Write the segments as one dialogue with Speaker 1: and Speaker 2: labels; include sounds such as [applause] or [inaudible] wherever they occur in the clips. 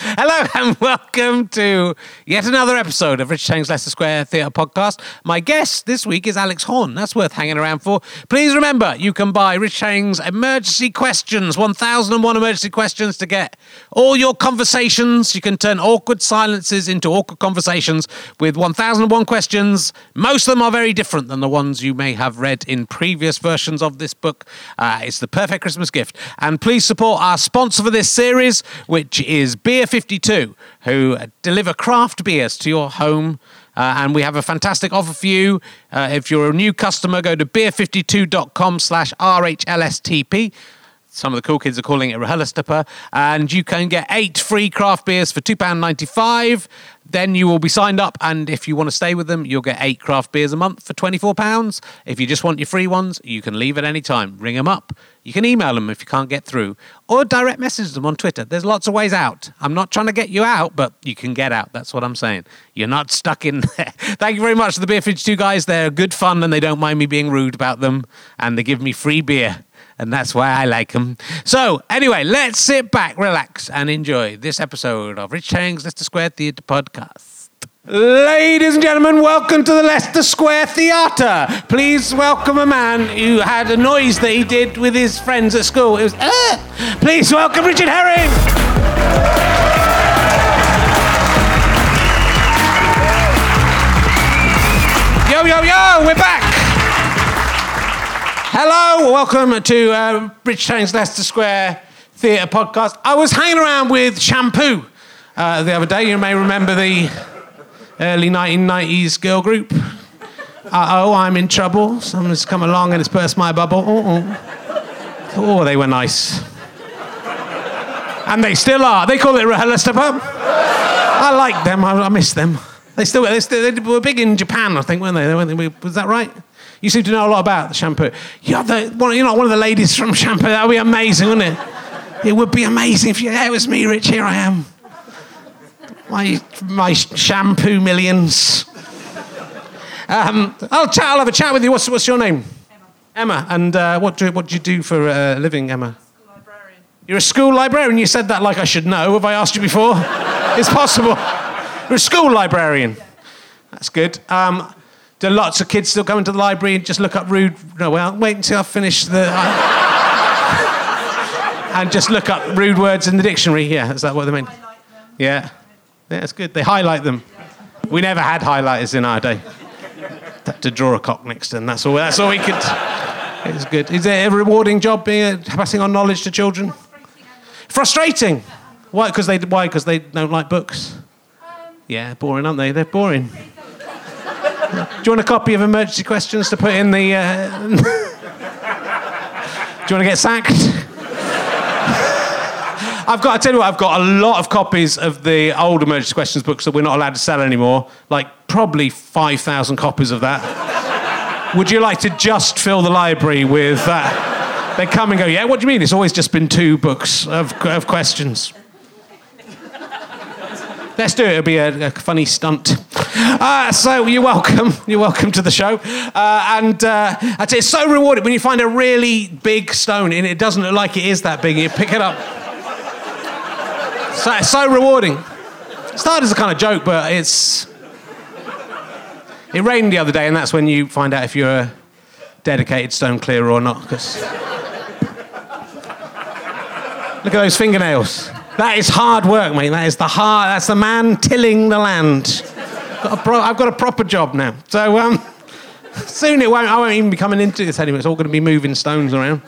Speaker 1: Hello and [laughs] welcome to yet another episode of Rich Chang's Leicester Square Theatre Podcast. My guest this week is Alex Horn. That's worth hanging around for. Please remember, you can buy Rich Chang's Emergency Questions, 1001 Emergency Questions to get all your conversations. You can turn awkward silences into awkward conversations with 1001 questions. Most of them are very different than the ones you may have read in previous versions of this book. Uh, it's the perfect Christmas gift. And please support our sponsor for this series, which is Beer 52, who deliver craft beers to your home. Uh, and we have a fantastic offer for you. Uh, if you're a new customer, go to beer52.com slash RHLSTP. Some of the cool kids are calling it Rahulastapa. And you can get eight free craft beers for £2.95. Then you will be signed up. And if you want to stay with them, you'll get eight craft beers a month for £24. If you just want your free ones, you can leave at any time. Ring them up. You can email them if you can't get through or direct message them on Twitter. There's lots of ways out. I'm not trying to get you out, but you can get out. That's what I'm saying. You're not stuck in [laughs] there. Thank you very much to the Beer 52 guys. They're good fun and they don't mind me being rude about them. And they give me free beer and that's why I like them. So, anyway, let's sit back, relax, and enjoy this episode of Rich Chang's Leicester Square Theatre podcast. Ladies and gentlemen, welcome to the Leicester Square Theatre. Please welcome a man who had a noise that he did with his friends at school. It was, "Ah!" please welcome Richard Herring. Yo, yo, yo, we're back. Hello, welcome to uh, Rich Chang's Leicester Square Theatre podcast. I was hanging around with Shampoo uh, the other day. You may remember the early 1990s girl group. Uh oh, I'm in trouble. Someone's come along and it's burst my bubble. Uh-uh. Oh, they were nice. And they still are. They call it Rahalastapa. I like them. I, I miss them. They still, they still they were big in Japan, I think, weren't they? They weren't- Was that right? You seem to know a lot about the shampoo. You're, the, one, you're not one of the ladies from shampoo. That would be amazing, wouldn't it? It would be amazing if you. Yeah, it was me, Rich. Here I am. My, my shampoo millions. Um, I'll, chat, I'll have a chat with you. What's, what's your name? Emma. Emma. And uh, what, do, what do you do for uh, a living, Emma?
Speaker 2: librarian.
Speaker 1: You're a school librarian. You said that like I should know. Have I asked you before? [laughs] it's possible. You're a school librarian. That's good. Um, do lots of kids still come into the library and just look up rude? No, well, wait until I finish the. [laughs] and just look up rude words in the dictionary. Yeah, is that what they mean? Yeah. Yeah, it's good. They highlight them. We never had highlighters in our day. Had to draw a cock next to them. That's all. That's all we could. It's good. Is it a rewarding job being passing on knowledge to children? Frustrating. Why? Because they why? Because they don't like books. yeah, boring, aren't they? They're boring. Do you want a copy of emergency questions to put in the? Uh... [laughs] Do you want to get sacked? I've got. I tell you what, I've got a lot of copies of the old emergency questions books that we're not allowed to sell anymore. Like probably five thousand copies of that. Would you like to just fill the library with that? They come and go. Yeah. What do you mean? It's always just been two books of, of questions. Let's do it. It'll be a, a funny stunt. Uh, so you're welcome. You're welcome to the show. Uh, and uh, I tell you, it's so rewarding when you find a really big stone and it doesn't look like it is that big. And you pick it up. So it's so rewarding. It started as a kind of joke, but it's. It rained the other day, and that's when you find out if you're a dedicated stone clearer or not. 'cause- Look at those fingernails. That is hard work, mate. That is the hard. That's the man tilling the land. Got a pro- I've got a proper job now. So um, [laughs] soon it won't. I won't even be coming into this anymore. It's all going to be moving stones around.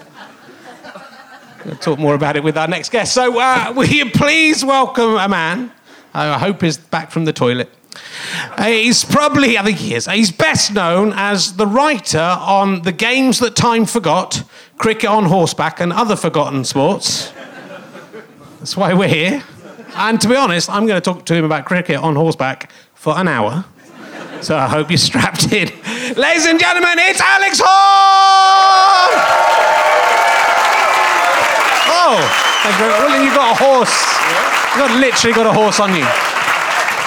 Speaker 1: We'll talk more about it with our next guest. So, uh, [laughs] will you please welcome a man who I hope is back from the toilet? Uh, he's probably, I think he is, uh, he's best known as the writer on The Games That Time Forgot, Cricket on Horseback, and Other Forgotten Sports. That's why we're here. And to be honest, I'm going to talk to him about cricket on horseback for an hour. So I hope you're strapped in. Ladies and gentlemen, it's Alex Hall! Oh, thank you very much. Well, you got a horse. You got, literally got a horse on you.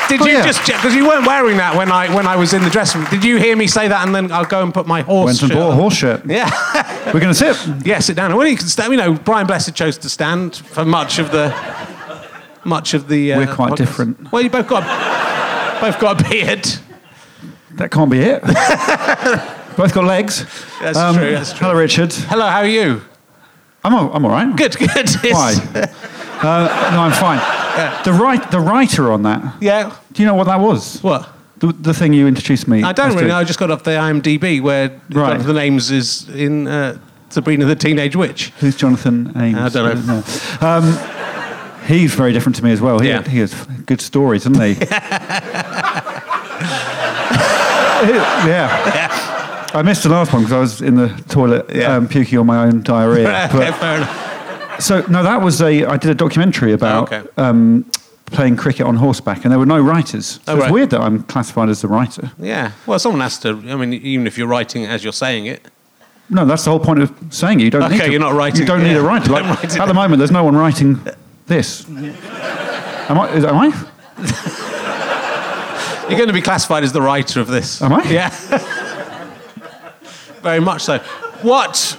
Speaker 1: Did you
Speaker 3: Oh, yeah.
Speaker 1: just because you weren't wearing that when I when I was in the dressing room? Did you hear me say that? And then I'll go and put my
Speaker 3: Went
Speaker 1: horse.
Speaker 3: and
Speaker 1: shirt
Speaker 3: bought a
Speaker 1: on?
Speaker 3: horse shirt.
Speaker 1: Yeah. [laughs]
Speaker 3: We're going to sit.
Speaker 1: Yeah, sit down. Well, you can stand. You know, Brian Blessed chose to stand for much of the much of the. Uh,
Speaker 2: We're quite
Speaker 1: podcast.
Speaker 2: different.
Speaker 1: Well, you both got a, both got a beard.
Speaker 2: That can't
Speaker 1: [laughs]
Speaker 2: be it. Both got legs. Um,
Speaker 1: That's true, that's true.
Speaker 2: Hello, Richard.
Speaker 1: Hello, how are you?
Speaker 2: I'm all, I'm all right.
Speaker 1: Good, [laughs] good. It's-
Speaker 2: Why? uh, no, I'm fine. The, write, the writer on that,
Speaker 1: Yeah.
Speaker 2: do you know what that was?
Speaker 1: What?
Speaker 2: The, the thing you introduced me.
Speaker 1: I don't
Speaker 2: as to-
Speaker 1: really know. I just got off the IMDb where
Speaker 2: Right.
Speaker 1: one of the names is in uh, Sabrina the Teenage Witch.
Speaker 2: Who's Jonathan Ames?
Speaker 1: I don't
Speaker 2: know. Um, he's very different to me as well. He,
Speaker 1: Yeah.
Speaker 2: he has good stories, doesn't
Speaker 1: [laughs]
Speaker 2: he? yeah. I missed the last one because I was in the toilet
Speaker 1: Yeah.
Speaker 2: um, puking on my own diarrhea.
Speaker 1: [laughs] Okay,
Speaker 2: But,
Speaker 1: fair enough.
Speaker 2: so no, that was a. I did a documentary about
Speaker 1: okay.
Speaker 2: um, playing cricket on horseback, and there were no writers. So
Speaker 1: Oh,
Speaker 2: it's
Speaker 1: right.
Speaker 2: weird that I'm classified as the writer.
Speaker 1: Yeah. Well, someone has to. I mean, even if you're writing it as you're saying it.
Speaker 2: No, that's the whole point of saying it. You don't
Speaker 1: Okay,
Speaker 2: need to,
Speaker 1: you're not writing
Speaker 2: You don't
Speaker 1: it,
Speaker 2: need
Speaker 1: yeah. [laughs]
Speaker 2: a writer. Like,
Speaker 1: Don't write it.
Speaker 2: at the moment, there's no one writing this. Am I? Is, am I?
Speaker 1: You're going to be classified as the writer of this.
Speaker 2: Am I?
Speaker 1: Yeah. [laughs] Very much so. What?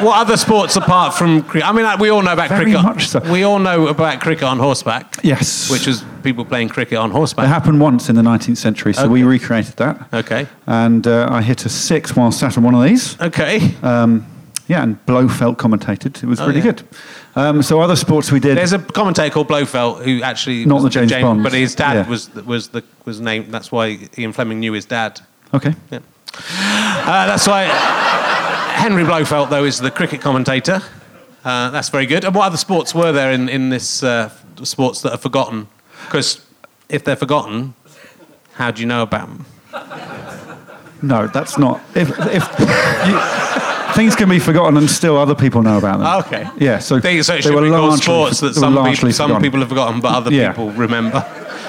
Speaker 1: What other sports apart from cricket? I mean, like, we all know about
Speaker 2: Very
Speaker 1: cricket.
Speaker 2: much so.
Speaker 1: We all know about cricket on horseback.
Speaker 2: Yes.
Speaker 1: Which was people playing cricket on
Speaker 2: It
Speaker 1: horseback.
Speaker 2: happened once in the 19th century, so we recreated that.
Speaker 1: Okay.
Speaker 2: And uh, I hit a six while sat on one of these.
Speaker 1: Okay.
Speaker 2: Um, yeah, and Blofeld commentated. It was really
Speaker 1: Oh, yeah.
Speaker 2: good. Um, so other sports we did.
Speaker 1: There's a commentator called Blofeld who actually
Speaker 2: Not
Speaker 1: was
Speaker 2: the James Bond.
Speaker 1: but his dad
Speaker 2: Yeah.
Speaker 1: was was the was named. That's why Ian Fleming knew his dad.
Speaker 2: okay.
Speaker 1: Yeah. Uh, that's why Henry Blofeld though is the cricket commentator. Uh, that's very good. And what other sports were there in in this uh, sports that are forgotten? Because if they're forgotten, how do you know about them?
Speaker 2: No, that's not. If, if [laughs] you, things can be forgotten and still other people know about them.
Speaker 1: Okay.
Speaker 2: Yeah, so
Speaker 1: They, so it
Speaker 2: Ah, they
Speaker 1: should
Speaker 2: were
Speaker 1: be called
Speaker 2: largely-
Speaker 1: sports that
Speaker 2: they were
Speaker 1: some, people,
Speaker 2: largely
Speaker 1: some
Speaker 2: forgotten.
Speaker 1: people have forgotten, but other
Speaker 2: Yeah.
Speaker 1: people remember.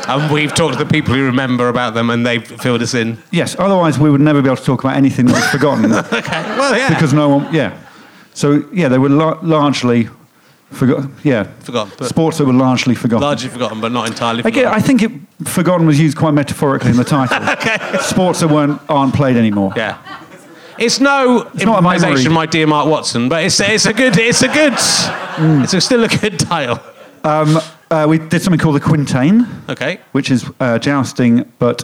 Speaker 1: And we've talked to the people who remember about them, and they've filled us in.
Speaker 2: Yes, otherwise we would never be able to talk about
Speaker 1: [laughs]
Speaker 2: anything that was forgotten.
Speaker 1: Okay. Well, yeah.
Speaker 2: because no one, yeah. So yeah, they were lar- largely forgotten. Yeah,
Speaker 1: Forgotten, but-
Speaker 2: Sports that were largely forgotten.
Speaker 1: largely forgotten, but not entirely
Speaker 2: I, get,
Speaker 1: forgotten.
Speaker 2: I think it, forgotten was used quite metaphorically in the title.
Speaker 1: [laughs] Okay.
Speaker 2: Sports that weren't aren't played anymore.
Speaker 1: yeah. It's no
Speaker 2: not a
Speaker 1: improvisation, my
Speaker 2: memory.
Speaker 1: dear Mark Watson, but it's it's a good it's a good
Speaker 2: Mm.
Speaker 1: it's a, still a good title.
Speaker 2: Um, uh, we did something called the quintain,
Speaker 1: Okay.
Speaker 2: which is uh, jousting, but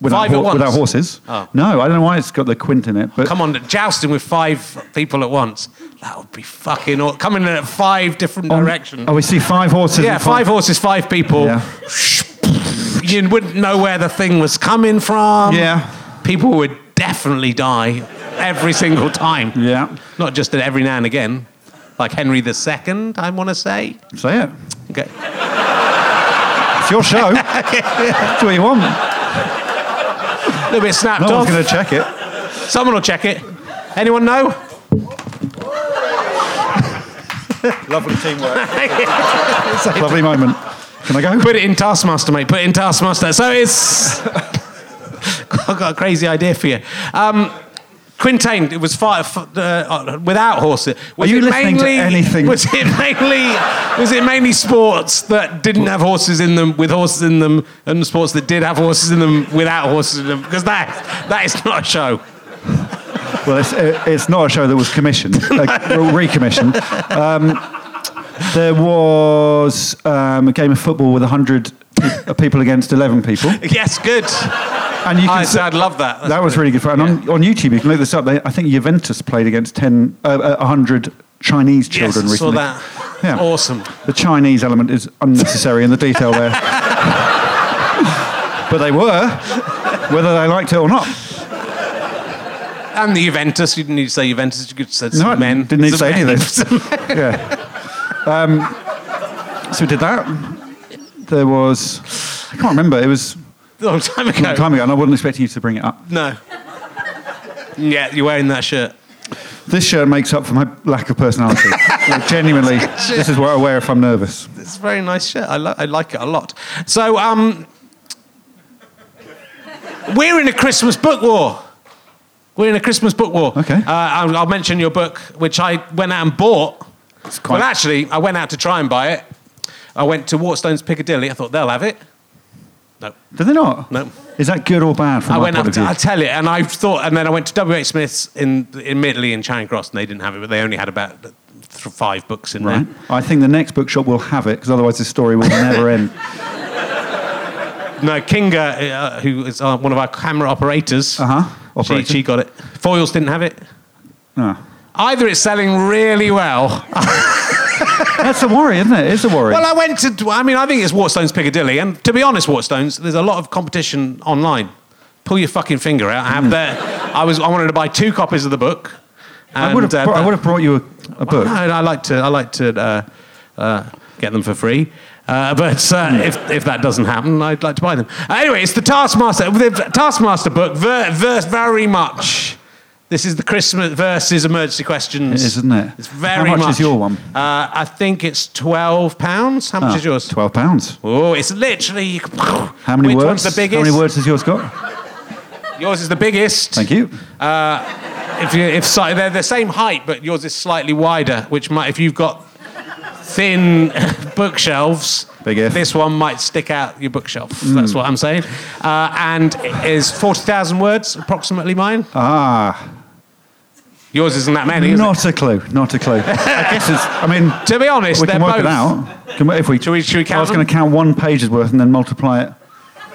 Speaker 2: without,
Speaker 1: Five at
Speaker 2: hor-
Speaker 1: once?
Speaker 2: without horses.
Speaker 1: Oh.
Speaker 2: No, I don't know why it's got the quint in it, but
Speaker 1: Come on, jousting with five people at once. That would be fucking aw- coming in at five different
Speaker 2: on-
Speaker 1: directions.
Speaker 2: Oh, we see five horses.
Speaker 1: yeah,
Speaker 2: and five-
Speaker 1: five horses, five people.
Speaker 2: Yeah.
Speaker 1: [laughs] You wouldn't know where the thing was coming from.
Speaker 2: Yeah.
Speaker 1: People would definitely die every single time.
Speaker 2: Yeah.
Speaker 1: Not just at every now and again. Like Henry II, I want to say.
Speaker 2: Say it.
Speaker 1: Okay.
Speaker 2: It's
Speaker 1: [laughs]
Speaker 2: your show. That's what you want.
Speaker 1: A little bit snapped
Speaker 2: No
Speaker 1: off.
Speaker 2: one's going to check it.
Speaker 1: Someone will check it. Anyone know?
Speaker 2: Lovely teamwork. it's a lovely moment. Can I go?
Speaker 1: Put it in Taskmaster, mate. Put it in Taskmaster. So it's. [laughs] I've got a crazy idea for you. Um, Quintain, it was fire, f- uh, uh, without horses. Was
Speaker 2: you
Speaker 1: it
Speaker 2: listening to
Speaker 1: mainly,
Speaker 2: anything?
Speaker 1: Was it mainly was it mainly sports that didn't have horses in them with horses in them, and sports that did have horses in them without horses in them? Because that that is not a show.
Speaker 2: Well, it's, it, it's not a show that was commissioned,
Speaker 1: [laughs]
Speaker 2: uh, recommissioned. Um, there was um, a game of football with 100 pe- uh, people against 11 people.
Speaker 1: Yes, good.
Speaker 2: And you can
Speaker 1: I,
Speaker 2: see-
Speaker 1: I'd love Ah, that.
Speaker 2: that was really good fun. And on, on YouTube, you can look this up. They, I think Juventus played against 10, uh, uh, 100 Chinese
Speaker 1: yes,
Speaker 2: children
Speaker 1: I saw
Speaker 2: recently.
Speaker 1: that.
Speaker 2: Yeah.
Speaker 1: Awesome.
Speaker 2: The Chinese element is unnecessary in the detail there. but they were, whether they liked it or not.
Speaker 1: And the Juventus, you didn't need to say Juventus, you could say
Speaker 2: No, I
Speaker 1: some men.
Speaker 2: didn't need to
Speaker 1: [laughs] Some
Speaker 2: say any of
Speaker 1: men.
Speaker 2: this. yeah. Um, so we did that. There was, I can't remember. It was
Speaker 1: a long time
Speaker 2: a long
Speaker 1: ago.
Speaker 2: time ago, and I wasn't expecting you to bring it up.
Speaker 1: No. Yeah, you're wearing that shirt.
Speaker 2: This shirt makes up for my lack of personality. Like, genuinely, this is what I wear if I'm nervous.
Speaker 1: It's a very nice shirt. I, li- I like it a lot. So, um, we're in a Christmas book war. We're in a Christmas book war.
Speaker 2: Okay.
Speaker 1: Uh, I'll, I'll mention your book, which I went out and bought.
Speaker 2: It's quite-
Speaker 1: Well, actually, I went out to try and buy it. I went to Waterstones Piccadilly. I thought they'll have it. No.
Speaker 2: Do they not?
Speaker 1: No.
Speaker 2: Is that good or bad from
Speaker 1: I
Speaker 2: my
Speaker 1: went
Speaker 2: point
Speaker 1: up
Speaker 2: of
Speaker 1: to,
Speaker 2: view?
Speaker 1: I tell you, and I thought, and then I went to W.H. Smith's in, in Midley in Charing Cross, and they didn't have it, but they only had about th- five books in
Speaker 2: right.
Speaker 1: there.
Speaker 2: I think the next bookshop will have it because otherwise this story will never
Speaker 1: [laughs]
Speaker 2: end.
Speaker 1: No, Kinga, uh, who is uh, one of our camera operators,
Speaker 2: Uh-huh.
Speaker 1: she,
Speaker 2: Operator.
Speaker 1: she got it. Foils didn't have it.
Speaker 2: No.
Speaker 1: Either it's selling really well.
Speaker 2: That's a worry, isn't it? It's a worry.
Speaker 1: Well, I went to, I mean, I think it's Waterstones Piccadilly, and to be honest, Waterstones, there's a lot of competition online. Pull your fucking finger out. I
Speaker 2: Hmm.
Speaker 1: have there. I was, I wanted to buy two copies of the book.
Speaker 2: I, would have
Speaker 1: and, uh, Ah,
Speaker 2: brought, I
Speaker 1: but-
Speaker 2: would have brought you a, a book.
Speaker 1: No, I like to. I like to uh, uh, get them for free. Uh, but uh, if, if that doesn't happen, I'd like to buy them. Uh, anyway, it's the Taskmaster, the Taskmaster book. Ver, ver, very much. This is the Christmas versus emergency questions.
Speaker 2: It is, isn't it?
Speaker 1: It's
Speaker 2: How
Speaker 1: very
Speaker 2: much is your one?
Speaker 1: Uh, I think it's twelve pounds. How much
Speaker 2: Ah,
Speaker 1: is yours?
Speaker 2: Twelve pounds.
Speaker 1: Oh, it's literally. you can-
Speaker 2: How many
Speaker 1: Which
Speaker 2: words?
Speaker 1: one's the biggest?
Speaker 2: How many words has yours got?
Speaker 1: Yours is the biggest.
Speaker 2: Thank you.
Speaker 1: If you, if si- they're the same height, but yours is slightly wider, which might if you've got thin [laughs] bookshelves,
Speaker 2: Big if. Mm.
Speaker 1: this one might stick out your bookshelf. That's what I'm saying. Uh, and it is forty thousand words approximately mine.
Speaker 2: ah,
Speaker 1: Yours isn't that many. Is it?
Speaker 2: not a clue. Not a clue.
Speaker 1: [laughs]
Speaker 2: I guess it's. I mean,
Speaker 1: To be honest,
Speaker 2: we
Speaker 1: they're
Speaker 2: can work
Speaker 1: both.
Speaker 2: it out. Can we, if we,
Speaker 1: Shall we- shall we count
Speaker 2: I was
Speaker 1: them?
Speaker 2: going to count one page's worth and then multiply it.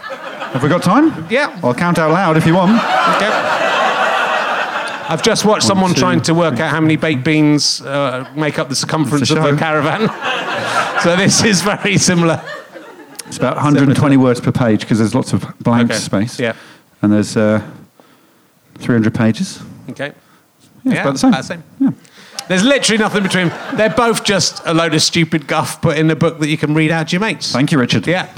Speaker 2: Have we got time?
Speaker 1: Yeah.
Speaker 2: I'll count out loud if you want.
Speaker 1: Okay. I've just watched someone
Speaker 2: two,
Speaker 1: trying to work out how many baked beans uh, make up the circumference
Speaker 2: It's a
Speaker 1: of the
Speaker 2: show.
Speaker 1: caravan. [laughs] so this is very similar.
Speaker 2: It's about 120 words per page because there's lots of blank
Speaker 1: Okay,
Speaker 2: space.
Speaker 1: yeah.
Speaker 2: And there's uh, 300 pages.
Speaker 1: Okay.
Speaker 2: Yeah, it's about the same. Yeah.
Speaker 1: There's literally nothing between them. They're both just a load of stupid guff put in a book that you can read out to your mates.
Speaker 2: Thank you, Richard.
Speaker 1: yeah. [laughs]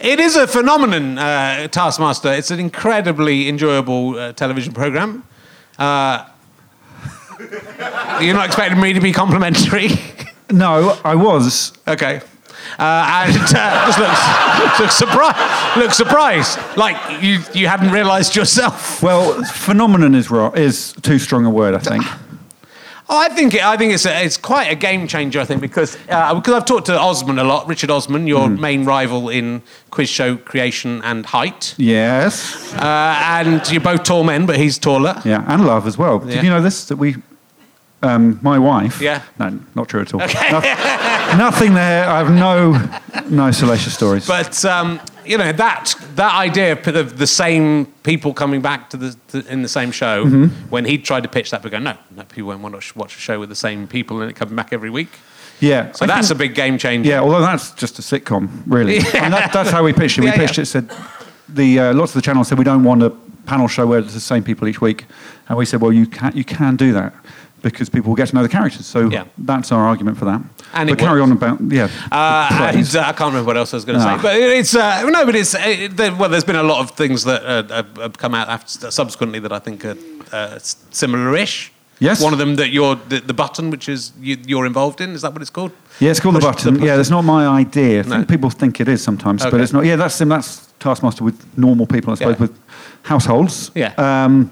Speaker 1: it is a phenomenon, uh, Taskmaster. It's an incredibly enjoyable uh, television program. Uh, [laughs] you're not expecting me to be complimentary. [laughs]
Speaker 2: No, I was.
Speaker 1: okay. Uh, and uh, just looks, looks surprised. Looks surprised. Like you, you hadn't realised yourself.
Speaker 2: Well, phenomenon is wrong, is too strong a word, I think.
Speaker 1: Oh, I think I think it's a, it's quite a game changer. I think because uh, because I've talked to Osman a lot, Richard Osman, your main rival in quiz show creation and height,
Speaker 2: Yes.
Speaker 1: uh, and you're both tall men, but he's taller.
Speaker 2: Yeah, and love as well.
Speaker 1: Yeah.
Speaker 2: Did you know this? That we, um, my wife.
Speaker 1: Yeah.
Speaker 2: No, not true at all. Noth- nothing there. I have no, no salacious stories.
Speaker 1: But um, you know that that idea of the, the same people coming back to the, the in the same show when he tried to pitch that, but go no, no, people won't want to sh- watch a show with the same people and it coming back every week.
Speaker 2: yeah.
Speaker 1: So
Speaker 2: I
Speaker 1: that's
Speaker 2: think-
Speaker 1: a big game changer.
Speaker 2: Yeah, although that's just a sitcom, really.
Speaker 1: Yeah.
Speaker 2: And that, that's how we pitched it. We
Speaker 1: Yeah, yeah.
Speaker 2: pitched it said the uh, lots of the channels said we don't want a panel show where it's the same people each week, and we said, well, you can you can do that because people will get to know the characters. So
Speaker 1: Yeah.
Speaker 2: that's our argument for that.
Speaker 1: And it
Speaker 2: but carry on about yeah.
Speaker 1: Uh,
Speaker 2: please.
Speaker 1: and, uh, I can't remember what else I was going to
Speaker 2: Ah.
Speaker 1: say, but it- it's uh, no, but it's uh, there, well. There's been a lot of things that uh, have- have come out after, subsequently that I think are uh, s- similar-ish.
Speaker 2: Yes.
Speaker 1: One of them that you're the, the button, which is you, you're involved in. Is that what it's called?
Speaker 2: yeah, it's called the
Speaker 1: Push
Speaker 2: button. yeah, that's not my idea. I think
Speaker 1: No.
Speaker 2: People think it is sometimes,
Speaker 1: Okay.
Speaker 2: but it's not. Yeah, that's that's Taskmaster with normal people, I suppose,
Speaker 1: Yeah.
Speaker 2: with households.
Speaker 1: Yeah.
Speaker 2: Um,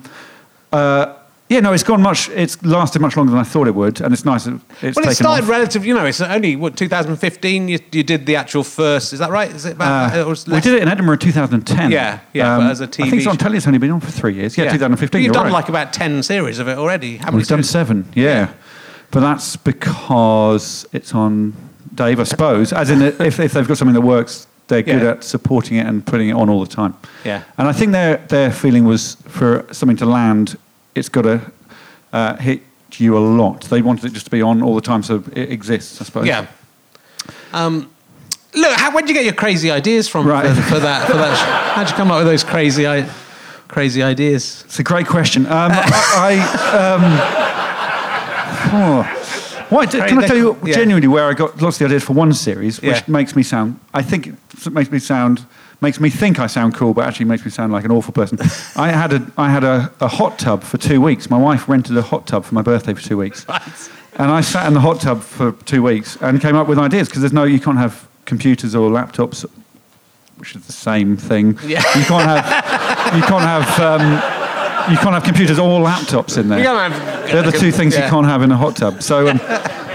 Speaker 2: uh, yeah, no, it's gone much. It's lasted much longer than I thought it would, and it's nice. that It's
Speaker 1: well,
Speaker 2: taken
Speaker 1: it started
Speaker 2: off.
Speaker 1: relative. You know, it's only what 2015. You, you did the actual first. Is that right? Is it about?
Speaker 2: Uh,
Speaker 1: or is
Speaker 2: we
Speaker 1: less-
Speaker 2: did it in Edinburgh in 2010.
Speaker 1: Yeah, yeah, but as a
Speaker 2: Um, I
Speaker 1: TV
Speaker 2: think it's on telly. It's only been on for three years. Yeah, 2015.
Speaker 1: You've
Speaker 2: you're
Speaker 1: done
Speaker 2: right.
Speaker 1: like about ten series of it already. How many?
Speaker 2: we've done
Speaker 1: series?
Speaker 2: seven. Yeah. but that's because it's on Dave, I suppose. As in, if, if they've got something that works, they're good
Speaker 1: Yeah.
Speaker 2: at supporting it and putting it on all the time.
Speaker 1: Yeah.
Speaker 2: and I think their their feeling was for something to land, it's got to uh, hit you a lot. They wanted it just to be on all the time, so it exists, I suppose.
Speaker 1: Yeah. Um, look, how, where'd you get your crazy ideas from
Speaker 2: Right.
Speaker 1: for, for that? For that sh- how'd you come up with those crazy, I- crazy ideas?
Speaker 2: It's a great question. Um, I, I, um, oh. Why, d- can I tell you
Speaker 1: Yeah.
Speaker 2: genuinely where I got lots of the ideas for one series, which
Speaker 1: Yeah.
Speaker 2: makes me sound, I think it makes me sound, makes me think I sound cool, but actually makes me sound like an awful person.
Speaker 1: [laughs]
Speaker 2: I had, a, I had a, a hot tub for two weeks. My wife rented a hot tub for my birthday for two weeks. And I sat in the hot tub for two weeks and came up with ideas because there's no, you can't have computers or laptops, which is the same thing.
Speaker 1: Yeah.
Speaker 2: You can't have, you can't have, um, you can't have computers or laptops in there.
Speaker 1: You can't have-
Speaker 2: They're the two things
Speaker 1: Yeah.
Speaker 2: you can't have in a hot tub. So um,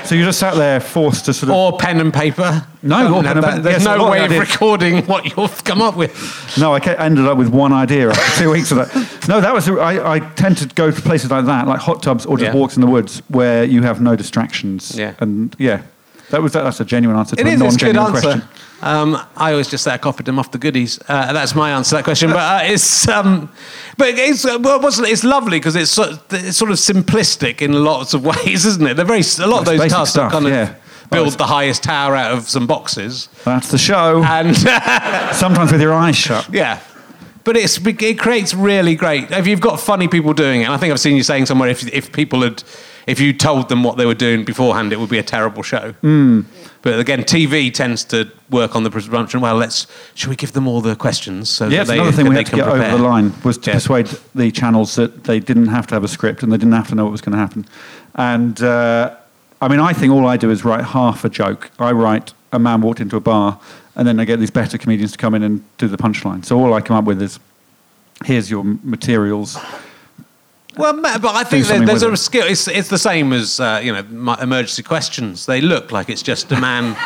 Speaker 2: So you just sat there forced to sort of.
Speaker 1: Or pen and paper.
Speaker 2: No,
Speaker 1: Doesn't
Speaker 2: or
Speaker 1: have
Speaker 2: pen and
Speaker 1: that.
Speaker 2: paper.
Speaker 1: There's
Speaker 2: Yes, a lot
Speaker 1: no
Speaker 2: of
Speaker 1: way of
Speaker 2: ideas.
Speaker 1: recording what you've come up with.
Speaker 2: No, I ca- ended up with one idea after [laughs] two weeks of that. No, that was. the- I, I tend to go to places like that, like hot tubs or just
Speaker 1: Yeah.
Speaker 2: walks in the woods, where you have no distractions.
Speaker 1: Yeah.
Speaker 2: And yeah, that was that's a genuine answer to
Speaker 1: It
Speaker 2: a
Speaker 1: is. It's a good
Speaker 2: non-genuine question.
Speaker 1: answer. Um, I always just say I copied them off the goodies. Uh, that's my answer to that question. But uh, it's um, but it's uh, well, what's- it's lovely because it's, so, it's sort of simplistic in lots of [laughs] ways, isn't it? They're very a lot of those
Speaker 2: It's basic
Speaker 1: tasks
Speaker 2: stuff,
Speaker 1: are kind of
Speaker 2: yeah.
Speaker 1: build
Speaker 2: Well,
Speaker 1: the highest tower out of some boxes
Speaker 2: That's the show.
Speaker 1: and. [laughs]
Speaker 2: Sometimes with your eyes shut.
Speaker 1: Yeah. But it's, it creates really great. If you've got funny people doing it, and I think I've seen you saying somewhere if, if people had, if you told them what they were doing beforehand, it would be a terrible show.
Speaker 2: Hmm.
Speaker 1: But again, TV tends to work on the presumption. Well, let's should we give them all the questions? So
Speaker 2: Yeah,
Speaker 1: that
Speaker 2: that's
Speaker 1: they,
Speaker 2: another thing
Speaker 1: that
Speaker 2: we
Speaker 1: they
Speaker 2: had to
Speaker 1: can
Speaker 2: get
Speaker 1: prepare.
Speaker 2: over the line was to
Speaker 1: Yeah.
Speaker 2: persuade the channels that they didn't have to have a script and they didn't have to know what was going to happen. And uh, I mean, I think all I do is write half a joke. I write a man walked into a bar, and then I get these better comedians to come in and do the punchline. So all I come up with is, here's your m- materials.
Speaker 1: Well, ma- but I think there,
Speaker 2: something
Speaker 1: there's
Speaker 2: with
Speaker 1: a
Speaker 2: it.
Speaker 1: skill. It's, it's the same as uh, you know my emergency questions. They look like it's just a man [laughs]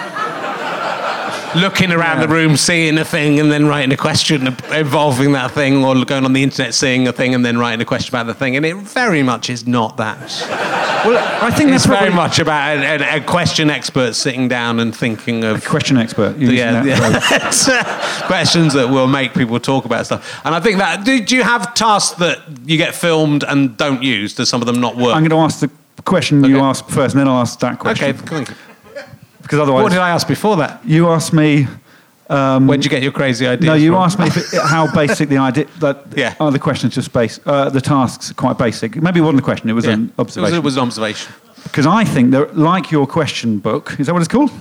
Speaker 1: looking around the
Speaker 2: Yeah.
Speaker 1: room, seeing a thing, and then writing a question involving that thing, or going on the internet, seeing a thing, and then writing a question about the thing. And it very much is not that.
Speaker 2: Well, I think
Speaker 1: It's
Speaker 2: that's
Speaker 1: very
Speaker 2: probably
Speaker 1: much about a, a, a question expert sitting down and thinking of
Speaker 2: question expert. You're
Speaker 1: yeah,
Speaker 2: using that
Speaker 1: yeah. [laughs] It's, uh, questions that will make people talk about stuff. And I think that do, do you have tasks that you get filmed and don't use? Does some of them not work?
Speaker 2: I'm going to ask the question you
Speaker 1: Okay.
Speaker 2: asked first, and then I'll ask that question.
Speaker 1: okay, cool.
Speaker 2: Because
Speaker 1: What did
Speaker 2: otherwise,
Speaker 1: I ask before that?
Speaker 2: you asked me.
Speaker 1: Where'd you get your crazy ideas?
Speaker 2: No, you
Speaker 1: from?
Speaker 2: asked me if it,
Speaker 1: [laughs]
Speaker 2: how basic the idea that
Speaker 1: Yeah.
Speaker 2: are the questions just base uh, the tasks quite basic. Maybe it wasn't a question; it was
Speaker 1: Yeah.
Speaker 2: an
Speaker 1: It was,
Speaker 2: observation.
Speaker 1: it was an observation.
Speaker 2: Because I think that, like your question book, is that what it's called?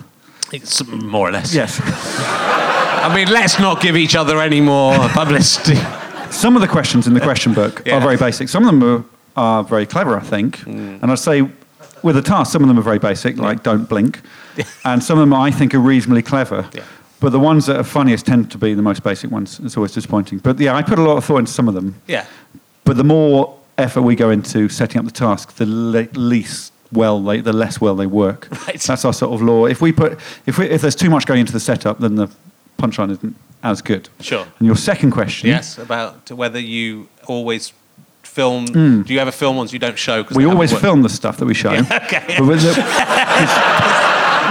Speaker 1: It's more or less.
Speaker 2: Yes.
Speaker 1: I mean, let's not give each other any more publicity.
Speaker 2: [laughs] Some of the questions in the question book
Speaker 1: Yeah.
Speaker 2: are very basic. Some of them are, are very clever, I think.
Speaker 1: Mm.
Speaker 2: And I'd say with a task, some of them are very basic, like don't blink, and some of them I think are reasonably clever.
Speaker 1: Yeah.
Speaker 2: But the ones that are funniest tend to be the most basic ones. It's always disappointing. But yeah, I put a lot of thought into some of them.
Speaker 1: yeah.
Speaker 2: But the more effort we go into setting up the task, the le- least well they, the less well they work.
Speaker 1: [laughs] Right.
Speaker 2: That's our sort of law. If we put, if we, if there's too much going into the setup, then the punchline isn't as good.
Speaker 1: Sure.
Speaker 2: And your second question,
Speaker 1: Yes, about whether you always film. Do you ever film ones you don't show? 'cause
Speaker 2: we
Speaker 1: they haven't
Speaker 2: always
Speaker 1: worked?
Speaker 2: film the stuff that we show.
Speaker 1: [laughs] okay.
Speaker 2: But with the- [laughs] 'cause-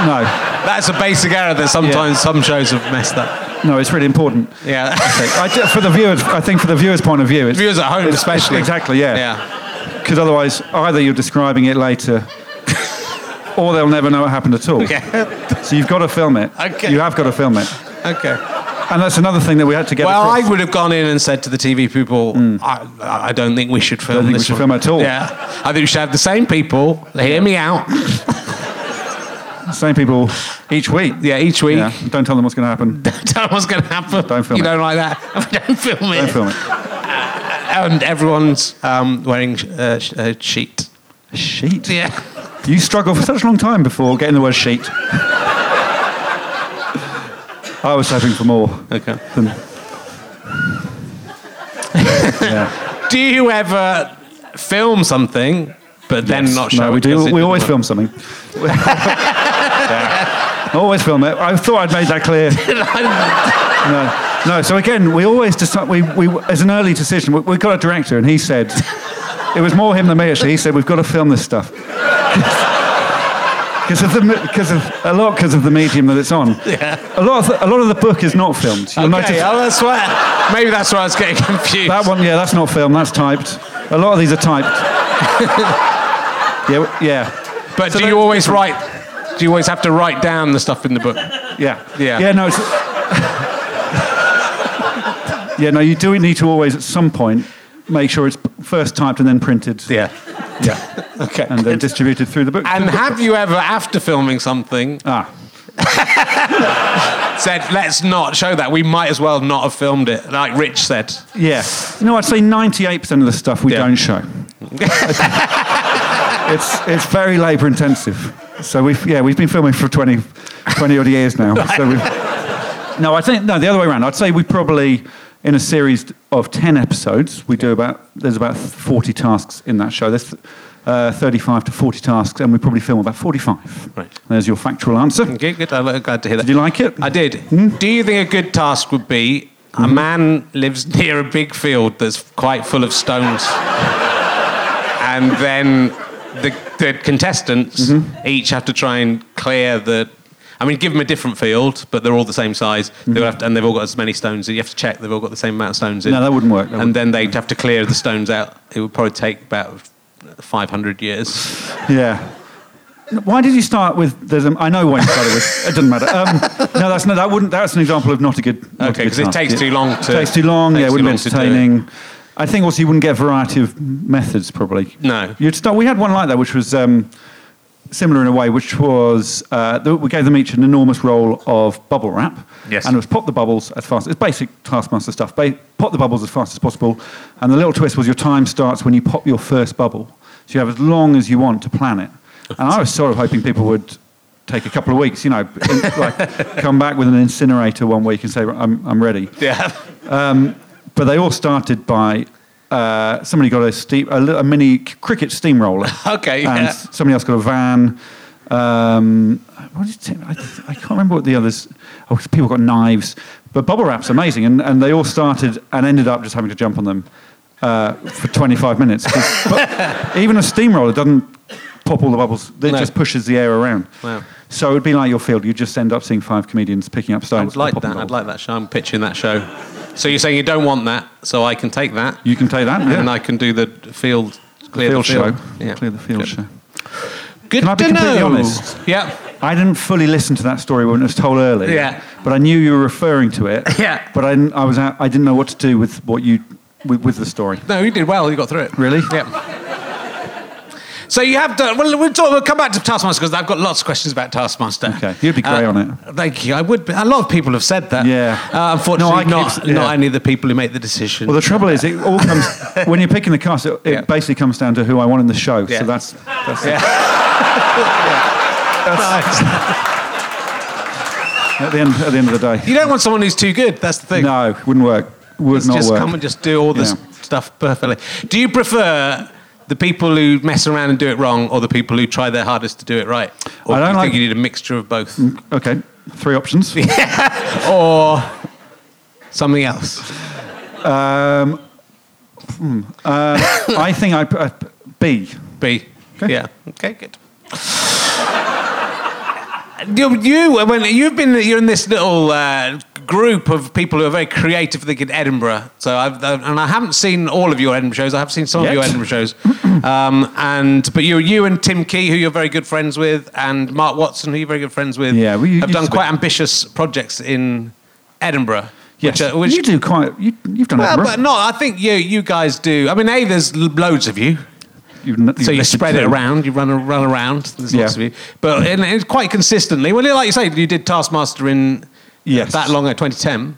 Speaker 2: no,
Speaker 1: That's a basic error that sometimes some shows have messed up.
Speaker 2: no, it's really important.
Speaker 1: Yeah.
Speaker 2: Okay. I ju- for the viewers, I think for the viewers' point of view, it's
Speaker 1: Viewers at home,
Speaker 2: it's-
Speaker 1: especially.
Speaker 2: exactly, yeah.
Speaker 1: Yeah.
Speaker 2: Because otherwise, either you're describing it later, [laughs] or they'll never know what happened at all.
Speaker 1: Yeah.
Speaker 2: [laughs] So you've got to film it.
Speaker 1: Okay.
Speaker 2: You have got to film it.
Speaker 1: okay.
Speaker 2: And that's another thing that we had to get
Speaker 1: Well,
Speaker 2: across.
Speaker 1: I would have gone in and said to the TV people, I, I don't think we should film
Speaker 2: think we
Speaker 1: this
Speaker 2: should
Speaker 1: one.
Speaker 2: film at all.
Speaker 1: Yeah, I think we should have the same people hear me out.
Speaker 2: Same people each week.
Speaker 1: Yeah, each week.
Speaker 2: Yeah. Don't tell them what's going to happen.
Speaker 1: [laughs] Tell them what's going to happen.
Speaker 2: Don't film
Speaker 1: you
Speaker 2: it.
Speaker 1: don't like that. [laughs] don't film it.
Speaker 2: Don't film it.
Speaker 1: [laughs] And everyone's um, wearing a uh, sh- uh, [laughs] sheet.
Speaker 2: Sheet.
Speaker 1: Yeah.
Speaker 2: You struggled for such a long time before getting the word sheet. I was hoping for more.
Speaker 1: [laughs] Okay.
Speaker 2: Than, yeah.
Speaker 1: Do you ever film something but then not show
Speaker 2: no, we
Speaker 1: it 'cause
Speaker 2: do.
Speaker 1: it
Speaker 2: We
Speaker 1: didn't [laughs]
Speaker 2: always
Speaker 1: work?
Speaker 2: film something. [laughs] Yeah. Always film it. I thought I'd made that clear. No, no. So again, we always decide. We, we as an early decision, we, we got a director, and he said it was more him than me. Actually, he said we've got to film this stuff [laughs] because of the because of a lot because of the medium that it's on.
Speaker 1: Yeah.
Speaker 2: A lot of the, a lot of the book is not filmed. You'll
Speaker 1: Okay,
Speaker 2: notice
Speaker 1: oh, that's why. Maybe that's why I was getting [laughs] confused.
Speaker 2: that one. Yeah, that's not filmed. That's typed. A lot of these are typed. [laughs] yeah, yeah,
Speaker 1: but
Speaker 2: So
Speaker 1: do you
Speaker 2: that's
Speaker 1: always write? Do you always have to write down the stuff in the book?
Speaker 2: yeah,
Speaker 1: Yeah.
Speaker 2: Yeah, no. It's, yeah, no. You do need to always at some point make sure it's first typed and then printed.
Speaker 1: Yeah.
Speaker 2: Yeah.
Speaker 1: Okay.
Speaker 2: and then distributed through the book.
Speaker 1: And have you ever, after filming something,
Speaker 2: ah,
Speaker 1: said, let's not show that? We might as well not have filmed it, like Rich said.
Speaker 2: yeah. No, I'd say 98% of the stuff we
Speaker 1: Yeah. [laughs]
Speaker 2: don't show. it's, it's very labour intensive. So we've, yeah, we've been filming for 20, 20 odd years now. So
Speaker 1: [laughs]
Speaker 2: we've, no, I think, no, the other way around. I'd say we probably, in a series of 10 episodes, we do about, there's about 40 tasks in that show. There's uh, 35 to 40 tasks, and we probably film about 45.
Speaker 1: Right. Mm.
Speaker 2: There's your factual answer.
Speaker 1: Okay, good. I'm glad to hear that.
Speaker 2: Did you like it?
Speaker 1: I did.
Speaker 2: Hmm?
Speaker 1: Do you think a good task would be a man lives near a big field that's quite full of stones, and then the, the contestants
Speaker 2: Hmm?
Speaker 1: each have to try and clear the. I mean, give them a different field, but they're all the same size.
Speaker 2: Hmm.
Speaker 1: They would have to, and they've all got as many stones. You have to check they've all got the same amount of stones in.
Speaker 2: No, that wouldn't work. That
Speaker 1: and
Speaker 2: wouldn't-
Speaker 1: then they'd have to clear the stones out. It would probably take about 500 years. [laughs]
Speaker 2: Yeah. Why did you start with? There's a, I know why you started with. It doesn't matter. Um, no, that's no, that wouldn't. That's an example of not a good. not a
Speaker 1: Okay,
Speaker 2: good
Speaker 1: 'cause it
Speaker 2: task.
Speaker 1: takes
Speaker 2: Yeah.
Speaker 1: too long
Speaker 2: It
Speaker 1: to-
Speaker 2: takes too long.
Speaker 1: takes
Speaker 2: Yeah, it
Speaker 1: too
Speaker 2: wouldn't
Speaker 1: long
Speaker 2: be
Speaker 1: to do it.
Speaker 2: entertaining. I think also you wouldn't get a variety of methods probably.
Speaker 1: No.
Speaker 2: You'd start. We had one like that, which was um, similar in a way, which was uh, th- we gave them each an enormous roll of bubble wrap.
Speaker 1: Yes.
Speaker 2: And it was pop the bubbles as fast. It's basic Taskmaster stuff. Ba- pop the bubbles as fast as possible, and the little twist was your time starts when you pop your first bubble, so you have as long as you want to plan it. And I was sort of hoping people would take a couple of weeks, you know, in, like [laughs] come back with an incinerator one week and say I'm, I'm ready.
Speaker 1: Yeah.
Speaker 2: But they all started by uh, somebody got a, steam, a, li- a mini c- cricket steamroller.
Speaker 1: [laughs] Okay,
Speaker 2: And
Speaker 1: yeah.
Speaker 2: s- somebody else got a van. Um, what did it, I, I can't remember what the others. Oh, people got knives. But bubble wrap's amazing, and, and they all started and ended up just having to jump on them uh, for 25 minutes. 'Cause-
Speaker 1: [laughs]
Speaker 2: but even a steamroller doesn't pop all the bubbles; it
Speaker 1: No.
Speaker 2: just pushes the air around.
Speaker 1: Wow.
Speaker 2: So it would be like your field. You'd just end up seeing five comedians picking up stones.
Speaker 1: I would like
Speaker 2: and popping
Speaker 1: that. I'd
Speaker 2: bubbles.
Speaker 1: like that show. I'm pitching that show. So you're saying you don't want that, so I can take that
Speaker 2: You can take
Speaker 1: [laughs]
Speaker 2: that. Yeah.
Speaker 1: and I can do the field clear
Speaker 2: field,
Speaker 1: the field.
Speaker 2: show.
Speaker 1: Yeah.
Speaker 2: Clear the field
Speaker 1: Good.
Speaker 2: show.
Speaker 1: Good
Speaker 2: Can I be
Speaker 1: to
Speaker 2: completely
Speaker 1: know.
Speaker 2: honest?
Speaker 1: Yeah.
Speaker 2: I didn't fully listen to that story when it was told earlier.
Speaker 1: Yeah.
Speaker 2: But I knew you were referring to it.
Speaker 1: [laughs] Yeah.
Speaker 2: But I, didn't- I was out, I didn't know what to do with what you with, with the story.
Speaker 1: No, you did well. You got through it.
Speaker 2: Really?
Speaker 1: Yeah. So you have done. Well, we'll, talk, we'll come back to Taskmaster because I've got lots of questions about Taskmaster. Uh,
Speaker 2: Okay. You'd be great on it.
Speaker 1: Thank you. I would. Be, a lot of people have said that.
Speaker 2: Yeah.
Speaker 1: Uh, unfortunately,
Speaker 2: No, I-
Speaker 1: not
Speaker 2: it's- yeah.
Speaker 1: not any of the people who make the decision.
Speaker 2: Well, the trouble is, it all
Speaker 1: [laughs]
Speaker 2: comes when you're picking the cast. It, it
Speaker 1: Yeah.
Speaker 2: basically comes down to who I want in the show.
Speaker 1: Yeah.
Speaker 2: So that's that's
Speaker 1: Yeah.
Speaker 2: at the end at the end of the day.
Speaker 1: [laughs] you don't want someone who's too good. That's the thing.
Speaker 2: No, wouldn't work. Would
Speaker 1: It's
Speaker 2: not
Speaker 1: just
Speaker 2: work.
Speaker 1: come and just do all this
Speaker 2: Yeah.
Speaker 1: stuff perfectly. Do you prefer the people who mess around and do it wrong, or the people who try their hardest to do it right? Or do
Speaker 2: I don't
Speaker 1: you
Speaker 2: like- Mm.
Speaker 1: think you need a mixture of both,
Speaker 2: okay,
Speaker 1: [laughs]
Speaker 2: three options.
Speaker 1: or something else?
Speaker 2: I think I uh, B.
Speaker 1: B. Yeah. Okay. Good. [laughs] You, you when you've been you're in this little uh, group of people who are very creative. I think in Edinburgh. So I've and I haven't seen all of your Edinburgh shows. I have seen some
Speaker 2: Yet.
Speaker 1: of your Edinburgh
Speaker 2: [clears throat]
Speaker 1: shows. um, and but you you and Tim Key, who you're very good friends with, and Mark Watson, who you're very good friends with,
Speaker 2: Yeah, well, you-
Speaker 1: have
Speaker 2: you
Speaker 1: done
Speaker 2: speak-
Speaker 1: quite ambitious projects in Edinburgh.
Speaker 2: Yes,
Speaker 1: Which, are, which
Speaker 2: you do quite. You, you've done
Speaker 1: well,
Speaker 2: it.
Speaker 1: but no, I think you you guys do. I mean, a there's l- loads of you.
Speaker 2: You've n- you've
Speaker 1: So you
Speaker 2: listed
Speaker 1: spread it
Speaker 2: two.
Speaker 1: around, you run run around. There's
Speaker 2: Yeah.
Speaker 1: lots of you, but and it's quite consistently. Well, like you say, you did Taskmaster in
Speaker 2: Yes.
Speaker 1: that long ago, 2010.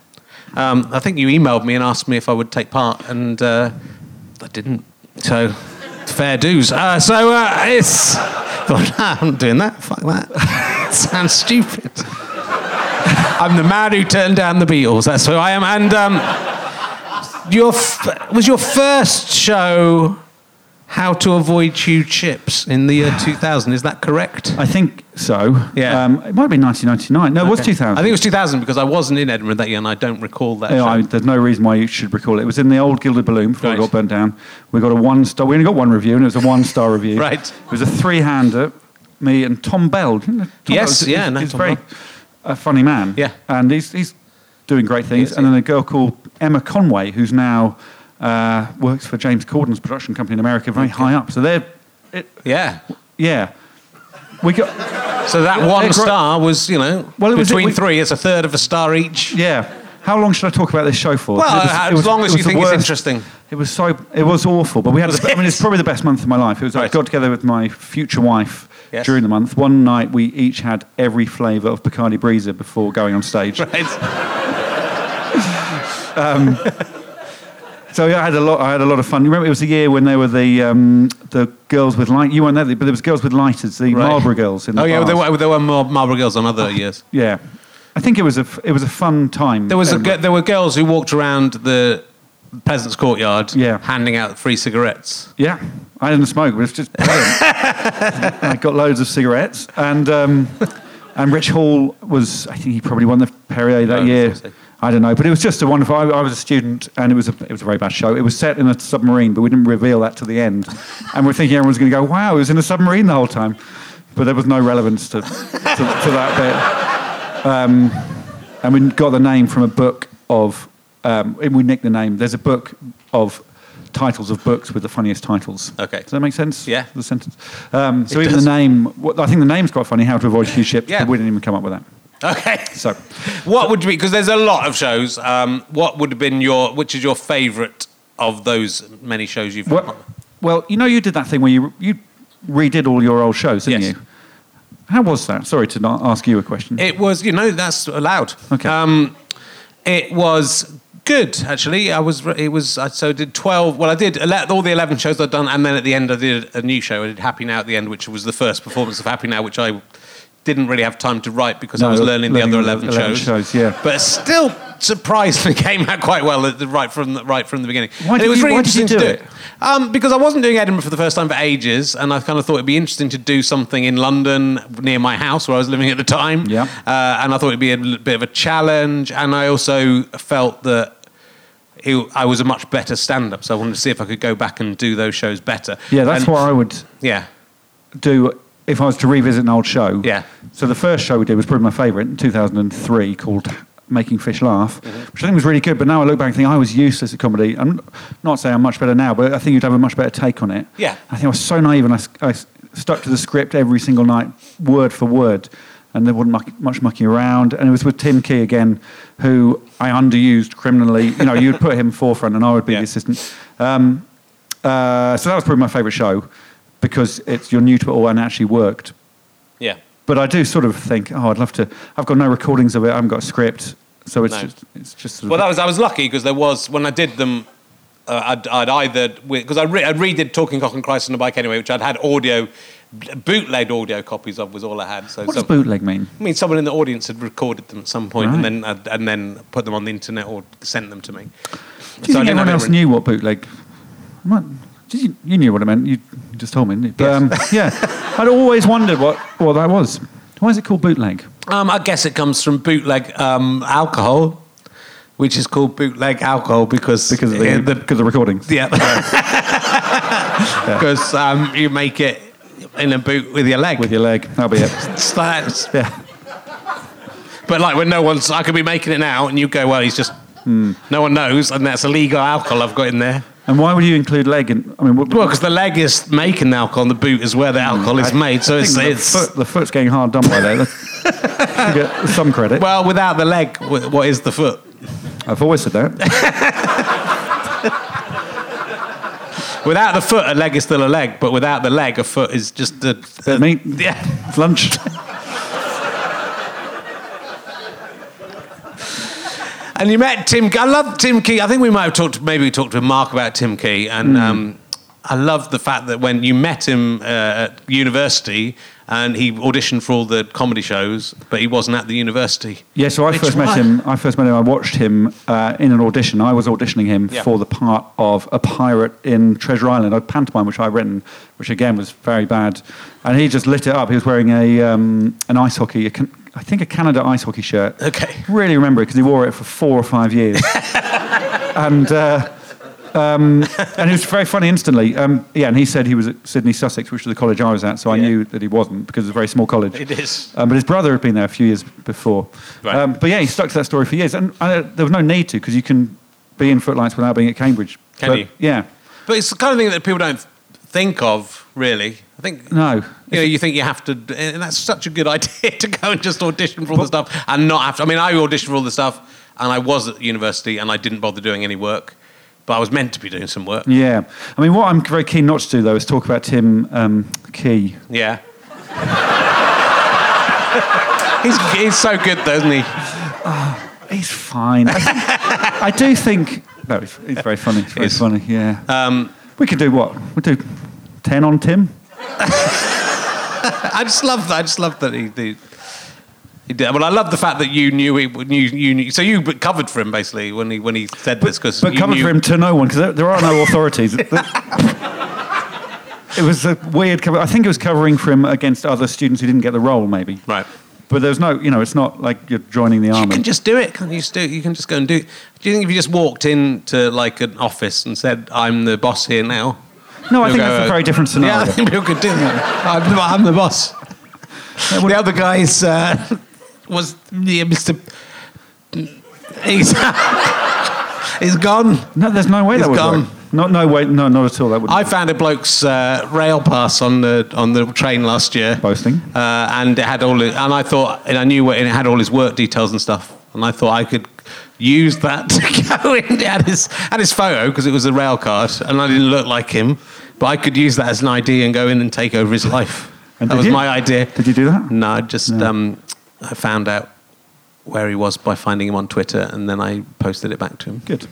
Speaker 1: Um, I think you emailed me and asked me if I would take part, and uh, I didn't. So fair dues. Uh, so uh, it's. [laughs] Thought, nah, I'm not doing that. Fuck that. [laughs] Sounds stupid. I'm the man who turned down the Beatles. That's who I am. And um, your f- was your first show how to avoid chew chips in the year 2000. Is that correct?
Speaker 2: I think so.
Speaker 1: Yeah.
Speaker 2: Um, it might be 1999. No, it was 2000.
Speaker 1: I think it was 2000 because I wasn't in Edinburgh that year and I don't recall that.
Speaker 2: Yeah,
Speaker 1: show.
Speaker 2: I- there's no reason why you should recall it. It was in the old Gilded Balloon before
Speaker 1: Right.
Speaker 2: it got burnt down. We got a one star. We only got one review, and it was a
Speaker 1: [laughs]
Speaker 2: one star review.
Speaker 1: Right.
Speaker 2: It was a three hander. Me and Tom Bell. Do you know Tom
Speaker 1: Yes,
Speaker 2: Bell?
Speaker 1: yeah,
Speaker 2: He's,
Speaker 1: no,
Speaker 2: he's
Speaker 1: Tom
Speaker 2: very
Speaker 1: Bell.
Speaker 2: a funny man.
Speaker 1: Yeah.
Speaker 2: And he's he's doing great things.
Speaker 1: is,
Speaker 2: and then a girl called Emma Conway, who's now uh, works for James Corden's production company in America, very high up. So they're, it,
Speaker 1: yeah.
Speaker 2: yeah. We got
Speaker 1: So that
Speaker 2: Yeah,
Speaker 1: one
Speaker 2: it gro-
Speaker 1: star was, you know,
Speaker 2: Well, it was-
Speaker 1: between
Speaker 2: we-
Speaker 1: three, it's a third of a star each.
Speaker 2: yeah. How long should I talk about this show for?
Speaker 1: Well,
Speaker 2: It was-
Speaker 1: uh,
Speaker 2: it was-
Speaker 1: as long
Speaker 2: it
Speaker 1: as
Speaker 2: was
Speaker 1: you
Speaker 2: the
Speaker 1: think it's
Speaker 2: worst-
Speaker 1: interesting.
Speaker 2: It was so. It was awful, but we
Speaker 1: [laughs]
Speaker 2: had.
Speaker 1: Was
Speaker 2: The, I mean,
Speaker 1: it?
Speaker 2: it's probably the best month of my life. It was.
Speaker 1: Right.
Speaker 2: I got together with my future wife
Speaker 1: Yes.
Speaker 2: during the month. One night, we each had every flavour of Bacardi Breezer before going on
Speaker 1: [laughs]
Speaker 2: stage.
Speaker 1: Right.
Speaker 2: So yeah, I had a lot. I had a lot of fun. You remember, it was the year when there were the um, the girls with light. You weren't there, but there was girls with lighters, the
Speaker 1: Right.
Speaker 2: Marlboro girls. In the
Speaker 1: Oh, yeah,
Speaker 2: bars.
Speaker 1: there were, there were Mar- Marlborough girls on other years.
Speaker 2: Yeah, I think it was a f- it was a fun time.
Speaker 1: There, was a,
Speaker 2: Um,
Speaker 1: gi- there were girls who walked around the Peasants Courtyard
Speaker 2: Yeah.
Speaker 1: handing out free cigarettes.
Speaker 2: Yeah, I didn't smoke. It was
Speaker 1: [laughs]
Speaker 2: just brilliant. I got loads of cigarettes, and um, and Rich Hall was. I think he probably won the Perrier that
Speaker 1: Oh,
Speaker 2: year.
Speaker 1: that's awesome.
Speaker 2: I don't know, but it was just a wonderful. I, I was a student, and it was a it was a very bad show. It was set in a submarine, but we didn't reveal that to the end. And we're thinking everyone's going to go, "Wow, it was in a submarine the whole time," but there was no relevance to to, to that bit and we got the name from a book of um, and we nicked the name there's a book of titles of books with the funniest titles
Speaker 1: Okay.
Speaker 2: does that make sense
Speaker 1: Yeah.
Speaker 2: the sentence um, so
Speaker 1: It
Speaker 2: even
Speaker 1: does.
Speaker 2: the name what, I think the name's quite funny how to avoid huge ships
Speaker 1: Yeah.
Speaker 2: but we didn't even come up with that
Speaker 1: Okay.
Speaker 2: so
Speaker 1: What would be because there's a lot of shows. Um, what would have been your which is your favourite of those many shows you've?
Speaker 2: what, well you know you did that thing where you you redid all your old shows didn't
Speaker 1: Yes.
Speaker 2: you how was that sorry to not ask you a question
Speaker 1: It was, you know, that's allowed.
Speaker 2: Mm. Okay.
Speaker 1: Um, it was good actually. I was, it was. I so did twelve. Well, I did ele- all the eleven shows I'd done, and then at the end I did a new show. I did Happy Now at the end, which was the first performance of Happy Now, which I didn't really have time to write because I
Speaker 2: No,
Speaker 1: was learning,
Speaker 2: learning
Speaker 1: the other
Speaker 2: the
Speaker 1: eleven,
Speaker 2: 11
Speaker 1: shows.
Speaker 2: shows, yeah.
Speaker 1: But still, surprisingly, [laughs] came out quite well at the, right from the, right from the beginning.
Speaker 2: Why
Speaker 1: and
Speaker 2: did
Speaker 1: it was
Speaker 2: you-
Speaker 1: really
Speaker 2: why did you
Speaker 1: interesting
Speaker 2: do
Speaker 1: to do
Speaker 2: it?
Speaker 1: it. Um, because I wasn't doing Edinburgh for the first time for ages, and I kind of thought it'd be interesting to do something in London near my house where I was living at the time.
Speaker 2: Yeah.
Speaker 1: Uh, and I thought it'd be a l- bit of a challenge, and I also felt that. It, I was a much better stand-up, so I wanted to see if I could go back and do those shows better.
Speaker 2: yeah that's
Speaker 1: And-
Speaker 2: what I would
Speaker 1: Yeah,
Speaker 2: do if I was to revisit an old show.
Speaker 1: Yeah.
Speaker 2: So the first show we did was probably my favourite in 2003 called Making Fish Laugh,
Speaker 1: Mm-hmm.
Speaker 2: which I think was really good. But now I look back and think I was useless at comedy. I'm not saying I'm much better now, but I think you'd have a much better take on it.
Speaker 1: Yeah.
Speaker 2: I think I was so naive and I, s- I s- stuck to the script every single night, word for word. And there wasn't much, much mucking around. And it was with Tim Key again, who I underused criminally. You know, you'd put him [laughs] forefront and I would be
Speaker 1: Yeah.
Speaker 2: the assistant. Um, uh, so that was probably my favourite show because it's, you're new to it all and it actually worked
Speaker 1: yeah.
Speaker 2: but I do sort of think, oh, I'd love to. I've got no recordings of it. I haven't got a script, so it's
Speaker 1: No.
Speaker 2: just it's just. Sort
Speaker 1: Well,
Speaker 2: of,
Speaker 1: that was I was lucky because there was when I did them. Uh, I'd, I'd either because I, re- I redid Talking Cock and Christ on the Bike anyway, which I'd had audio, b- bootleg audio copies of was all I had. So
Speaker 2: what does
Speaker 1: some-
Speaker 2: bootleg mean?
Speaker 1: I mean, someone in the audience had recorded them at some point
Speaker 2: Right.
Speaker 1: and then uh, and then put them on the internet or sent them to me.
Speaker 2: Do
Speaker 1: I
Speaker 2: you think
Speaker 1: didn't have
Speaker 2: anyone
Speaker 1: it
Speaker 2: else
Speaker 1: written.
Speaker 2: knew what bootleg? I might- Did you, you knew what it meant. You just told me. Didn't you? But, um,
Speaker 1: [laughs]
Speaker 2: yeah, I'd always wondered what what that was. Why is it called bootleg?
Speaker 1: Um, I guess it comes from bootleg um, alcohol, which is called bootleg alcohol because
Speaker 2: Because of the,
Speaker 1: uh,
Speaker 2: because of the recordings.
Speaker 1: yeah, [laughs] because um, you make it in a boot with your leg.
Speaker 2: With your leg, that'll be it.
Speaker 1: It's that-
Speaker 2: [laughs] Yeah.
Speaker 1: But like when no one's, I could be making it now, and you go, well, he's just
Speaker 2: Hmm.
Speaker 1: no one knows, and that's illegal alcohol I've got in there.
Speaker 2: And why would you include leg? In, I mean, what,
Speaker 1: Well, because the leg is making the alcohol, and the boot is where the alcohol is made. So
Speaker 2: Mm, I think
Speaker 1: it's,
Speaker 2: the,
Speaker 1: it's
Speaker 2: foot, the foot's getting hard done by
Speaker 1: [laughs]
Speaker 2: there. That's- you get some credit.
Speaker 1: well, without the leg, wh- what is the foot?
Speaker 2: I've always said
Speaker 1: [laughs]
Speaker 2: that.
Speaker 1: Without the foot, a leg is still a leg, but without the leg, a foot is just a.
Speaker 2: But meat,
Speaker 1: Yeah.
Speaker 2: it's lunch.
Speaker 1: And you met Tim. I love Tim Key. I think we might have talked. Maybe we talked with Mark about Tim Key. And
Speaker 2: Mm.
Speaker 1: um, I love the fact that when you met him uh, at university, and he auditioned for all the comedy shows, but he wasn't at the university.
Speaker 2: Yeah, so I
Speaker 1: Which
Speaker 2: first
Speaker 1: one?
Speaker 2: met him. I first met him. I watched him uh, in an audition. I was auditioning him
Speaker 1: Yeah.
Speaker 2: for the part of a pirate in Treasure Island, a pantomime which I'd written, which again was very bad. And he just lit it up. He was wearing a um, an ice hockey, a can, I think a Canada ice hockey shirt.
Speaker 1: Okay.
Speaker 2: Really remember it because he wore it for four or
Speaker 1: [laughs]
Speaker 2: five years. and. Uh, um, and it was very funny instantly. Um, yeah, and he said he was at Sydney Sussex, which was the college I was at, so I
Speaker 1: Yeah.
Speaker 2: knew that he wasn't because it's a very small college.
Speaker 1: It is.
Speaker 2: Um, but his brother had been there a few years before.
Speaker 1: Right.
Speaker 2: Um, but yeah, he stuck to that story for years. And uh, there was no need to because you can be in Footlights without being at Cambridge.
Speaker 1: Can
Speaker 2: But,
Speaker 1: you?
Speaker 2: Yeah.
Speaker 1: But it's the kind of thing that people don't think of, really. I think.
Speaker 2: No.
Speaker 1: You know, you think you have to, and that's such a good [laughs] idea to go and just audition for all the stuff and not have to. I mean, I auditioned for all the stuff, and I was at university, and I didn't bother doing any work, but I was meant to be doing some work.
Speaker 2: Yeah. I mean, what I'm very keen not to do, though, is talk about Tim um, Key.
Speaker 1: Yeah. [laughs] he's, he's so good, though, isn't he?
Speaker 2: He's fine.
Speaker 1: [laughs]
Speaker 2: I, think- I do think. No, he's, he's very funny. He's very
Speaker 1: He's-
Speaker 2: funny, yeah.
Speaker 1: Um,
Speaker 2: we could do what? We'll do 10 on Tim?
Speaker 1: I just love that. I just love that he. The, He did. Well, I love the fact that you knew he you, you knew, so you covered for him basically when he when he said this because
Speaker 2: But covered for him to no one because there, there are no authorities. it was a weird cover. I think it was covering for him against other students who didn't get the role, maybe.
Speaker 1: right.
Speaker 2: But there's no, you know, it's not like you're joining the
Speaker 1: You
Speaker 2: army.
Speaker 1: can just do it. Can't you just do? it? You can just go and do. It. Do you think if you just walked into like an office and said, "I'm the boss here now"?
Speaker 2: no, Oh, I
Speaker 1: You'll go,
Speaker 2: think that's a
Speaker 1: uh,
Speaker 2: very different
Speaker 1: [laughs]
Speaker 2: scenario.
Speaker 1: Yeah, I think people could do that. I'm, the- I'm the boss. the other guy's uh, was yeah, Mr. He's, [laughs] he's gone.
Speaker 2: no, there's no way
Speaker 1: It's
Speaker 2: that would
Speaker 1: gone.
Speaker 2: work. No, no way, no, not at all. That would.
Speaker 1: I found a bloke's uh, rail pass on the on the train last year.
Speaker 2: Boasting.
Speaker 1: Uh, and it had all, his, and I thought, and I knew what, and it had all his work details and stuff, and I thought I could use that [laughs] to go in. It had his had his photo because it was a rail card, and I didn't look like him, but I could use that as an ID and go in and take over his life.
Speaker 2: And
Speaker 1: that
Speaker 2: did
Speaker 1: was
Speaker 2: you?
Speaker 1: my idea.
Speaker 2: Did you do that?
Speaker 1: No, I just um, I found out where he was by finding him on Twitter, and then I posted it back to him.
Speaker 2: Good.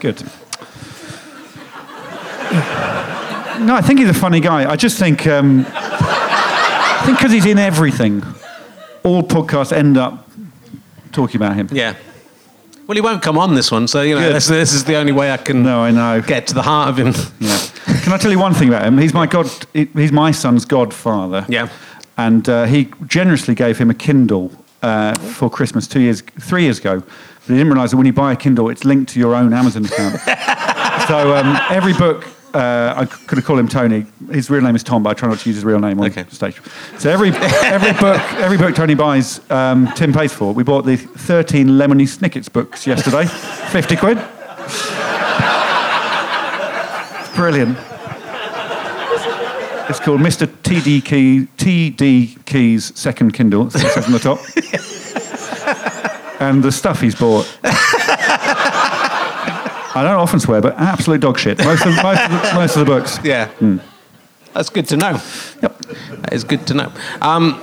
Speaker 2: Good. No, I think he's a funny guy. I just think, um, I think because he's in everything, all podcasts end up talking about him.
Speaker 1: Yeah. Well, he won't come on this one, so you know
Speaker 2: Good.
Speaker 1: this, this is the only way I can
Speaker 2: No, I know.
Speaker 1: get to the heart of him.
Speaker 2: [laughs] Yeah. Can I tell you one thing about him? He's my god. he- He's my son's godfather.
Speaker 1: Yeah.
Speaker 2: And uh, he generously gave him a Kindle uh, for Christmas two years, three years ago. But he didn't realise that when you buy a Kindle, it's linked to your own Amazon account. so um, every book. Uh, I could have called him Tony. His real name is Tom, but I try not to use his real name on
Speaker 1: Okay.
Speaker 2: stage. So every every book every book Tony buys, um, Tim pays for. We bought the 13 Lemony Snickets books yesterday, 50 quid. Brilliant. It's called Mr. TD Key TD Key's second Kindle. It says on the top. and the stuff he's bought. I don't often swear, but absolute dog shit. Most of, most of, the, most of the books.
Speaker 1: Yeah.
Speaker 2: Hmm.
Speaker 1: That's good to know.
Speaker 2: Yep.
Speaker 1: That is good to know. Um,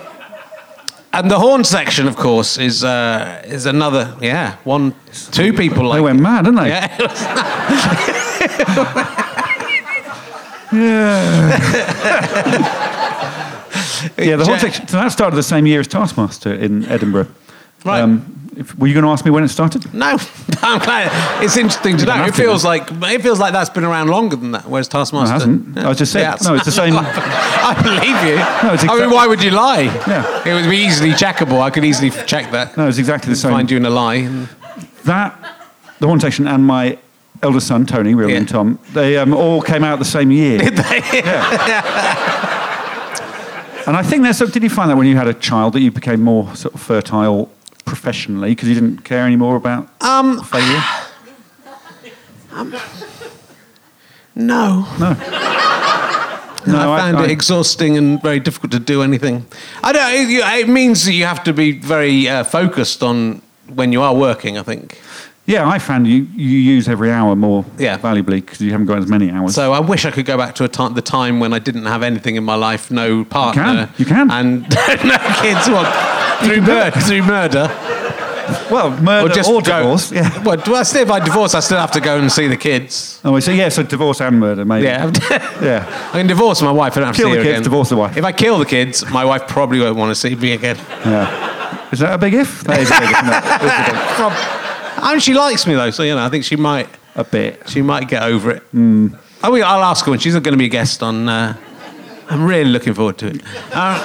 Speaker 1: and the horn section, of course, is uh, is another. Yeah, one, two people
Speaker 2: They
Speaker 1: like.
Speaker 2: went mad, didn't
Speaker 1: [laughs]
Speaker 2: they?
Speaker 1: Yeah, it was
Speaker 2: Yeah, the
Speaker 1: [laughs]
Speaker 2: whole
Speaker 1: Yeah.
Speaker 2: section. So that started the same year as Taskmaster in Edinburgh. Um,
Speaker 1: Right.
Speaker 2: if, were you going to ask me when it started?
Speaker 1: No, [laughs] I'm glad. It's interesting to know.
Speaker 2: have
Speaker 1: It
Speaker 2: to.
Speaker 1: feels like it feels like that's been around longer than that. Whereas Taskmaster
Speaker 2: No, it hasn't. I just said-
Speaker 1: [laughs]
Speaker 2: no, it's the same-
Speaker 1: I believe you.
Speaker 2: No, it's
Speaker 1: I
Speaker 2: exact-
Speaker 1: mean, why would you lie?
Speaker 2: Yeah.
Speaker 1: it would be easily checkable. I could easily check that.
Speaker 2: No, it was exactly the same.
Speaker 1: Find you in a lie. and-
Speaker 2: That, the horn section, and my eldest son Tony, real
Speaker 1: Yeah.
Speaker 2: name Tom, they um, all came out the
Speaker 1: [laughs]
Speaker 2: same year. and I think there's. So did you find that when you had a child that you became more sort of fertile professionally because you didn't care anymore about
Speaker 1: Um, [sighs]
Speaker 2: failure?
Speaker 1: no.
Speaker 2: No.
Speaker 1: I, found
Speaker 2: I-
Speaker 1: it exhausting and very difficult to do anything. I don't. It, you- it means that you have to be very uh, focused on when you are working. I think.
Speaker 2: yeah, I found you, you use every hour more
Speaker 1: Yeah.
Speaker 2: valuably because you haven't got as many hours.
Speaker 1: So I wish I could go back to a time, the time when I didn't have anything in my life, no partner.
Speaker 2: You can.
Speaker 1: And [laughs] no kids. Well, through,
Speaker 2: can do
Speaker 1: mur-
Speaker 2: it.
Speaker 1: through murder.
Speaker 2: well, murder
Speaker 1: Or just
Speaker 2: or
Speaker 1: go-
Speaker 2: divorce. Yeah.
Speaker 1: Well, do I still, if I divorce, I still have to go and see the kids.
Speaker 2: Oh, so yeah, so divorce and murder, maybe.
Speaker 1: Yeah.
Speaker 2: [laughs] Yeah.
Speaker 1: [laughs] I can divorce my wife. I don't have
Speaker 2: Kill
Speaker 1: to see
Speaker 2: the
Speaker 1: her
Speaker 2: kids,
Speaker 1: again.
Speaker 2: divorce the wife.
Speaker 1: If I kill the kids, my wife probably won't want to see me
Speaker 2: [laughs]
Speaker 1: again.
Speaker 2: Yeah. Is that a big if? That is a big if.
Speaker 1: [laughs]
Speaker 2: isn't it? It's a big-
Speaker 1: Prob- and she likes me though, so you know, I think she might.
Speaker 2: a bit.
Speaker 1: She might get over it. I mean, I'll ask her when she's not going to be a guest on. Uh, I'm really looking forward to it. Uh,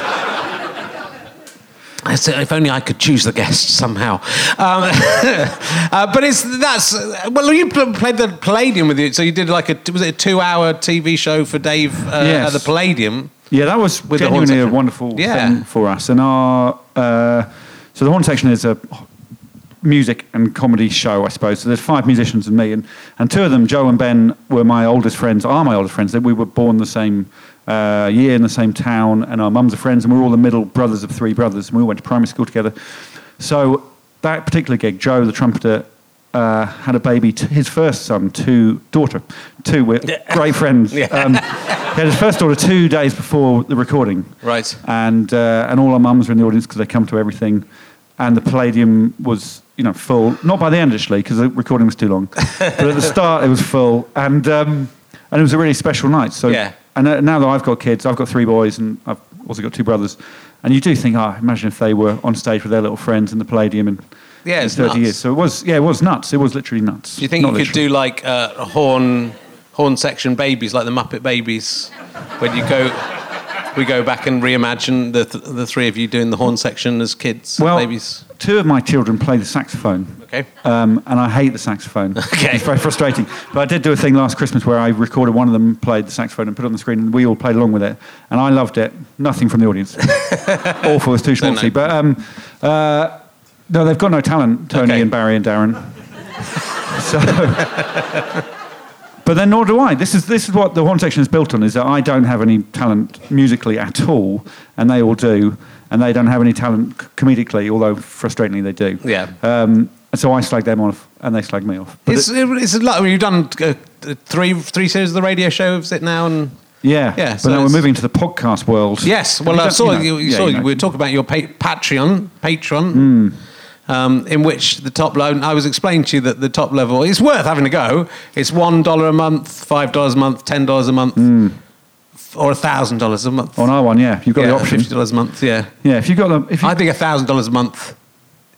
Speaker 1: I said, if only I could choose the guest somehow. Um, [laughs] uh, but it's that's well, you pl- played the Palladium with you, so you did like a was it a two-hour TV show for Dave uh,
Speaker 2: Yes.
Speaker 1: at the Palladium?
Speaker 2: Yeah, that was
Speaker 1: With the horn
Speaker 2: genuinely a
Speaker 1: section.
Speaker 2: wonderful
Speaker 1: Yeah.
Speaker 2: thing for us. And our uh, so the horn section is a music and comedy show, I suppose. So there's five musicians and me, and and two of them, Joe and Ben, were my oldest friends. Are my oldest friends. That we were born the same uh, year in the same town, and our mums are friends, and we're all the middle brothers of three brothers, and we all went to primary school together. So that particular gig, Joe, the trumpeter. Uh, had a baby, t- his first son, two daughter, two we're great friends. Um, he had his first daughter two days before the recording.
Speaker 1: Right.
Speaker 2: And, uh, and all our mums were in the audience because they come to everything. And the Palladium was, you know, full. Not by the end, actually, because the recording was
Speaker 1: [laughs]
Speaker 2: too long. but at the start, it was full. And, um, and it was a really special night. So,
Speaker 1: Yeah.
Speaker 2: And uh, now that I've got kids, I've got three boys and I've also got two brothers. And you do think, oh, imagine if they were on stage with their little friends in the Palladium in,
Speaker 1: Yeah,
Speaker 2: in
Speaker 1: it's
Speaker 2: 30
Speaker 1: nuts.
Speaker 2: years. So it was, yeah, it was nuts. It was literally nuts.
Speaker 1: Do you think
Speaker 2: Not
Speaker 1: you could
Speaker 2: literally.
Speaker 1: do like uh, a horn horn section babies, like the Muppet Babies, when you go? We go back and reimagine the th- the three of you doing the horn section as kids,
Speaker 2: Well,
Speaker 1: babies.
Speaker 2: two of my children play the saxophone.
Speaker 1: Okay.
Speaker 2: Um, and I hate the saxophone.
Speaker 1: [laughs] Okay.
Speaker 2: It's very frustrating. But I did do a thing last Christmas where I recorded one of them played the saxophone and put it on the screen, and we all played along with it. And I loved it. Nothing from the
Speaker 1: [laughs]
Speaker 2: audience. Awful. It's too
Speaker 1: Don't
Speaker 2: schmaltzy.
Speaker 1: know.
Speaker 2: But um, uh, no, they've got no talent, Tony
Speaker 1: Okay.
Speaker 2: and Barry and
Speaker 1: [laughs]
Speaker 2: Darren. so. But then, nor do I. This is this is what the horn section is built on: is that I don't have any talent musically at all, and they all do, and they don't have any talent c- comedically, although frustratingly they do.
Speaker 1: Yeah.
Speaker 2: Um, and so I slag them off, and they slag me off. But
Speaker 1: It's,
Speaker 2: it-
Speaker 1: it's a lot. I mean, you've done uh, three three series of the radio show, is it now? And
Speaker 2: yeah,
Speaker 1: yeah,
Speaker 2: But
Speaker 1: so
Speaker 2: now we're
Speaker 1: it's-
Speaker 2: moving to the podcast world.
Speaker 1: yes, well,
Speaker 2: And
Speaker 1: I
Speaker 2: don't-
Speaker 1: saw
Speaker 2: know,
Speaker 1: you. you
Speaker 2: yeah,
Speaker 1: saw
Speaker 2: you know.
Speaker 1: we were talking about your pa- Patreon, Patreon,
Speaker 2: Hmm.
Speaker 1: um, in which the top loan. I was explaining to you that the top level it's worth having a go. It's one dollar a month, five dollars a month, ten dollars a month, f- or a thousand dollars a month.
Speaker 2: on our one. Yeah, you've Hmm. got
Speaker 1: yeah,
Speaker 2: the option.
Speaker 1: fifty dollars a month. Yeah,
Speaker 2: Yeah, if you've got the if you,
Speaker 1: I think a thousand dollars a month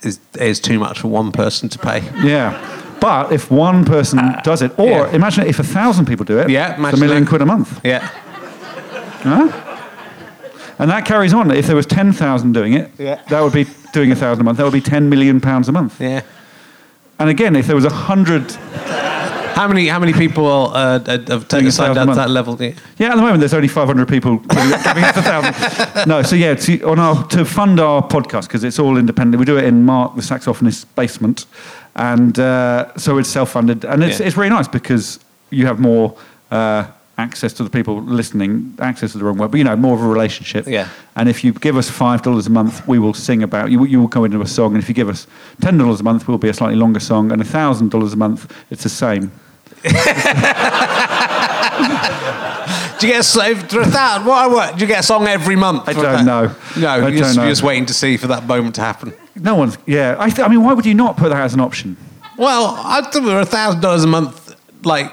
Speaker 1: is is too much for one person to
Speaker 2: [laughs]
Speaker 1: pay.
Speaker 2: yeah. But if one person does it, or
Speaker 1: Uh, yeah.
Speaker 2: imagine if a thousand people do it,
Speaker 1: Yeah,
Speaker 2: it's a
Speaker 1: imagine
Speaker 2: million
Speaker 1: that.
Speaker 2: quid a month.
Speaker 1: Yeah.
Speaker 2: And that carries on. If there was 10,000 doing it,
Speaker 1: Yeah.
Speaker 2: that would be doing 1,000 a month. That would be 10 million pounds a month.
Speaker 1: Yeah.
Speaker 2: And again, if there was 100...
Speaker 1: How many how many people uh, have- have taken
Speaker 2: a
Speaker 1: signed up
Speaker 2: thousand a
Speaker 1: to that
Speaker 2: month.
Speaker 1: level? Yeah.
Speaker 2: Yeah, at the moment, there's only 500 people giving it- giving it to
Speaker 1: [laughs]
Speaker 2: 1,000. No, so yeah, to, on our, to fund our podcast, because it's all independent, we do it in Mark, the saxophonist's basement. And uh, so it's self-funded. And it's,
Speaker 1: Yeah.
Speaker 2: it's really nice because you have more... Uh, access to the people listening access to the wrong word but you know more of a relationship
Speaker 1: Yeah.
Speaker 2: And if you give us five dollars a month, we will sing about you. You will go into a song, and if you give us ten dollars a month, we'll be a slightly longer song. And thousand dollars a month, it's the same.
Speaker 1: Do you get a save for a thousand? What I work? Do you get a song every month?
Speaker 2: I
Speaker 1: for that?
Speaker 2: don't know. I
Speaker 1: No,
Speaker 2: don't
Speaker 1: you're just,
Speaker 2: know.
Speaker 1: you're just waiting to see for that moment to happen.
Speaker 2: No one's. Yeah, I, th- I mean, why would you not put that as an option?
Speaker 1: Well, I think for a thousand dollars a month, like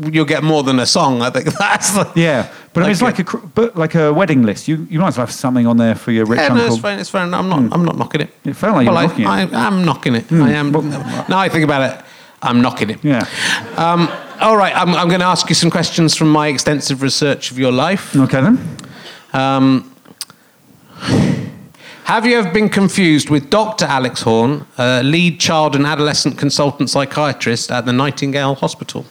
Speaker 1: you'll get more than a song. I think [laughs] that's the
Speaker 2: Yeah, but it's
Speaker 1: Like
Speaker 2: like a cr- but like a wedding list. You you might as well have something on there for your rich
Speaker 1: Yeah,
Speaker 2: uncle.
Speaker 1: no, it's fine. It's fine. I'm not. I'm not knocking it.
Speaker 2: Hmm. It felt like you
Speaker 1: Well,
Speaker 2: were
Speaker 1: I,
Speaker 2: knocking it. Hmm.
Speaker 1: I, I'm knocking it. I am.
Speaker 2: Well-
Speaker 1: now I think about it, I'm knocking it.
Speaker 2: Yeah.
Speaker 1: Um, all right. I'm, I'm going to ask you some questions from my extensive research of your life.
Speaker 2: Okay then.
Speaker 1: Um, have you ever been confused with Dr. Alex Horn, uh, lead child and adolescent consultant psychiatrist at the Nightingale Hospital?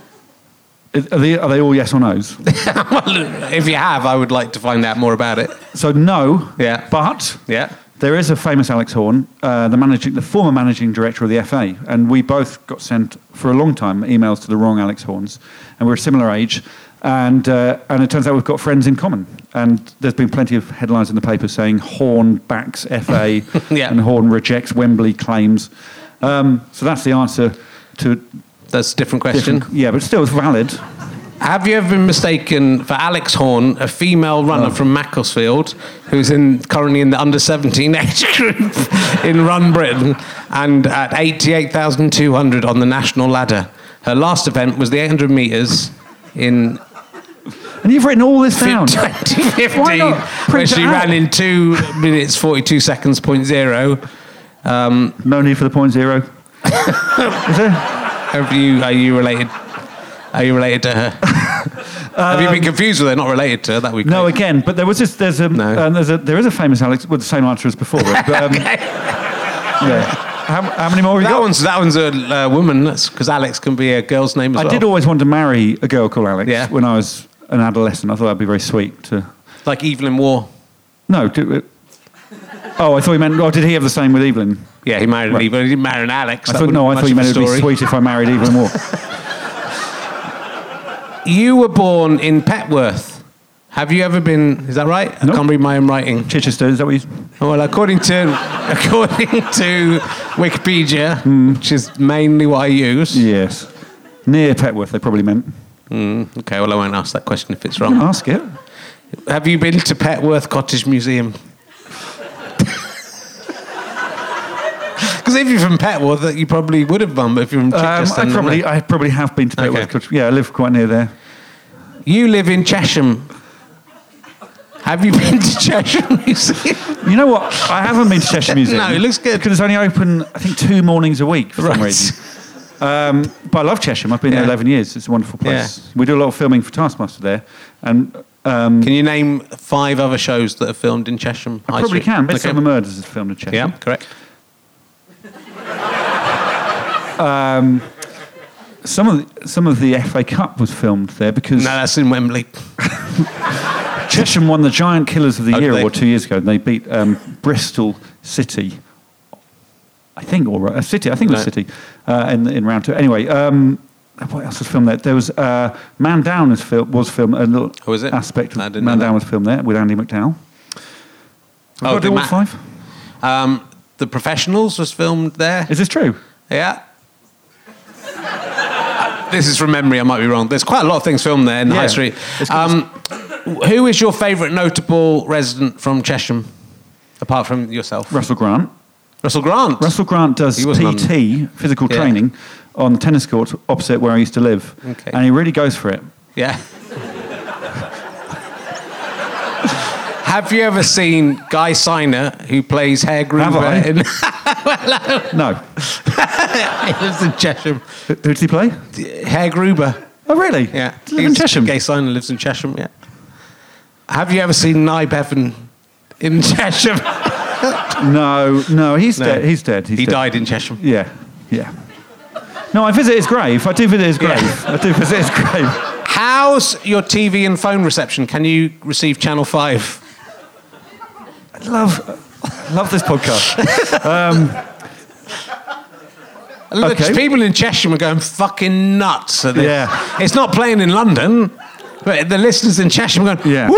Speaker 1: [laughs]
Speaker 2: Is- Are they, are they all yes
Speaker 1: [laughs]
Speaker 2: or no's?
Speaker 1: well, if you have, I would like to find out more about it.
Speaker 2: So no.
Speaker 1: Yeah.
Speaker 2: But
Speaker 1: Yeah.
Speaker 2: There is a famous Alex Horn, uh, the managing, the former managing director of the FA, and we both got sent for a long time emails to the wrong Alex Horns, and we're a similar age, and uh, and it turns out we've got friends in common, and there's been plenty of headlines in the paper saying Horn backs FA
Speaker 1: [laughs] Yeah.
Speaker 2: and Horn rejects Wembley claims, um, so that's the answer to.
Speaker 1: That's a different question.
Speaker 2: Different, yeah, but still, it's valid.
Speaker 1: Have you ever been mistaken for Alex Horn, a female runner from Macclesfield, who's in, currently in the under 17 age [laughs] group in Run Britain and at 88,200 on the national ladder? Her last event was the 800 metres in
Speaker 2: And you've written all
Speaker 1: [laughs]
Speaker 2: this down.
Speaker 1: 2015,
Speaker 2: Why not
Speaker 1: where
Speaker 2: print it
Speaker 1: she
Speaker 2: out?
Speaker 1: ran in 2 minutes 42 seconds, point zero.
Speaker 2: No need for the point zero. Is there?
Speaker 1: Have you, are you related? Are you related
Speaker 2: [laughs]
Speaker 1: to her? Have you been confused with her? Not related to her? That we
Speaker 2: Um, No, again, but there was this. There's a,
Speaker 1: No.
Speaker 2: um, there's a there is a famous Alex with the same answer as before.
Speaker 1: [laughs]
Speaker 2: But, um, yeah. how, how many more have you
Speaker 1: That
Speaker 2: got?
Speaker 1: one's that one's a uh, woman. That's because Alex can be a girl's name as
Speaker 2: I
Speaker 1: well.
Speaker 2: did always want to marry a girl called Alex
Speaker 1: Yeah.
Speaker 2: when I was an adolescent. I thought that'd be very sweet to.
Speaker 1: like Evelyn Waugh.
Speaker 2: No. Do, it- oh, I thought you meant. Oh, did he have the same with Evelyn?
Speaker 1: Yeah, he married an Evelyn. He didn't marry an Alex.
Speaker 2: I
Speaker 1: That
Speaker 2: thought no. I
Speaker 1: wouldn't
Speaker 2: thought you
Speaker 1: much
Speaker 2: meant
Speaker 1: of
Speaker 2: it'd
Speaker 1: a
Speaker 2: be
Speaker 1: story.
Speaker 2: sweet if I married
Speaker 1: [laughs]
Speaker 2: Evelyn Waugh.
Speaker 1: You were born in Petworth. Have you ever been? Is that right? I
Speaker 2: No.
Speaker 1: can't read my own writing.
Speaker 2: Chichester, is that what you?
Speaker 1: Well, according to [laughs] according to Wikipedia, which is mainly what I use.
Speaker 2: Yes. Near Petworth, they probably meant.
Speaker 1: Hmm. Okay, well, I won't ask that question if it's wrong.
Speaker 2: Ask it.
Speaker 1: Have you been to Petworth Cottage [laughs] Museum? Because if you're from Petworth, you probably would have bum. If you're from
Speaker 2: Um,
Speaker 1: Chichester,
Speaker 2: I
Speaker 1: no,
Speaker 2: probably,
Speaker 1: no.
Speaker 2: I probably have been to
Speaker 1: Okay.
Speaker 2: Petworth. 'cause- Yeah, I live quite near there.
Speaker 1: you live in Chesham. Have you been to Cheshire [laughs] Museum?
Speaker 2: You know what? I haven't been to
Speaker 1: [laughs]
Speaker 2: Cheshire Museum.
Speaker 1: No, it looks good.
Speaker 2: Because it's only open, I think, two mornings a week for some
Speaker 1: Right.
Speaker 2: reason. Um, but I love Cheshire. I've been
Speaker 1: Yeah.
Speaker 2: there 11 years. It's a wonderful place.
Speaker 1: Yeah.
Speaker 2: We do a lot of filming for Taskmaster there. And
Speaker 1: Can you name five other shows that are filmed in Cheshire?
Speaker 2: I
Speaker 1: High
Speaker 2: probably
Speaker 1: Street?
Speaker 2: can.
Speaker 1: Okay.
Speaker 2: Midsummer Murders is filmed in Cheshire.
Speaker 1: Yeah, correct.
Speaker 2: Some of the, some of the FA Cup was filmed there because
Speaker 1: No, that's in Wembley.
Speaker 2: Chesham won the Giant Killers of the
Speaker 1: Oh,
Speaker 2: Year
Speaker 1: did they?
Speaker 2: award two years ago, and they beat um, Bristol City, I think, or uh, City, I think it was
Speaker 1: No.
Speaker 2: City, uh, in, in round two. Anyway, um, what else was filmed there? There was uh, Man Down is fil- was filmed, a little
Speaker 1: Oh, is it?
Speaker 2: aspect of
Speaker 1: I didn't
Speaker 2: Man
Speaker 1: know that.
Speaker 2: Down was filmed there with Andy McDowell.
Speaker 1: Oh,
Speaker 2: Have I got
Speaker 1: the
Speaker 2: to do all
Speaker 1: Ma-
Speaker 2: five?
Speaker 1: Um, the Professionals was filmed there.
Speaker 2: Is this true?
Speaker 1: Yeah. this is from memory. I might be wrong. There's quite a lot of things filmed there in the
Speaker 2: Yeah.
Speaker 1: High Street.
Speaker 2: It's good.
Speaker 1: Um, who is your favourite notable resident from Chesham, apart from yourself?
Speaker 2: Russell Grant.
Speaker 1: Russell Grant.
Speaker 2: Russell Grant does
Speaker 1: He was
Speaker 2: PT, physical
Speaker 1: Yeah.
Speaker 2: training, on the tennis courts opposite where I used to live.
Speaker 1: Okay.
Speaker 2: And he really goes for it.
Speaker 1: Yeah. Have you ever seen Guy Siner, who plays Hair
Speaker 2: Have I?
Speaker 1: Groover in, [laughs]
Speaker 2: No.
Speaker 1: he lives in Chesham?
Speaker 2: Who who does he play?
Speaker 1: Hair Gruber.
Speaker 2: Oh, really?
Speaker 1: Yeah.
Speaker 2: Does he live in
Speaker 1: He's-
Speaker 2: Chesham.
Speaker 1: Guy Siner lives in Chesham, yeah. Have you ever seen Nye Bevan in [laughs] Chesham?
Speaker 2: No, no, he's
Speaker 1: No.
Speaker 2: dead. He's dead. He's
Speaker 1: he
Speaker 2: dead.
Speaker 1: died in Chesham.
Speaker 2: Yeah, yeah. No, I visit his grave. I do visit his grave. I do visit his grave.
Speaker 1: How's your TV and phone reception? Can you receive Channel 5?
Speaker 2: I love, love this podcast.
Speaker 1: Look,
Speaker 2: Okay.
Speaker 1: people in Chesham are going fucking nuts. At this.
Speaker 2: Yeah.
Speaker 1: It's not playing in London, but the listeners in Chesham are going,
Speaker 2: Yeah.
Speaker 1: woo,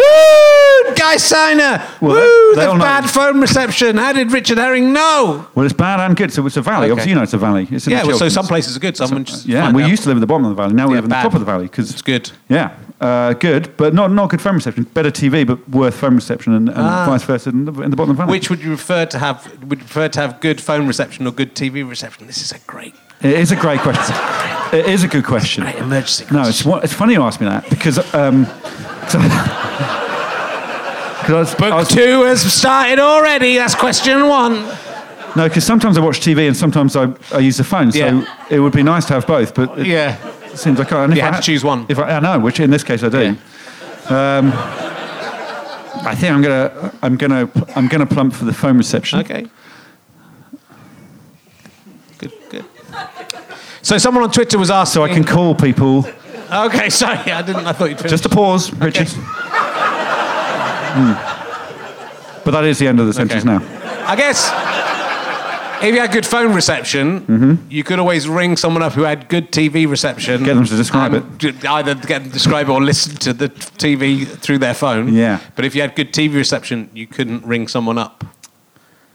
Speaker 1: Guy Siner,
Speaker 2: Well,
Speaker 1: woo,
Speaker 2: they-
Speaker 1: the
Speaker 2: they'll know.
Speaker 1: bad phone reception. How did Richard Herring know?
Speaker 2: Well, it's bad and good. So it's a valley.
Speaker 1: Okay.
Speaker 2: Obviously, you know it's a valley. It's in
Speaker 1: Yeah,
Speaker 2: the
Speaker 1: well, so
Speaker 2: Chilterns.
Speaker 1: some places are good, some just
Speaker 2: Yeah,
Speaker 1: find
Speaker 2: we
Speaker 1: out.
Speaker 2: used to live at the bottom of the valley. Now we
Speaker 1: Yeah,
Speaker 2: live at the
Speaker 1: bad.
Speaker 2: top of the valley because
Speaker 1: It's good.
Speaker 2: Yeah, uh, good, but not not good phone reception. Better TV, but worse phone reception, and, and vice versa in the, in the bottom of the valley.
Speaker 1: Ah. Which would you prefer to have? Would you prefer to have good phone reception or good TV reception? This is a great,
Speaker 2: it is a
Speaker 1: [laughs]
Speaker 2: great question. it is a good question.
Speaker 1: great emergency.
Speaker 2: No, it's, wa- it's funny you asked me that because um, [laughs] so, 'cause I was, I
Speaker 1: Book
Speaker 2: was-
Speaker 1: two has started already. That's question one.
Speaker 2: no, 'cause sometimes I watch TV and sometimes I, I use the phone. So
Speaker 1: Yeah.
Speaker 2: it would be nice to have both, but it
Speaker 1: Yeah.
Speaker 2: seems I can't. And if
Speaker 1: You
Speaker 2: I
Speaker 1: have to
Speaker 2: had-
Speaker 1: choose one.
Speaker 2: If I, I know, which in this case I do.
Speaker 1: Yeah.
Speaker 2: Um, I think I'm gonna I'm gonna I'm gonna plump for the phone reception.
Speaker 1: Okay. Good, good. So someone on Twitter was asking.
Speaker 2: So I can call people.
Speaker 1: Okay, sorry, I didn't. I thought you'd.
Speaker 2: Just a pause, Richard. Hmm. But that is the end of the sentence now.
Speaker 1: I guess if you had good phone reception, you could always ring someone up who had good TV reception.
Speaker 2: Mm-hmm. Get them to describe
Speaker 1: it. Either get them to describe it or listen to the TV through their phone.
Speaker 2: Yeah.
Speaker 1: But if you had good TV reception, you couldn't ring someone up.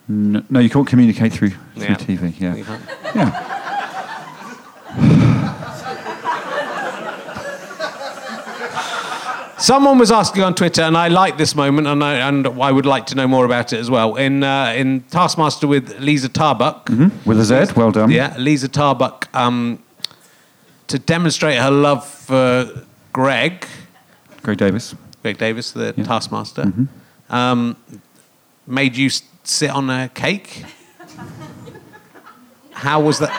Speaker 2: No, no, you can't communicate through through
Speaker 1: Yeah.
Speaker 2: TV. Yeah.
Speaker 1: You can't.
Speaker 2: Yeah.
Speaker 1: Someone was asking on Twitter, and I like this moment, and I, and I would like to know more about it as well. In uh, in Taskmaster with Lisa Tarbuck,
Speaker 2: With a Z, well done.
Speaker 1: yeah, Lisa Tarbuck, um, to demonstrate her love for Greg,
Speaker 2: Greg Davis.
Speaker 1: Greg Davis, the Taskmaster,
Speaker 2: Mm-hmm.
Speaker 1: um, made you s- sit on a cake. How was that?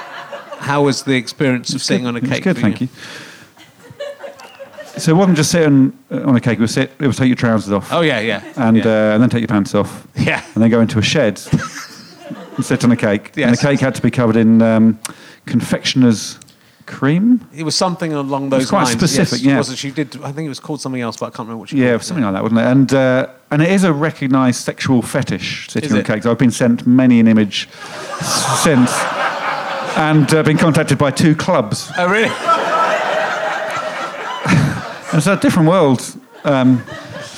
Speaker 1: How was the experience of sitting on a
Speaker 2: It was
Speaker 1: cake?
Speaker 2: good,
Speaker 1: for
Speaker 2: thank you. So it wasn't just sitting uh, on a cake. It was sit. It was take your trousers off,
Speaker 1: Oh yeah, yeah,
Speaker 2: and
Speaker 1: yeah.
Speaker 2: Uh, and then take your pants off,
Speaker 1: Yeah.
Speaker 2: and then go into a shed and sit on a cake. And
Speaker 1: Yes.
Speaker 2: the cake had to be covered in um, confectioner's cream.
Speaker 1: It was something along those
Speaker 2: quite
Speaker 1: lines.
Speaker 2: specific,
Speaker 1: yes,
Speaker 2: yeah.
Speaker 1: Wasn't she did? I think it was called something else, but I can't remember what she.
Speaker 2: Yeah,
Speaker 1: called it.
Speaker 2: something like that, wasn't it? And uh, and it is a recognised sexual fetish sitting
Speaker 1: Is
Speaker 2: on
Speaker 1: it?
Speaker 2: cakes. I've been sent many an image s- since, and uh, been contacted by two clubs.
Speaker 1: Oh really?
Speaker 2: And it's a different world um,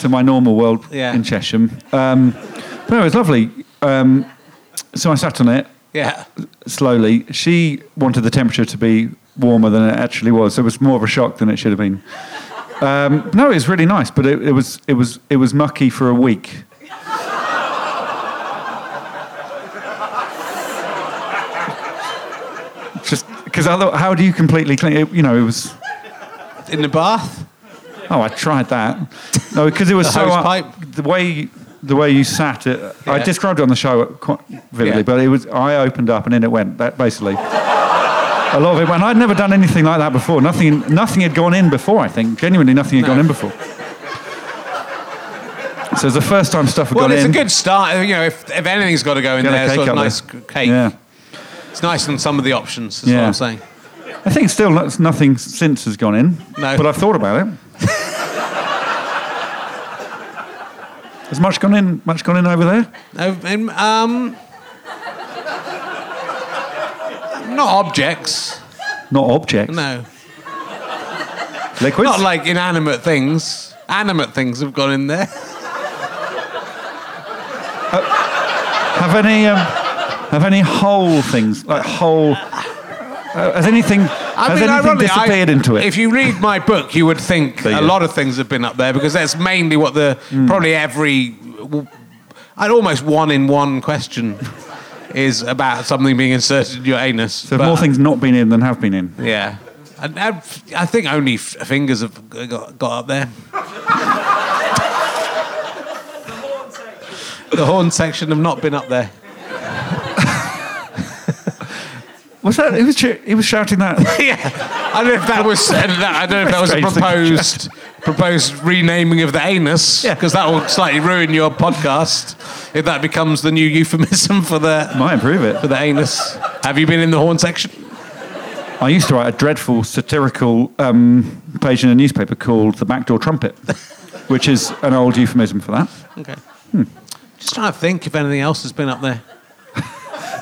Speaker 2: to my normal world
Speaker 1: Yeah.
Speaker 2: in Chesham. Um, but no, it was lovely. Um, so I sat on it
Speaker 1: Yeah.
Speaker 2: slowly. She wanted the temperature to be warmer than it actually was. It was more of a shock than it should have been. Um, no, it was really nice, but it, it was it was it was mucky for a week. [laughs] Just because how do you completely clean? It, you know, it was.
Speaker 1: In the bath.
Speaker 2: Oh, I tried that. No, because it was
Speaker 1: The
Speaker 2: so
Speaker 1: hose
Speaker 2: up,
Speaker 1: pipe?
Speaker 2: the way the way you sat, it, I
Speaker 1: Yeah.
Speaker 2: described it on the show quite vividly,
Speaker 1: Yeah.
Speaker 2: but it was I opened up and in it went. That basically. A lot of it, and I'd never done anything like that before. Nothing, nothing had gone in before. I think genuinely, nothing had
Speaker 1: No.
Speaker 2: gone in before. So it's the first time stuff had
Speaker 1: Well,
Speaker 2: gone
Speaker 1: it's
Speaker 2: in.
Speaker 1: a good start. You know, if, if anything's got to go in
Speaker 2: Get a
Speaker 1: there,
Speaker 2: cake
Speaker 1: sort of
Speaker 2: up
Speaker 1: nice
Speaker 2: there.
Speaker 1: cake.
Speaker 2: Yeah.
Speaker 1: It's nice on some of the options. Is what
Speaker 2: Yeah.
Speaker 1: I'm saying.
Speaker 2: I think still not- nothing since has gone in,
Speaker 1: No.
Speaker 2: but I've thought about it. Has much gone in? Much gone in over there?
Speaker 1: No, um, um, not objects.
Speaker 2: Not objects.
Speaker 1: No,
Speaker 2: Liquids.
Speaker 1: not like inanimate things. Animate things have gone in there. [laughs]
Speaker 2: have any? Um, have any whole things like whole? uh, has anything? has anything
Speaker 1: ironically, I-
Speaker 2: disappeared into it?
Speaker 1: If you read my book, you would think
Speaker 2: There you
Speaker 1: a
Speaker 2: go.
Speaker 1: lot of things have been up there because that's mainly what the
Speaker 2: Hmm.
Speaker 1: probably every, I'd almost one in one question is about something being inserted in your anus.
Speaker 2: so
Speaker 1: but-
Speaker 2: more things not been in than have been in.
Speaker 1: Yeah. And I've- I think only f- fingers have g- got, got up there. the horn section have not been up there.
Speaker 2: Was that? He was. ch- He was shouting that.
Speaker 1: [laughs]
Speaker 2: [laughs]
Speaker 1: yeah. I don't know if that was I don't know I don't know if that was a
Speaker 2: Strange thing to
Speaker 1: proposed proposed renaming of the anus
Speaker 2: Yeah.
Speaker 1: because that will slightly ruin your podcast if that becomes the new euphemism for the
Speaker 2: Might improve
Speaker 1: for
Speaker 2: it.
Speaker 1: the anus. Have you been in the horn section?
Speaker 2: I used to write a dreadful satirical um, page in a newspaper called "The Backdoor Trumpet," which is an old euphemism for that.
Speaker 1: Okay. Hmm. Just trying to think if anything else has been up there.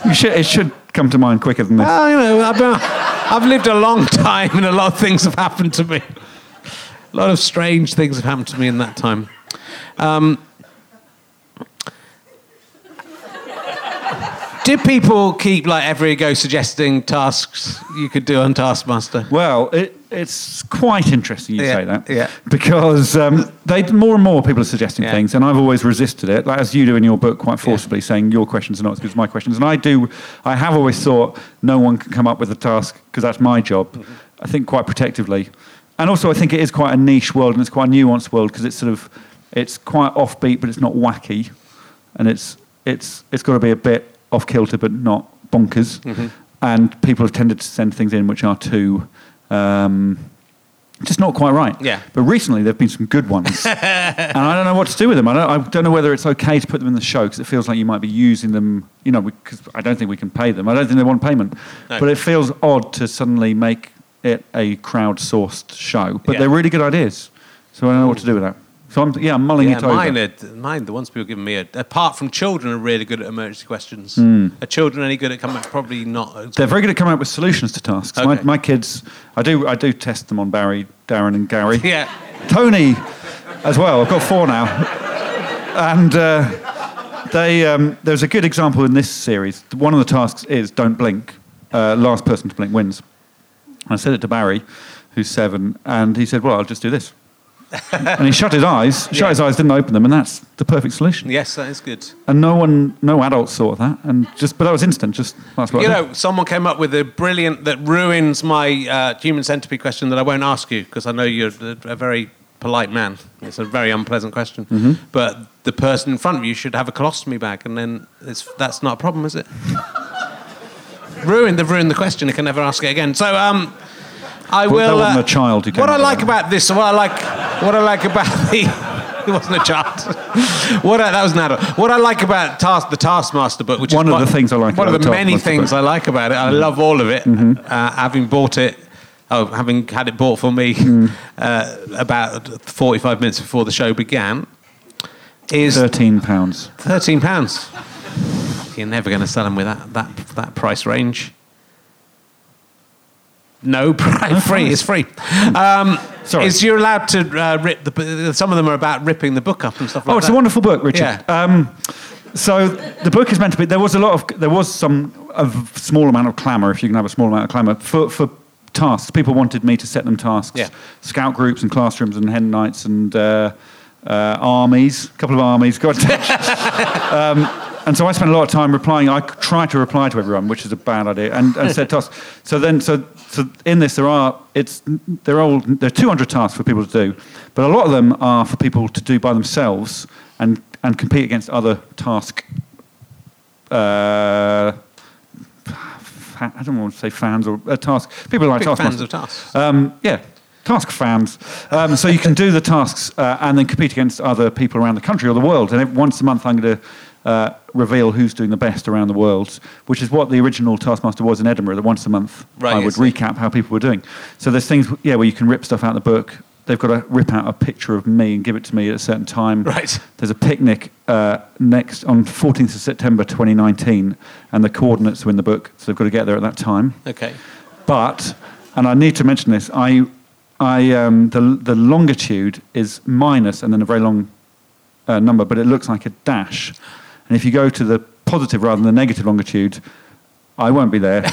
Speaker 2: You should, it should come to mind quicker than this.
Speaker 1: Well, Oh, you know, I've, been, I've lived a long time and a lot of things have happened to me. A lot of strange things have happened to me in that time. Um, do people keep, like, every go suggesting tasks you could do on Taskmaster?
Speaker 2: Well, it, it's quite interesting you
Speaker 1: Yeah,
Speaker 2: say that.
Speaker 1: yeah.
Speaker 2: Because um, they, more and more people are suggesting
Speaker 1: Yeah.
Speaker 2: things, and I've always resisted it, like, as you do in your book quite forcibly, saying your questions are not as good as my questions. And I do, I have always thought no one can come up with a task because that's my job.
Speaker 1: Mm-hmm.
Speaker 2: I think quite protectively. And also, I think it is quite a niche world and it's quite a nuanced world because it's sort of, it's quite offbeat, but it's not wacky. And it's, it's, it's got to be a bit off kilter, but not bonkers.
Speaker 1: Mm-hmm.
Speaker 2: And people have tended to send things in which are too. Um, just not quite right.
Speaker 1: Yeah.
Speaker 2: But recently there have been some
Speaker 1: [laughs]
Speaker 2: good ones, and I don't know what to do with them. I don't, I don't know whether it's okay to put them in the show because it feels like you might be using them. You know, because I don't think we can pay them. I don't think they want payment.
Speaker 1: No.
Speaker 2: But it feels odd to suddenly make it a crowdsourced show. But
Speaker 1: Yeah.
Speaker 2: they're really good ideas, so I don't know what to do with that. So I'm yeah, I'm mulling
Speaker 1: Yeah,
Speaker 2: it over.
Speaker 1: mine, are, mine, the ones people give me, are, apart from children, are really good at emergency questions. Are children any good at coming up? Probably not.
Speaker 2: They're very good at coming up with solutions to tasks. My,
Speaker 1: Okay.
Speaker 2: my kids, I do I do test them on Barry, Darren, and Gary.
Speaker 1: Yeah.
Speaker 2: Tony as well. I've got four now. And uh, they, um, there's a good example in this series. One of the tasks is don't blink. Uh, last person to blink wins. And I said it to Barry, who's seven, and he said, Well, I'll just do this. and he shut his eyes, shut
Speaker 1: Yeah.
Speaker 2: his eyes, didn't open them, and that's the perfect solution.
Speaker 1: Yes, that is good.
Speaker 2: And no one, no adult saw that, and just, but that was instant. Just that's what
Speaker 1: You
Speaker 2: I did.
Speaker 1: know, someone came up with a brilliant that ruins my uh, human centipede question that I won't ask you because I know you're a, a very polite man. It's a very unpleasant question.
Speaker 2: Mm-hmm.
Speaker 1: But the person in front of you should have a colostomy bag, and then it's, that's not a problem, is it? ruined. They've ruined the question. I can never ask it again. So, um, I will.
Speaker 2: Well,
Speaker 1: uh,
Speaker 2: that wasn't a child who came
Speaker 1: What I
Speaker 2: up with
Speaker 1: like
Speaker 2: that.
Speaker 1: about this, what I like, what I like about [laughs] the. It wasn't a child. [laughs] What I, that was an adult. What I like about task, the Taskmaster book, which
Speaker 2: One
Speaker 1: is
Speaker 2: of the things I like
Speaker 1: One
Speaker 2: about
Speaker 1: of the
Speaker 2: the
Speaker 1: many
Speaker 2: Taskmaster
Speaker 1: things
Speaker 2: book. Mm-hmm.
Speaker 1: I like about it. I love all of it. Uh, having bought it, oh, having had it bought for me
Speaker 2: Mm.
Speaker 1: [laughs] uh, about forty-five minutes before the show began, is
Speaker 2: Thirteen pounds.
Speaker 1: thirteen pounds. You're never going to sell them with that that that price range. No, [laughs] pri- free. It's free. Um,
Speaker 2: Sorry.
Speaker 1: Is you're allowed to uh, rip the? Some of them are about ripping the book up and stuff like
Speaker 2: Oh,
Speaker 1: that.
Speaker 2: it's a wonderful book, Richard.
Speaker 1: Yeah.
Speaker 2: Um, so the book is meant to be. There was a lot of. There was some a v- small amount of clamour, if you can have a small amount of clamour for for tasks. People wanted me to set them tasks.
Speaker 1: Yeah.
Speaker 2: Scout groups and classrooms and hen nights and uh, uh, armies. A couple of armies. Got in touch. um, and so I spent a lot of time replying. I c- try to reply to everyone, which is a bad idea, and, and said tasks. So then, so, so in this, there are it's there are all, there are 200 tasks for people to do, but a lot of them are for people to do by themselves and, and compete against other task. Uh, fa- I don't want to say fans or uh, task people like
Speaker 1: Big
Speaker 2: task
Speaker 1: fans
Speaker 2: masters.
Speaker 1: of tasks.
Speaker 2: Um, yeah, task fans. Um, so you can do the tasks uh, and then compete against other people around the country or the world. And every, once a month, I'm going to uh, reveal who's doing the best around the world, which is what the original Taskmaster was in Edinburgh. That once a month,
Speaker 1: Right,
Speaker 2: I
Speaker 1: I
Speaker 2: would
Speaker 1: see.
Speaker 2: recap how people were doing. So there's things, yeah, where you can rip stuff out of the book. They've got to rip out a picture of me and give it to me at a certain time.
Speaker 1: Right.
Speaker 2: There's a picnic uh, next on 14th of September 2019, and the coordinates are in the book, so they've got to get there at that time.
Speaker 1: okay.
Speaker 2: But, and I need to mention this, I, I, um, the, the longitude is minus and then a very long uh, number, but it looks like a dash. And if you go to the positive rather than the negative longitude, I won't be there.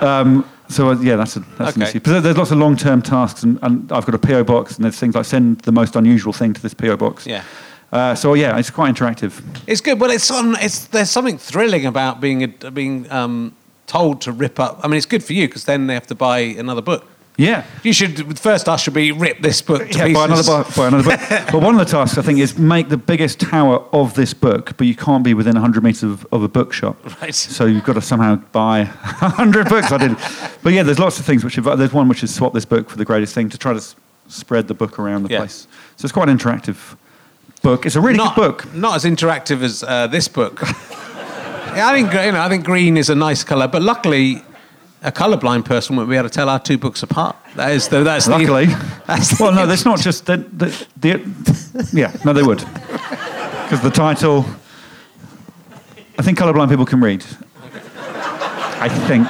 Speaker 2: [laughs] um, so, uh, yeah, that's, a, that's an
Speaker 1: Okay.
Speaker 2: issue. But there- there's lots of long term tasks, and, and I've got a PO box, and there's things like send the most unusual thing to this PO box.
Speaker 1: Yeah.
Speaker 2: Uh, so, yeah, it's quite interactive.
Speaker 1: It's good. Well, it's on. It's there's something thrilling about being a, being um, told to rip up. I mean, it's good for you because then they have to buy another book.
Speaker 2: Yeah.
Speaker 1: You should first. Us should be rip this book. To
Speaker 2: Yeah, buy another,
Speaker 1: pieces.
Speaker 2: book, buy another book.
Speaker 1: [laughs]
Speaker 2: but one of the tasks, I think, is make the biggest tower of this book, but you can't be within 100 metres of, of a bookshop.
Speaker 1: Right.
Speaker 2: So you've got to somehow buy [laughs] 100 books. I did. But yeah, there's lots of things which, have, there's one which is swap this book for the greatest thing to try to s- spread the book around the
Speaker 1: Yeah.
Speaker 2: place. So it's quite an interactive book. It's a really
Speaker 1: Not
Speaker 2: good book.
Speaker 1: Not as interactive as uh, this book. [laughs] yeah, I think gre- you know. I think green is a nice color, but luckily. A colorblind person won't be able to tell our two books apart. That is the that's
Speaker 2: Luckily.
Speaker 1: The, that's the-
Speaker 2: well, no, that's not just. The, the, the, yeah, no, they would. Because the title. I think colourblind people can read. I think.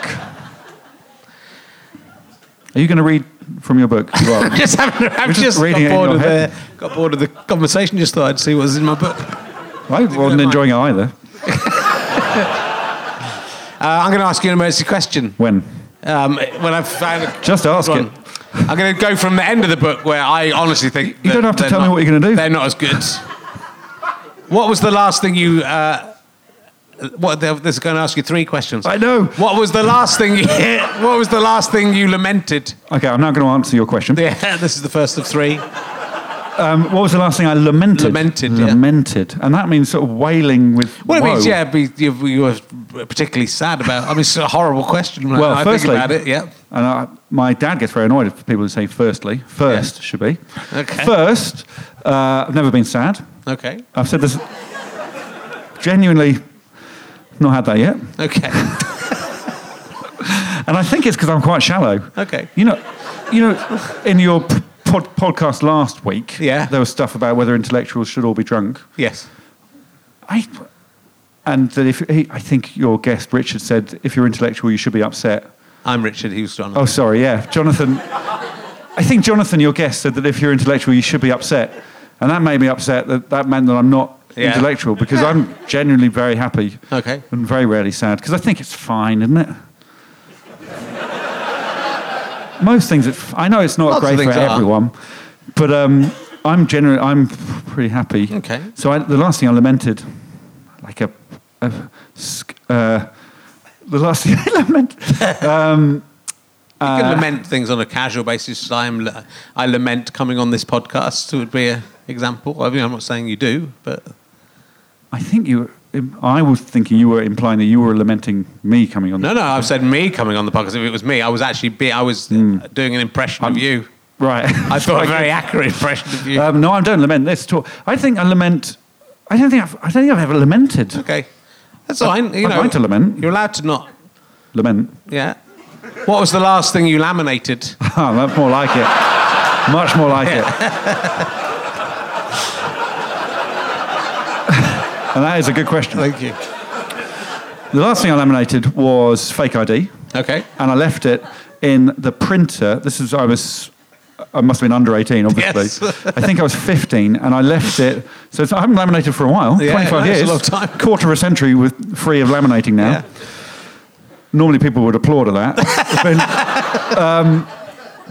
Speaker 2: Are you going to read from your book?
Speaker 1: [laughs]
Speaker 2: as
Speaker 1: [laughs]
Speaker 2: well?
Speaker 1: just having, a- I've
Speaker 2: We're just
Speaker 1: just got
Speaker 2: reading it in
Speaker 1: bored,
Speaker 2: your
Speaker 1: of
Speaker 2: head. Uh,
Speaker 1: the, got bored of the conversation. Just thought I'd see what was in my book.
Speaker 2: I wasn't enjoying it either.
Speaker 1: Uh, I'm going to ask you an emergency question.
Speaker 2: When?
Speaker 1: Um, when I found a
Speaker 2: Just ask
Speaker 1: Go
Speaker 2: it.
Speaker 1: on. I'm going to go from the end of the book where I honestly think
Speaker 2: You
Speaker 1: that
Speaker 2: don't have to
Speaker 1: they're
Speaker 2: tell me
Speaker 1: not-
Speaker 2: what you're gonna do.
Speaker 1: They're not as good. what was the last thing you? Uh, what they're- this is going to ask you three questions.
Speaker 2: I know.
Speaker 1: What was the last thing? You, [laughs] what was the last thing you lamented?
Speaker 2: Okay, I'm not going to answer your question.
Speaker 1: Yeah, [laughs] this is the first of three.
Speaker 2: Um, what was the last thing I lamented?
Speaker 1: Lamented, yeah.
Speaker 2: Lamented. And that means sort of wailing with.
Speaker 1: Well, it means
Speaker 2: woe.
Speaker 1: yeah, be, you, you were particularly sad about. I mean, it's a horrible question. when
Speaker 2: Well,
Speaker 1: I
Speaker 2: firstly,
Speaker 1: think about it. Yeah.
Speaker 2: And I, my dad gets very annoyed if people who say firstly. First should be.
Speaker 1: Okay.
Speaker 2: First, uh, I've never been sad.
Speaker 1: Okay.
Speaker 2: I've said this genuinely, not had that yet.
Speaker 1: Okay.
Speaker 2: And I think it's because I'm quite shallow.
Speaker 1: Okay.
Speaker 2: You know, you know, in your p- pod, podcast last week,
Speaker 1: Yeah.
Speaker 2: there was stuff about whether intellectuals should all be drunk.
Speaker 1: yes.
Speaker 2: I, and that if he, I think your guest Richard said, if you're intellectual, you should be upset.
Speaker 1: I'm Richard Houston.
Speaker 2: Oh, sorry, yeah. Jonathan, I think Jonathan, your guest, said that if you're intellectual, you should be upset. And that made me upset that that meant that I'm not
Speaker 1: Yeah.
Speaker 2: intellectual because I'm genuinely very happy
Speaker 1: Okay.
Speaker 2: and very rarely sad because I think it's fine, isn't it? Most things, it's, I know it's not
Speaker 1: Lots of
Speaker 2: great for
Speaker 1: things are.
Speaker 2: everyone, but um, I'm generally, I'm pretty happy.
Speaker 1: Okay.
Speaker 2: So I, the last thing I lamented, like a, a sc- uh, the last thing I [laughs] lamented,
Speaker 1: You can lament things on a casual basis. I'm, I lament coming on this podcast would be an example. I mean, I'm not saying you do, but
Speaker 2: I think you. I was thinking you were implying that you were lamenting me coming on.
Speaker 1: no, no. I've said me coming on the podcast. If it was me, I was actually be, I was uh, doing an impression of you.
Speaker 2: Right.
Speaker 1: [laughs] I thought a very accurate impression of you.
Speaker 2: [laughs] um, no, I don't lament this at all. I think I lament. I don't think I've. I don't think I've ever lamented.
Speaker 1: okay, that's fine. You
Speaker 2: I'd
Speaker 1: know,
Speaker 2: like to lament.
Speaker 1: You're allowed to not.
Speaker 2: Lament. [laughs]
Speaker 1: Yeah. What was the last thing you laminated?
Speaker 2: Ah, that's more like it. Much more like it. [laughs] and that is a good
Speaker 1: [laughs]
Speaker 2: question.
Speaker 1: Thank you.
Speaker 2: The last thing I laminated was fake ID.
Speaker 1: Okay.
Speaker 2: and I left it in the printer. This is I was I must have been under 18, obviously.
Speaker 1: Yes.
Speaker 2: I think I was 15, and I left it. So it's, I haven't laminated for a while.
Speaker 1: Yeah,
Speaker 2: 25
Speaker 1: that's a
Speaker 2: years,
Speaker 1: lot of time.
Speaker 2: quarter of a century with free of laminating now.
Speaker 1: Yeah.
Speaker 2: Normally, people would applaud at that. [laughs] But, um,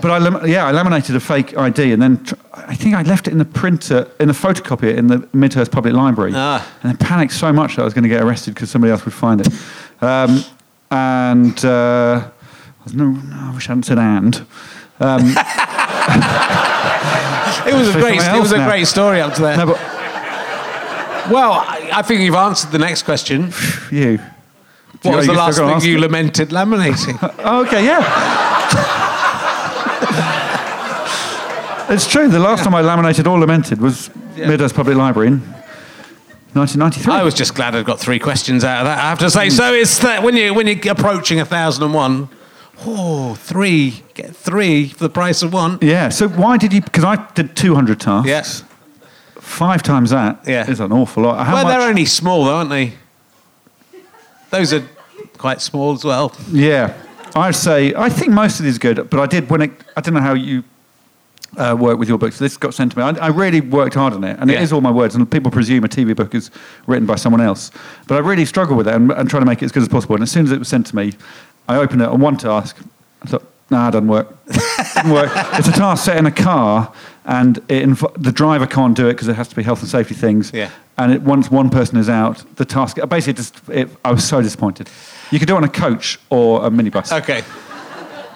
Speaker 2: but I, lam- yeah, I laminated a fake ID, and then tr- I think I left it in the printer, in the photocopier in the Midhurst Public Library,
Speaker 1: Ah.
Speaker 2: and I panicked so much that I was going to get arrested because somebody else would find it. Um, and uh, I was no, no, I wish I hadn't said and.
Speaker 1: It was a
Speaker 2: For
Speaker 1: great.
Speaker 2: someone
Speaker 1: It was
Speaker 2: else
Speaker 1: a
Speaker 2: now.
Speaker 1: great story up to there.
Speaker 2: No, but
Speaker 1: Well, I, I think you've answered the next question.
Speaker 2: You.
Speaker 1: What was the
Speaker 2: you still
Speaker 1: last
Speaker 2: gonna
Speaker 1: thing
Speaker 2: ask
Speaker 1: you
Speaker 2: it?
Speaker 1: lamented laminating?
Speaker 2: Oh, okay, yeah. [laughs] it's true. The last time I laminated or lamented was Midhurst Public Library in 1993.
Speaker 1: I was just glad I'd got three questions out of that. I have to
Speaker 2: Hmm.
Speaker 1: say, so it's that when you when you're approaching a thousand and one, oh, three get three for the price of one.
Speaker 2: yeah. So why did you? Because I did 200 tasks.
Speaker 1: Yes.
Speaker 2: Five times that is
Speaker 1: Yeah.
Speaker 2: an awful lot. How
Speaker 1: well,
Speaker 2: much?
Speaker 1: they're only small, though, aren't they? Those are quite small as well.
Speaker 2: Yeah, I say I think most of these are good, but I did when it, I don't know how you uh, work with your books. This got sent to me. I, I really worked hard on it, and
Speaker 1: Yeah.
Speaker 2: it is all my words. And people presume a TV book is written by someone else, but I really struggled with it and, and trying to make it as good as possible. And as soon as it was sent to me, I opened it on one task. I thought, nah, it
Speaker 1: [laughs]
Speaker 2: doesn't work. doesn't work. It's a task set in a car, and it inv- the driver can't do it because it has to be health and safety things.
Speaker 1: Yeah.
Speaker 2: And it, once one person is out, the task basically just it, I was so disappointed. You could do it on a coach or a minibus.
Speaker 1: Okay.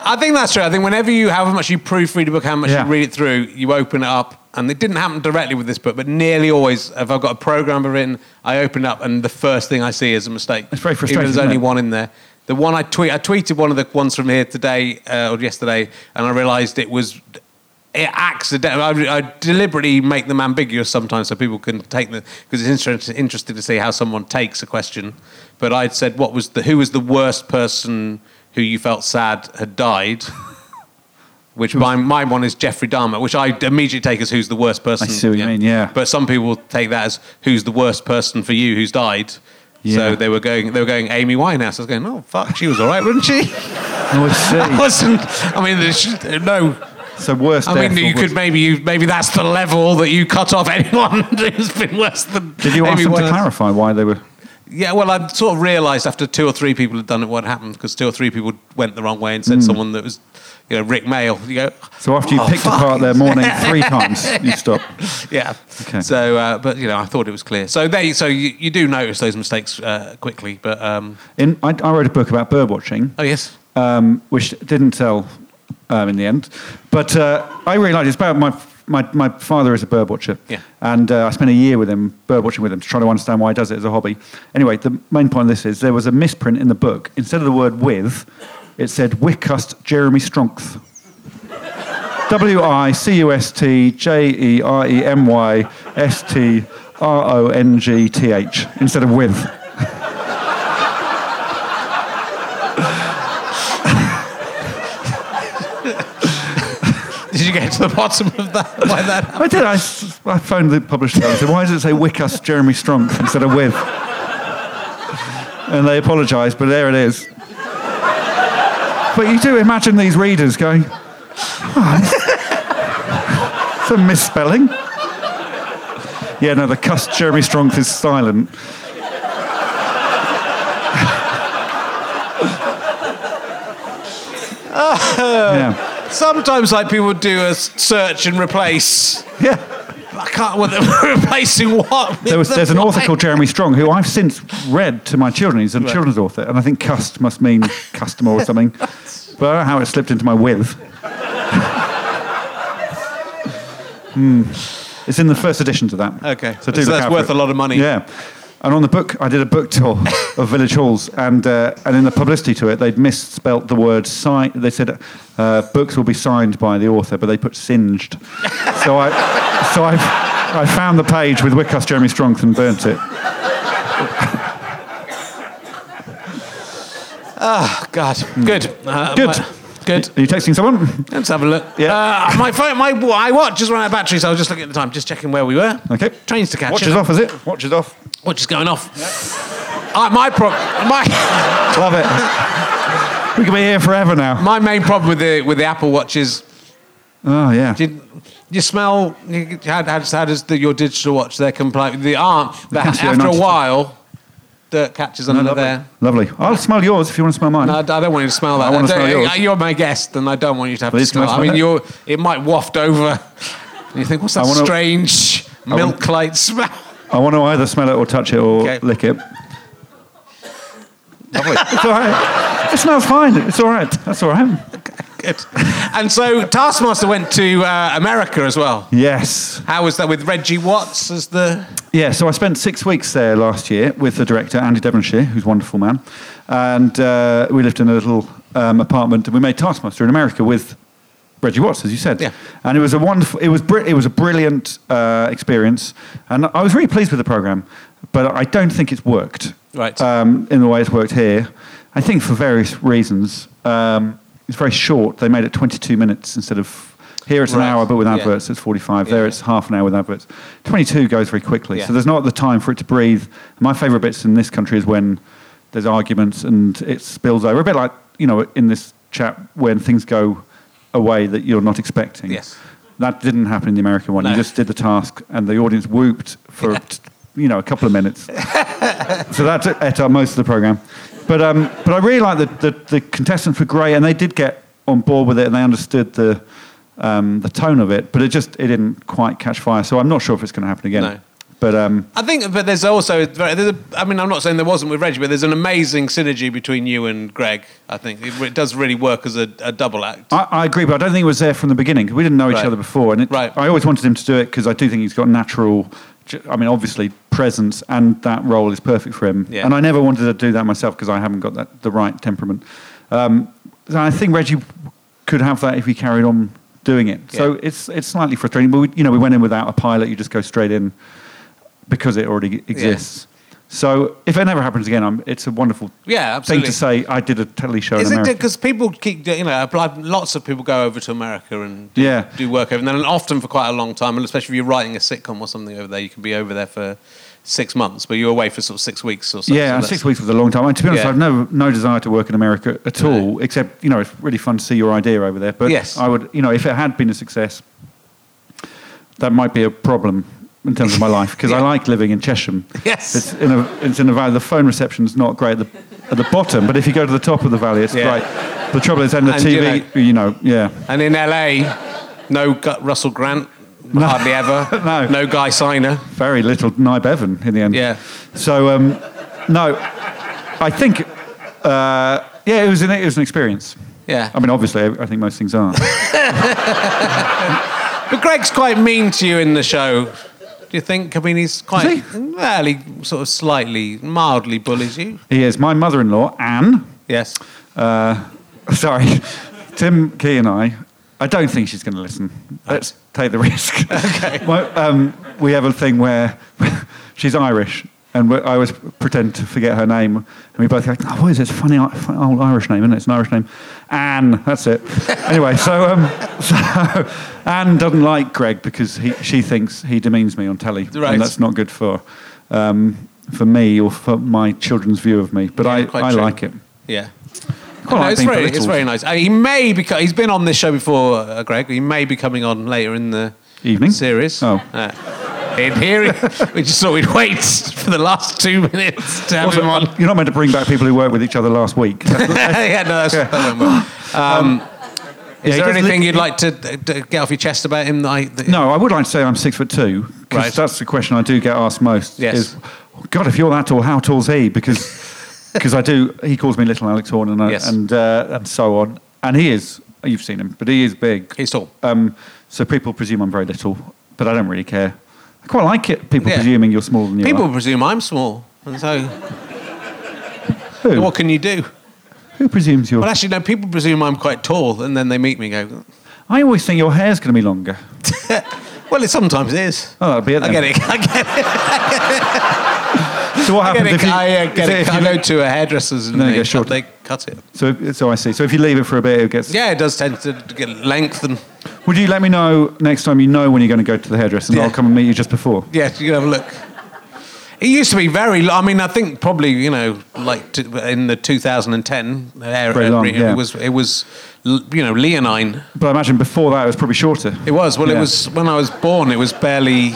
Speaker 1: I think that's true. I think whenever you, however much you proofread a book, how much
Speaker 2: Yeah.
Speaker 1: you read it through, you open it up. And it didn't happen directly with this book, but nearly always, if I've got a program I've written, I open up and the first thing I see is a mistake.
Speaker 2: It's very frustrating,
Speaker 1: Even if there's only
Speaker 2: isn't it?
Speaker 1: one in there. The one I tweet, I tweeted one of the ones from here today uh, or yesterday, and I realised it was it accidentally. I, I deliberately make them ambiguous sometimes so people can take them because it's interesting, interesting to see how someone takes a question. But I'd said, what was the who was the worst person who you felt sad had died? [laughs] Which my, my one is Jeffrey Dahmer, which I immediately take as who's the worst person.
Speaker 2: see what you mean, yeah.
Speaker 1: But some people will take that as who's the worst person for you who's died. So
Speaker 2: Yeah.
Speaker 1: they were going, they were going Amy Winehouse. I was going, oh fuck, she was all right, wasn't
Speaker 2: [laughs]
Speaker 1: she?
Speaker 2: Oh, I see.
Speaker 1: Wasn't [laughs] I mean, there's- no.
Speaker 2: So worst.
Speaker 1: I mean,
Speaker 2: death or
Speaker 1: you could
Speaker 2: worst-
Speaker 1: maybe you maybe that's the level that you cut off anyone [laughs] who's been worse than.
Speaker 2: Did you ask
Speaker 1: Amy
Speaker 2: them to
Speaker 1: Winehouse.
Speaker 2: clarify why they were?
Speaker 1: Yeah, well, I sort of realised after two or three people had done it what happened because two or three people went the wrong way and said someone that was, you know, Rick Mail. You go,
Speaker 2: Hmm. So after you
Speaker 1: "Oh,
Speaker 2: picked
Speaker 1: fuck."
Speaker 2: apart their morning three times, you stop.
Speaker 1: [laughs] Yeah.
Speaker 2: Okay.
Speaker 1: So, uh, but you know, I thought it was clear. So they, so you, you do notice those mistakes uh, quickly, but um,
Speaker 2: In, I, I wrote a book about bird watching.
Speaker 1: oh yes,
Speaker 2: um, which didn't sell um, in the end. But uh, I really liked it. It's about my, my, my father is a bird watcher.
Speaker 1: Yeah.
Speaker 2: And uh, I spent a year with him, bird watching with him, to try to understand why he does it as a hobby. Anyway, the main point of this is there was a misprint in the book. Instead of the word with, it said Wickust Jeremy Strongth. [laughs] W I C U S T J E R E M Y S T R O N G T H instead of with.
Speaker 1: [laughs] did you get to the bottom of that? Why that? happened?
Speaker 2: I did. I, s- I phoned the publisher and said, why does it say Wickus Jeremy Strong instead of with? And they apologised, but there it is. But you do imagine these readers going, oh, it's a misspelling. Yeah, no, the cuss Jeremy Strong is silent. yeah.
Speaker 1: Sometimes, like people do a search and replace.
Speaker 2: Yeah.
Speaker 1: I can't. What [laughs] they're replacing what? with
Speaker 2: there was,
Speaker 1: the
Speaker 2: there's an author
Speaker 1: what?
Speaker 2: called Jeremy Strong who I've since read to my children. He's a children's author, and I think cust must mean customer or something.
Speaker 1: [laughs]
Speaker 2: But I don't know how it slipped into my with. Hmm. It's in the first edition to that.
Speaker 1: Okay.
Speaker 2: so, do
Speaker 1: So
Speaker 2: look
Speaker 1: that's
Speaker 2: out for
Speaker 1: worth
Speaker 2: it.
Speaker 1: a lot of money.
Speaker 2: Yeah, and on the book, I did a
Speaker 1: [laughs]
Speaker 2: book tour of village halls, and uh, and in the publicity to it, they'd misspelt the word sign. They said uh, books will be signed by the author, but they
Speaker 1: [laughs]
Speaker 2: put singed. so I, so I, I found the page with Wickus Jeremy Strongth and burnt it.
Speaker 1: Oh God. Good. Uh,
Speaker 2: Hmm. Good.
Speaker 1: my- good.
Speaker 2: Are you texting someone?
Speaker 1: Let's have a look.
Speaker 2: Yeah.
Speaker 1: Uh, my phone, my wa- I watch just ran out of battery, so I was just looking at the time, just checking where we were.
Speaker 2: Okay.
Speaker 1: Trains to catch.
Speaker 2: Watch
Speaker 1: isn't
Speaker 2: is off, is it? Watch is off.
Speaker 1: it? Watch is going off. Uh, my pro- my [laughs]
Speaker 2: Love it. We can be here forever now.
Speaker 1: my main problem with the with the Apple Watch is
Speaker 2: Oh yeah.
Speaker 1: did you smell? you- How, how, does- how does the, your digital watch there comply with the arm? That
Speaker 2: Casio
Speaker 1: after a
Speaker 2: 92.
Speaker 1: while, dirt catches under there.
Speaker 2: Lovely. I'll smell yours if you want to smell mine.
Speaker 1: No, I don't want you to smell that.
Speaker 2: I wanna
Speaker 1: don't- uh,
Speaker 2: smell yours.
Speaker 1: You're my guest, and I don't want you to have
Speaker 2: Please,
Speaker 1: to smell.
Speaker 2: can I
Speaker 1: it. I mean,
Speaker 2: smell it?
Speaker 1: you're, it might waft over. And you think, what's that
Speaker 2: I wanna-
Speaker 1: strange
Speaker 2: wanna-
Speaker 1: milk-like smell? [laughs]
Speaker 2: I want to either smell it or touch it or
Speaker 1: Okay.
Speaker 2: lick it. Lovely. it's all right. It smells fine. It's all right. That's all right.
Speaker 1: Good. and so Taskmaster went to uh, America as well.
Speaker 2: Yes.
Speaker 1: How was that with Reggie Watts as the?
Speaker 2: Yeah, so I spent six weeks there last year with the director, Andy Devonshire, who's a wonderful man. And uh, we lived in a little um, apartment and we made Taskmaster in America with Reggie Watts, as you said.
Speaker 1: Yeah.
Speaker 2: And it was a wonderful, it was, br- it was a brilliant uh, experience. And I was really pleased with the programme, but I don't think it's worked
Speaker 1: Right.
Speaker 2: um, in the way it's worked here. I think for various reasons. Um, it's very short. They made it 22 minutes instead of here it's an
Speaker 1: Right.
Speaker 2: hour, but with
Speaker 1: Yeah.
Speaker 2: adverts it's 45.
Speaker 1: Yeah.
Speaker 2: There it's half an hour with adverts. 22 goes very quickly,
Speaker 1: Yeah.
Speaker 2: so there's not the time for it to breathe. My favourite bits in this country is when there's arguments and it spills over a bit like you know in this chat when things go away that you're not expecting.
Speaker 1: Yes.
Speaker 2: That didn't happen in the American one.
Speaker 1: No.
Speaker 2: You just did the task, and the audience whooped for you know a couple of minutes
Speaker 1: [laughs]
Speaker 2: so that ate up most of the program. But um, but I really liked that the, the contestants were great, and they did get on board with it, and they understood the um, the tone of it. But it just it didn't quite catch fire. So I'm not sure if it's going to happen again.
Speaker 1: No.
Speaker 2: But um,
Speaker 1: I think, but there's also, there's a, I mean, I'm not saying there wasn't with Reggie, but there's an amazing synergy between you and Greg. I think it, it does really work as a, a double act.
Speaker 2: I, I agree, but I don't think it was there from the beginning. 'cause We didn't know each
Speaker 1: Right.
Speaker 2: other before, and it,
Speaker 1: Right.
Speaker 2: I always wanted him to do it because I do think he's got natural. ju- I mean, obviously presence, and that role is perfect for him.
Speaker 1: Yeah.
Speaker 2: And I never wanted to do that myself because I haven't got that the right temperament. Um, and I think Reggie could have that if he carried on doing it. So
Speaker 1: Yeah.
Speaker 2: it's it's slightly frustrating, but we, you know we went in without a pilot. You just go straight in because it already exists. So if it never happens again, I'm, it's a wonderful
Speaker 1: Yeah,
Speaker 2: thing
Speaker 1: absolutely.
Speaker 2: to say. I did a telly show
Speaker 1: Is
Speaker 2: in
Speaker 1: it
Speaker 2: America.
Speaker 1: because people keep, do- you know, I've- I've- lots of people go over to America and do,
Speaker 2: Yeah.
Speaker 1: do work over, and then often for quite a long time, and especially if you're writing a sitcom or something over there, you can be over there for six months, but you're away for sort of six weeks or so. so
Speaker 2: Yeah, and
Speaker 1: that's-
Speaker 2: six weeks was a long time. And to be honest,
Speaker 1: Yeah.
Speaker 2: I've no no desire to work in America at all, except you know it's really fun to see your idea over there. But
Speaker 1: Yes.
Speaker 2: I would, you know, if it had been a success, that might be a problem in terms of my life
Speaker 1: [laughs]
Speaker 2: because I
Speaker 1: Yeah.
Speaker 2: like living in Chesham.
Speaker 1: Yes.
Speaker 2: it's in a it's in a valley. The phone reception's not great at the, at the bottom, but if you go to the top of the valley, it's
Speaker 1: Yeah.
Speaker 2: great. The trouble is, then the
Speaker 1: And, you
Speaker 2: TV, you know, yeah.
Speaker 1: And in LA, no Gu- Russell Grant, hardly ever.
Speaker 2: [laughs] No.
Speaker 1: No Guy Signer.
Speaker 2: very little Nye Bevan in the end.
Speaker 1: Yeah.
Speaker 2: So um, no, I think uh, yeah, it was an it was an experience.
Speaker 1: Yeah.
Speaker 2: I mean, obviously, I think most things are.
Speaker 1: But Greg's quite mean to you in the show. Do you think? I mean, he's quite.
Speaker 2: he?
Speaker 1: Well, he sort of slightly, mildly bullies you.
Speaker 2: he is my mother-in-law, Anne.
Speaker 1: Yes.
Speaker 2: Uh, [laughs] sorry, Tim Key and I. I don't think she's going to listen. Let's take
Speaker 1: [laughs]
Speaker 2: the risk. [laughs] Okay. um, we have a thing where [laughs] she's Irish, and we- I always pretend to forget her name, and we both go, "Oh, what is it? It's a funny, funny old Irish name, isn't it? It's an Irish name." Anne, that's
Speaker 1: [laughs]
Speaker 2: it. anyway, so, um, [laughs] so Anne doesn't like Greg because he, she thinks he demeans me on telly,
Speaker 1: Right.
Speaker 2: and that's not good for um, for me or for my children's view of me. But
Speaker 1: Yeah, quite
Speaker 2: I, I
Speaker 1: true.
Speaker 2: like it.
Speaker 1: Yeah.
Speaker 2: Quite
Speaker 1: No,
Speaker 2: like
Speaker 1: it's,
Speaker 2: being
Speaker 1: very, it's
Speaker 2: belittled.
Speaker 1: very nice. Uh, he may be. co- He's been on this show before, uh, Greg. He may be coming on later in the
Speaker 2: Evening?
Speaker 1: series.
Speaker 2: Oh.
Speaker 1: Uh, in here, [laughs] we just thought we'd wait for the last two minutes to have
Speaker 2: Also,
Speaker 1: him on.
Speaker 2: You're not meant to bring back people who worked with each other last week.
Speaker 1: [laughs] yeah, no, that's, that went well. Um, is
Speaker 2: he
Speaker 1: there
Speaker 2: does
Speaker 1: anything
Speaker 2: lit-
Speaker 1: you'd like to, to get off your chest about him? That I, that,
Speaker 2: no, I would like to say I'm six foot two. 'cause
Speaker 1: Right.
Speaker 2: That's the question I do get asked most.
Speaker 1: Yes.
Speaker 2: Is, "Oh, God, if you're that tall, how tall's
Speaker 1: [laughs]
Speaker 2: he? Because because I do. He calls me Little Alex Horn and I,
Speaker 1: Yes.
Speaker 2: and uh, and so on. And he is. You've seen him, but he is big.
Speaker 1: He's tall.
Speaker 2: Um, so people presume I'm very little, but I don't really care. I quite like it. People
Speaker 1: Yeah.
Speaker 2: presuming you're smaller than you
Speaker 1: People
Speaker 2: are.
Speaker 1: presume I'm small, and so
Speaker 2: Who?
Speaker 1: what can you do?
Speaker 2: Who presumes you're?
Speaker 1: Well, actually, no. People presume I'm quite tall, and then they meet me and go,
Speaker 2: I always think your hair's going to be longer.
Speaker 1: "Well, it sometimes is."
Speaker 2: Oh, that'll be it.
Speaker 1: I
Speaker 2: then.
Speaker 1: get it. [laughs] I get it.
Speaker 2: So what
Speaker 1: I get
Speaker 2: happens
Speaker 1: it.
Speaker 2: if you
Speaker 1: I uh, get
Speaker 2: if [laughs]
Speaker 1: it.
Speaker 2: you-
Speaker 1: I go to a hairdresser's and
Speaker 2: Then it
Speaker 1: they,
Speaker 2: gets
Speaker 1: cut,
Speaker 2: shorter.
Speaker 1: they cut it.
Speaker 2: So, so I see. So if you leave it for a bit, it gets.
Speaker 1: Yeah, it does tend to get lengthen.
Speaker 2: Would you let me know next time you know when you're going to go to the hairdresser, and
Speaker 1: Yeah.
Speaker 2: I'll come and meet you just before.
Speaker 1: Yeah, you can have a look. It used to be very. lo- I mean, I think probably you know, like t in the 2010 era,
Speaker 2: Very long,
Speaker 1: it,
Speaker 2: yeah.
Speaker 1: was it was l- you know leonine.
Speaker 2: But I imagine before that it was probably shorter.
Speaker 1: It was well, it
Speaker 2: Yeah. Mm.
Speaker 1: was when I was born. It was barely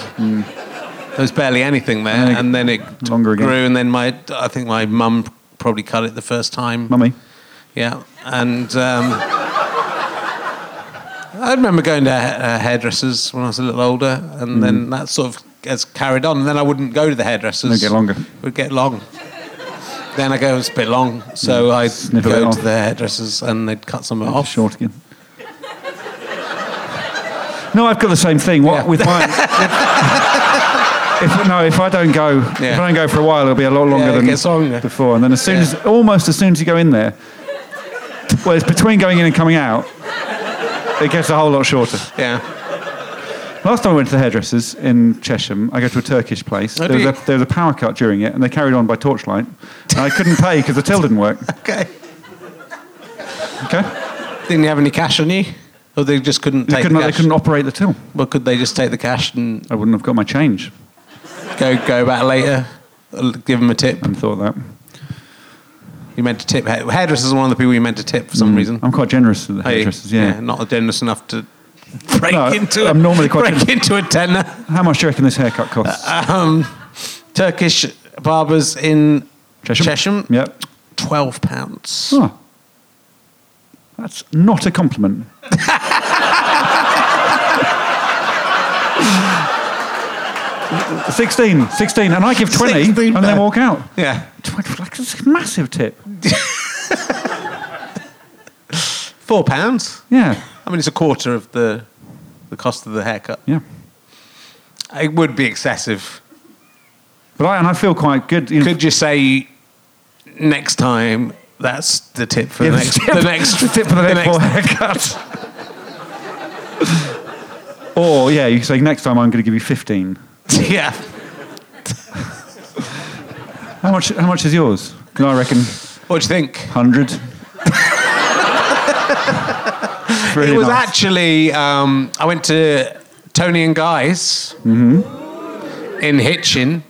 Speaker 1: there was barely anything there,
Speaker 2: And then it
Speaker 1: and then it
Speaker 2: got longer again.
Speaker 1: grew, and then my I think my mum probably cut it the first time.
Speaker 2: Mummy.
Speaker 1: Yeah, and um, I remember going to ha- uh, hairdressers when I was a little older, and
Speaker 2: Mm.
Speaker 1: then that sort of has carried on. And then I wouldn't go to the hairdressers.
Speaker 2: It'd get longer.
Speaker 1: It would get long. Then I go, it's a bit long, so I'd
Speaker 2: Snip it
Speaker 1: go
Speaker 2: off.
Speaker 1: to the hairdressers and they'd cut some of it
Speaker 2: Off.
Speaker 1: off.
Speaker 2: Short again. No, I've got the same thing. What
Speaker 1: Yeah.
Speaker 2: with
Speaker 1: [laughs]
Speaker 2: mine? if, no, if I don't go, if
Speaker 1: Yeah.
Speaker 2: I don't go for a while, it'll be a lot longer
Speaker 1: Yeah, it
Speaker 2: than
Speaker 1: gets longer.
Speaker 2: before. And then as soon
Speaker 1: Yeah.
Speaker 2: as, almost as soon as you go in there, well, it's between going in and coming out. It gets a whole lot shorter.
Speaker 1: Yeah.
Speaker 2: Last time I went to the hairdressers in Chesham, I go to a Turkish place.
Speaker 1: Oh,
Speaker 2: there, was
Speaker 1: do
Speaker 2: a,
Speaker 1: you?
Speaker 2: there was a power cut during it, and they carried on by torchlight. And I couldn't pay because the till didn't
Speaker 1: [laughs]
Speaker 2: work.
Speaker 1: Okay.
Speaker 2: Okay,
Speaker 1: Didn't you have any cash on you? Or they just couldn't
Speaker 2: they
Speaker 1: take
Speaker 2: couldn't,
Speaker 1: the
Speaker 2: they
Speaker 1: cash?
Speaker 2: couldn't operate the till.
Speaker 1: Well, could they just take the cash and
Speaker 2: I wouldn't have got my change.
Speaker 1: go go back later? Or Give them a tip.
Speaker 2: I hadn't thought of that.
Speaker 1: You meant to tip. hair- Hairdressers are one of the people you meant to tip for some reason.
Speaker 2: I'm quite generous to the
Speaker 1: Are you?
Speaker 2: hairdressers. Yeah.
Speaker 1: Not generous enough to break
Speaker 2: No,
Speaker 1: into.
Speaker 2: I'm
Speaker 1: a,
Speaker 2: normally quite
Speaker 1: break into a tenner.
Speaker 2: How much do you reckon this
Speaker 1: Uh,
Speaker 2: haircut costs?
Speaker 1: Um, Turkish barbers in Chesham.
Speaker 2: Yep.
Speaker 1: Twelve pounds.
Speaker 2: Oh. That's not a
Speaker 1: [laughs]
Speaker 2: compliment. Sixteen, sixteen, and I give twenty,
Speaker 1: 16,
Speaker 2: and then walk out.
Speaker 1: Yeah.
Speaker 2: Twenty, like, that's a massive tip.
Speaker 1: Four pounds.
Speaker 2: Yeah,
Speaker 1: I mean, it's a quarter of the the cost of the haircut.
Speaker 2: yeah.
Speaker 1: It would be excessive.
Speaker 2: But I, and I feel quite good. You know,
Speaker 1: Could you say next time? That's the tip for
Speaker 2: Yeah,
Speaker 1: the
Speaker 2: [laughs] the
Speaker 1: next.
Speaker 2: tip-
Speaker 1: The next
Speaker 2: the tip for the next four [laughs]
Speaker 1: haircut.
Speaker 2: or yeah, you could say next time I'm going to give you fifteen.
Speaker 1: [laughs] yeah.
Speaker 2: How much? How much is yours? No, I reckon
Speaker 1: What do you think?
Speaker 2: hundred. really
Speaker 1: it was
Speaker 2: nice.
Speaker 1: actually um, I went to Tony and Guy's
Speaker 2: Mm-hmm.
Speaker 1: in Hitchin,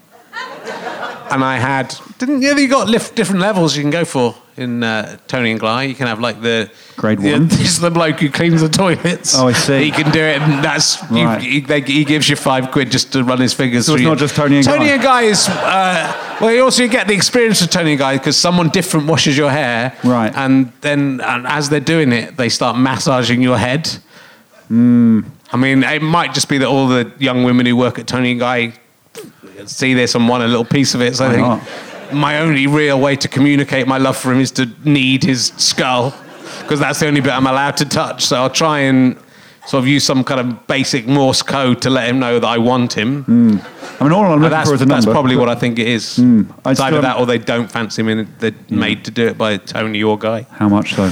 Speaker 1: and I had didn't you know you got lif- different levels you can go for in uh, Tony and Guy. You can have like the
Speaker 2: Grade
Speaker 1: the- [laughs]
Speaker 2: one.
Speaker 1: This is the bloke who cleans the toilets.
Speaker 2: Oh, I see.
Speaker 1: He can do it, and that's
Speaker 2: Right.
Speaker 1: you, he, they, he gives you five quid just to run his fingers.
Speaker 2: So it's
Speaker 1: through
Speaker 2: not
Speaker 1: you.
Speaker 2: just Tony and
Speaker 1: Tony
Speaker 2: Guy?
Speaker 1: and Guy is. Uh, well, you also get the experience of Tony and Guy because someone different washes your hair,
Speaker 2: Right.
Speaker 1: And then, and as they're doing it, they start massaging your head.
Speaker 2: Hmm.
Speaker 1: I mean, it might just be that all the young women who work at Tony and Guy see this and want a little piece of it. So I
Speaker 2: Why
Speaker 1: think
Speaker 2: not?
Speaker 1: my only real way to communicate my love for him is to knead his skull because that's the only bit I'm allowed to touch. So I'll try and sort of use some kind of basic Morse code to let him know that I want him.
Speaker 2: I mean, all I'm
Speaker 1: But
Speaker 2: looking
Speaker 1: that's,
Speaker 2: for is a number. Hmm.
Speaker 1: that's probably what I think it is. it's
Speaker 2: I
Speaker 1: either
Speaker 2: still- Hmm.
Speaker 1: that or they don't fancy him and they're made to do it by Tony or Guy.
Speaker 2: How
Speaker 1: [laughs]
Speaker 2: much though?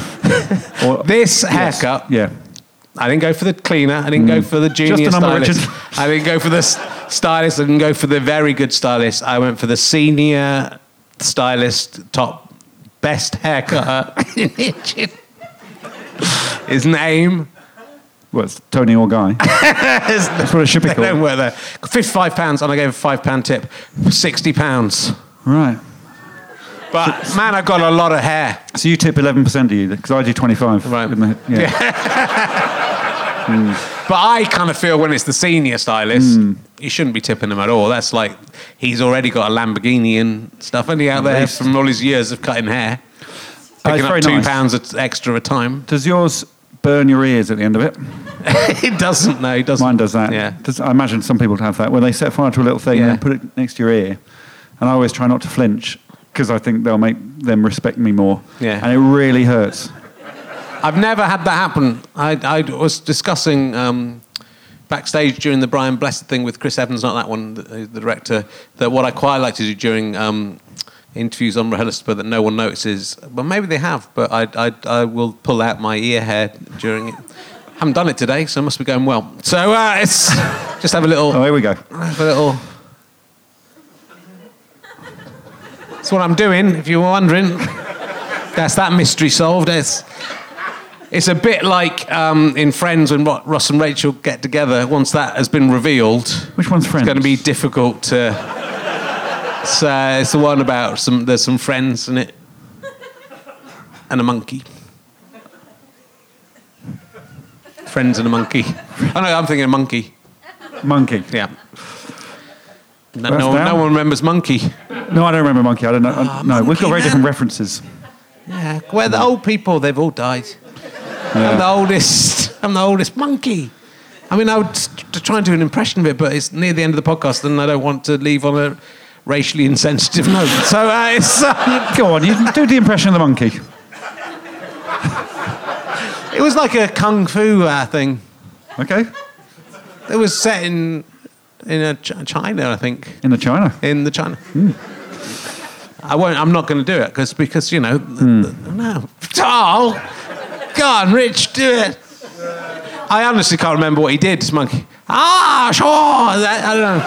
Speaker 2: Or-
Speaker 1: This
Speaker 2: Yes.
Speaker 1: haircut
Speaker 2: Yeah.
Speaker 1: I didn't go for the cleaner. I didn't go for the junior
Speaker 2: a Hmm. number,
Speaker 1: stylist.
Speaker 2: Richard.
Speaker 1: I didn't go for the s- stylist. I didn't go for the very good stylist. I went for the senior stylist, top best haircut [laughs] in Hitchin. His name.
Speaker 2: Well, it's Tony
Speaker 1: [laughs]
Speaker 2: or Guy.
Speaker 1: That's
Speaker 2: what it should
Speaker 1: [laughs]
Speaker 2: be
Speaker 1: Don't
Speaker 2: called.
Speaker 1: work there. Fifty-five pounds, and I gave a five-pound tip. Sixty pounds.
Speaker 2: right.
Speaker 1: But man, I got a lot of hair.
Speaker 2: So you tip 11%, do you? Because I do 25.
Speaker 1: Right.
Speaker 2: in the- yeah.
Speaker 1: But I kind of feel when it's the senior stylist,
Speaker 2: Hmm.
Speaker 1: you shouldn't be tipping him at all. That's like he's already got a Lamborghini and stuff, and he out there
Speaker 2: least.
Speaker 1: from all his years of cutting hair,
Speaker 2: Oh, it's
Speaker 1: picking up
Speaker 2: very
Speaker 1: two
Speaker 2: nice.
Speaker 1: pounds at- extra a
Speaker 2: [laughs]
Speaker 1: time.
Speaker 2: Does yours burn your ears at the end of it?
Speaker 1: he doesn't know. He doesn't.
Speaker 2: Mine does that.
Speaker 1: Yeah.
Speaker 2: Does, I imagine some people have that, where they set fire to a little thing
Speaker 1: Yeah.
Speaker 2: and put it next to your ear. And I always try not to flinch because I think they'll make them respect me more.
Speaker 1: Yeah.
Speaker 2: And it really hurts.
Speaker 1: I've never had that happen. I, I was discussing um, backstage during the Brian Blessed thing with Chris Evans, not that one, the, the director, that what I quite like to do during um, interviews on rehearsal but that no one notices, well, maybe they have, but I, I, I will pull out my ear hair during it. haven't done it today, so it must be going well. So uh, it's [laughs] just have a little,
Speaker 2: Oh, here we go.
Speaker 1: have a little. That's what I'm doing, if you were wondering. That's that mystery solved. It's, it's a bit like um, in Friends when Ro- Ross and Rachel get together. Once that has been revealed,
Speaker 2: Which one's
Speaker 1: it's
Speaker 2: friends?
Speaker 1: going to be difficult to. So it's the one about some. There's some friends in it, and a monkey. Friends and a monkey. Oh no, I'm thinking a monkey.
Speaker 2: Monkey.
Speaker 1: Yeah. No,
Speaker 2: That's
Speaker 1: no, one- no
Speaker 2: down.
Speaker 1: one remembers monkey.
Speaker 2: No, I don't remember monkey. I don't know. I- no, we've
Speaker 1: Ah, monkey
Speaker 2: got very
Speaker 1: man.
Speaker 2: different references.
Speaker 1: Yeah, where the old people, they've all died. I'm the oldest. I'm the oldest monkey. I mean, I would s- t- try and do an impression of it, but it's near the end of the podcast, and I don't want to leave on a racially insensitive [laughs] note. So uh, it's. Um,
Speaker 2: Go on, you do the impression of the monkey.
Speaker 1: it was like a kung fu uh, thing.
Speaker 2: Okay.
Speaker 1: It was set in in a Ch- China, I think,
Speaker 2: in the China.
Speaker 1: in the China. I won't. I'm not going to do it because because you know
Speaker 2: Hmm.
Speaker 1: no. Oh, God, Rich, do it. I honestly can't remember what he did, monkey. Ah, sure. That, I don't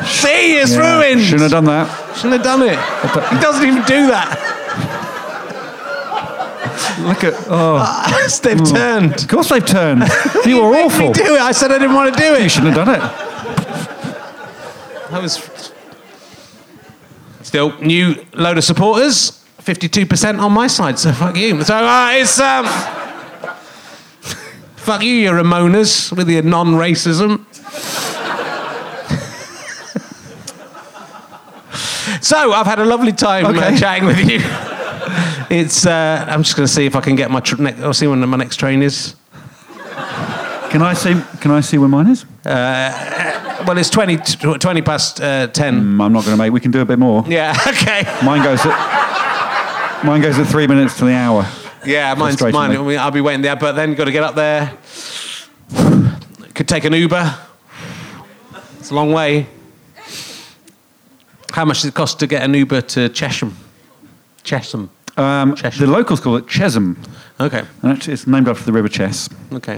Speaker 1: know. See, it's
Speaker 2: Yeah,
Speaker 1: ruined.
Speaker 2: Shouldn't have done that.
Speaker 1: Shouldn't have done it. He doesn't even do that.
Speaker 2: Look at. Oh,
Speaker 1: [laughs] They've turned.
Speaker 2: of course they've
Speaker 1: [laughs]
Speaker 2: turned. You
Speaker 1: You
Speaker 2: were
Speaker 1: made me
Speaker 2: awful.
Speaker 1: do it. I said I didn't want to do
Speaker 2: You
Speaker 1: it.
Speaker 2: shouldn't have done it.
Speaker 1: I was still new load of supporters. Fifty-two percent on my side. So fuck you. So uh, it's um. [laughs] fuck you, you Ramonas, with your non-racism. [laughs] so I've had a lovely time uh,
Speaker 2: Okay.
Speaker 1: chatting with you. It's. Uh, I'm just going to see if I can get my. Tr- ne- I'll see when my next train is.
Speaker 2: Can I see? Can I see where mine is?
Speaker 1: Well, it's 20, t- 20 past uh, 10.
Speaker 2: Mm, I'm not going to make. We can do a bit more.
Speaker 1: Yeah, [laughs] okay.
Speaker 2: Mine goes at. Mine goes at three minutes to the hour.
Speaker 1: Yeah, mine's
Speaker 2: Frustratingly.
Speaker 1: mine. I mean, I'll be waiting there, but then you've got to get up there. Could take an Uber. It's a long way. How much does it cost to get an Uber to Chesham? Chesham.
Speaker 2: Um,
Speaker 1: Cheshire.
Speaker 2: the locals call it Chesham.
Speaker 1: Okay,
Speaker 2: And actually, it's named after the River Chess.
Speaker 1: okay.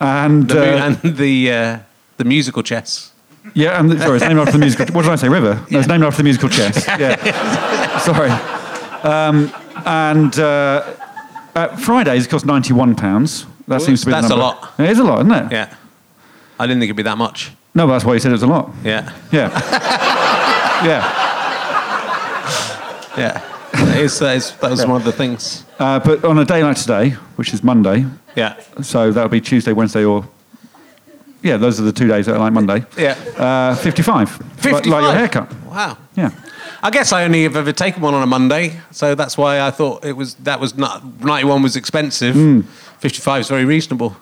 Speaker 2: And,
Speaker 1: The,
Speaker 2: uh,
Speaker 1: mu- and the, uh, the musical chess.
Speaker 2: yeah, and sorry, it's named after the musical. What did I say? River? No, it's named after the musical Chess. Yeah,
Speaker 1: [laughs]
Speaker 2: sorry. Um, and uh, uh, Fridays cost ninety-one pounds. That seems to be
Speaker 1: that's a
Speaker 2: the number.
Speaker 1: lot.
Speaker 2: It is a lot, isn't it?
Speaker 1: Yeah. I didn't think it'd be that much.
Speaker 2: No, but that's why you said it was a lot.
Speaker 1: Yeah, [laughs]
Speaker 2: Yeah. yeah.
Speaker 1: yeah. That is, that, is, that was one of the things.
Speaker 2: Uh, but on a day like today, which is Monday,
Speaker 1: Yeah.
Speaker 2: so that would be Tuesday, Wednesday, or yeah, those are the two days that are like Monday.
Speaker 1: Yeah.
Speaker 2: Uh, Fifty-five. 55. Like, like your
Speaker 1: 55?
Speaker 2: haircut.
Speaker 1: Wow.
Speaker 2: Yeah.
Speaker 1: I guess I only have ever taken one on a Monday, so that's why I thought it was that was not, 91 was expensive.
Speaker 2: Hmm.
Speaker 1: 55 is very reasonable.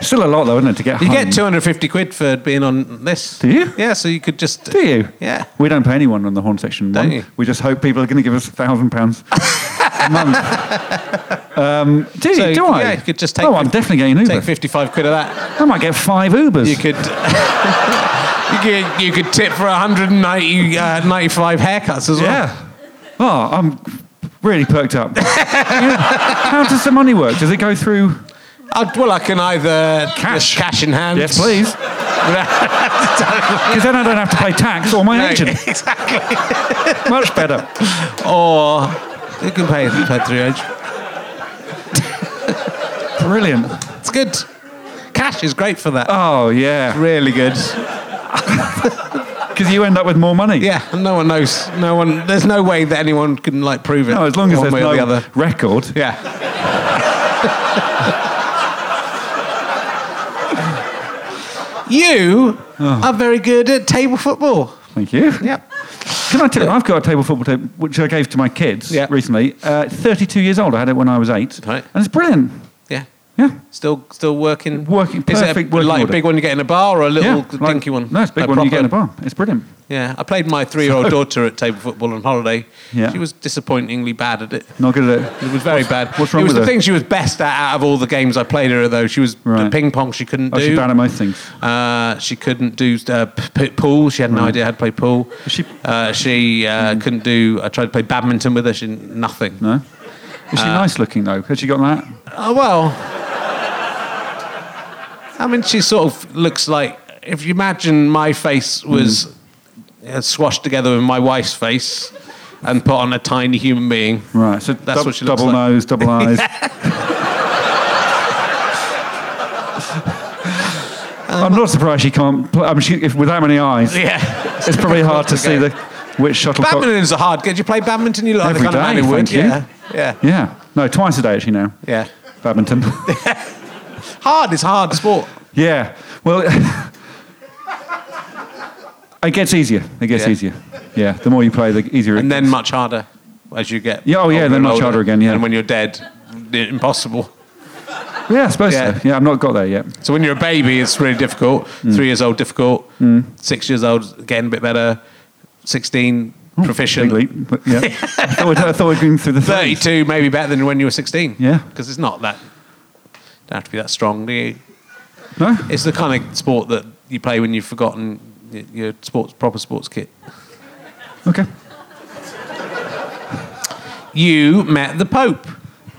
Speaker 2: Still a lot though, isn't it? To get
Speaker 1: You
Speaker 2: home.
Speaker 1: get 250 quid for being on this.
Speaker 2: Do you?
Speaker 1: Yeah, so you could just.
Speaker 2: Do you?
Speaker 1: Yeah.
Speaker 2: We don't pay anyone on the horn section.
Speaker 1: Don't
Speaker 2: one.
Speaker 1: you?
Speaker 2: We just hope people are going to give us thousand pounds
Speaker 1: [laughs]
Speaker 2: a month. Um, do you?
Speaker 1: So,
Speaker 2: do I?
Speaker 1: yeah, you could just take
Speaker 2: Oh, I'm
Speaker 1: fif-
Speaker 2: definitely getting an Uber.
Speaker 1: Take 55 quid of that.
Speaker 2: I might get five Ubers.
Speaker 1: You could. [laughs] you could you could tip for 190 uh, 95 haircuts as well.
Speaker 2: yeah. Oh, I'm really perked
Speaker 1: [laughs]
Speaker 2: up. Yeah. How does the money work? Does it go through?
Speaker 1: I'd, Uh, well, I can either
Speaker 2: Cash.
Speaker 1: just cash in hand. [laughs]
Speaker 2: Yes, please. Because then I don't have to pay tax or my
Speaker 1: No,
Speaker 2: agent.
Speaker 1: [laughs] exactly.
Speaker 2: Much better.
Speaker 1: Or you can pay, pay through agent.
Speaker 2: Brilliant.
Speaker 1: It's good. Cash is great for that.
Speaker 2: Oh yeah.
Speaker 1: Really good.
Speaker 2: Because you end up with more money.
Speaker 1: Yeah, and no one knows. No one. There's no way that anyone can like prove it.
Speaker 2: No, as long as
Speaker 1: one
Speaker 2: there's
Speaker 1: way or
Speaker 2: no
Speaker 1: the other.
Speaker 2: record.
Speaker 1: Yeah. [laughs] you
Speaker 2: Oh.
Speaker 1: are very good at table football.
Speaker 2: Thank you.
Speaker 1: Yep.
Speaker 2: Can I tell you, I've got a table football table which I gave to my kids
Speaker 1: Yeah.
Speaker 2: recently. Uh, 32 years old. I had it when I was eight.
Speaker 1: Right.
Speaker 2: And it's brilliant.
Speaker 1: Yeah.
Speaker 2: Yeah.
Speaker 1: Still, still working.
Speaker 2: Working-
Speaker 1: Is it a,
Speaker 2: perfect working
Speaker 1: like a
Speaker 2: order.
Speaker 1: big one you get in a bar or a little
Speaker 2: yeah. like-
Speaker 1: dinky one?
Speaker 2: No, it's a big
Speaker 1: Like
Speaker 2: one you get in a
Speaker 1: proper-
Speaker 2: bar. It's brilliant.
Speaker 1: Yeah, I played my three-year-old daughter at table football on holiday.
Speaker 2: Yeah.
Speaker 1: She was disappointingly bad at it.
Speaker 2: Not good at it.
Speaker 1: It was very bad.
Speaker 2: what's wrong
Speaker 1: it was the
Speaker 2: with her?
Speaker 1: thing she was best at out of all the games I played her. Though she was
Speaker 2: Right.
Speaker 1: the ping pong she couldn't
Speaker 2: Oh,
Speaker 1: do.
Speaker 2: she's bad at most things.
Speaker 1: Uh, she couldn't do uh, p- p- pool. She had no idea how to play pool.
Speaker 2: She- Hmm.
Speaker 1: uh, she uh, couldn't do. I tried to play badminton with her. She didn't- nothing.
Speaker 2: No? Is she
Speaker 1: Uh,
Speaker 2: nice looking, though? Has she got that?
Speaker 1: Oh well. I mean, she sort of looks like if you imagine my face was
Speaker 2: Hmm.
Speaker 1: uh, swashed together with my wife's face and put on a tiny human being.
Speaker 2: Right. So
Speaker 1: That's
Speaker 2: dou-
Speaker 1: what she looks
Speaker 2: double
Speaker 1: like.
Speaker 2: nose, double eyes. I'm not surprised she can't. Pl- I mean, she, if, with that many eyes,
Speaker 1: [laughs] Um, Yeah.
Speaker 2: it's probably hard to see the which shuttlecock.
Speaker 1: Badminton's a hard. Did you play badminton? You look like the
Speaker 2: Every
Speaker 1: kind of man
Speaker 2: day,
Speaker 1: who would.
Speaker 2: thank you.
Speaker 1: Yeah. Yeah.
Speaker 2: Yeah. No, twice a day actually now.
Speaker 1: Yeah.
Speaker 2: Badminton.
Speaker 1: [laughs] Hard is hard sport.
Speaker 2: yeah. Well, [laughs] it gets easier. It gets
Speaker 1: Yeah.
Speaker 2: easier. Yeah. The more you play, the easier. it
Speaker 1: And then
Speaker 2: gets.
Speaker 1: much harder as you get.
Speaker 2: Yeah, oh, yeah,
Speaker 1: older
Speaker 2: then
Speaker 1: and
Speaker 2: much
Speaker 1: older.
Speaker 2: harder again, yeah.
Speaker 1: And when you're dead, impossible.
Speaker 2: yeah, I suppose
Speaker 1: Yeah.
Speaker 2: so. Yeah, I've not got there yet.
Speaker 1: So when you're a baby, it's really difficult.
Speaker 2: Mm.
Speaker 1: Three years old, difficult. Six years old, getting a bit better. 16, proficient.
Speaker 2: Big leap, but
Speaker 1: [laughs]
Speaker 2: yeah. I thought, we'd- I thought we'd been through the 30s.
Speaker 1: 32, maybe better than when you were 16.
Speaker 2: Yeah.
Speaker 1: Because it's not that. Don't have to be that strong, do you?
Speaker 2: No?
Speaker 1: It's the kind of sport that you play when you've forgotten y- your sports proper sports kit.
Speaker 2: Okay.
Speaker 1: You met the Pope.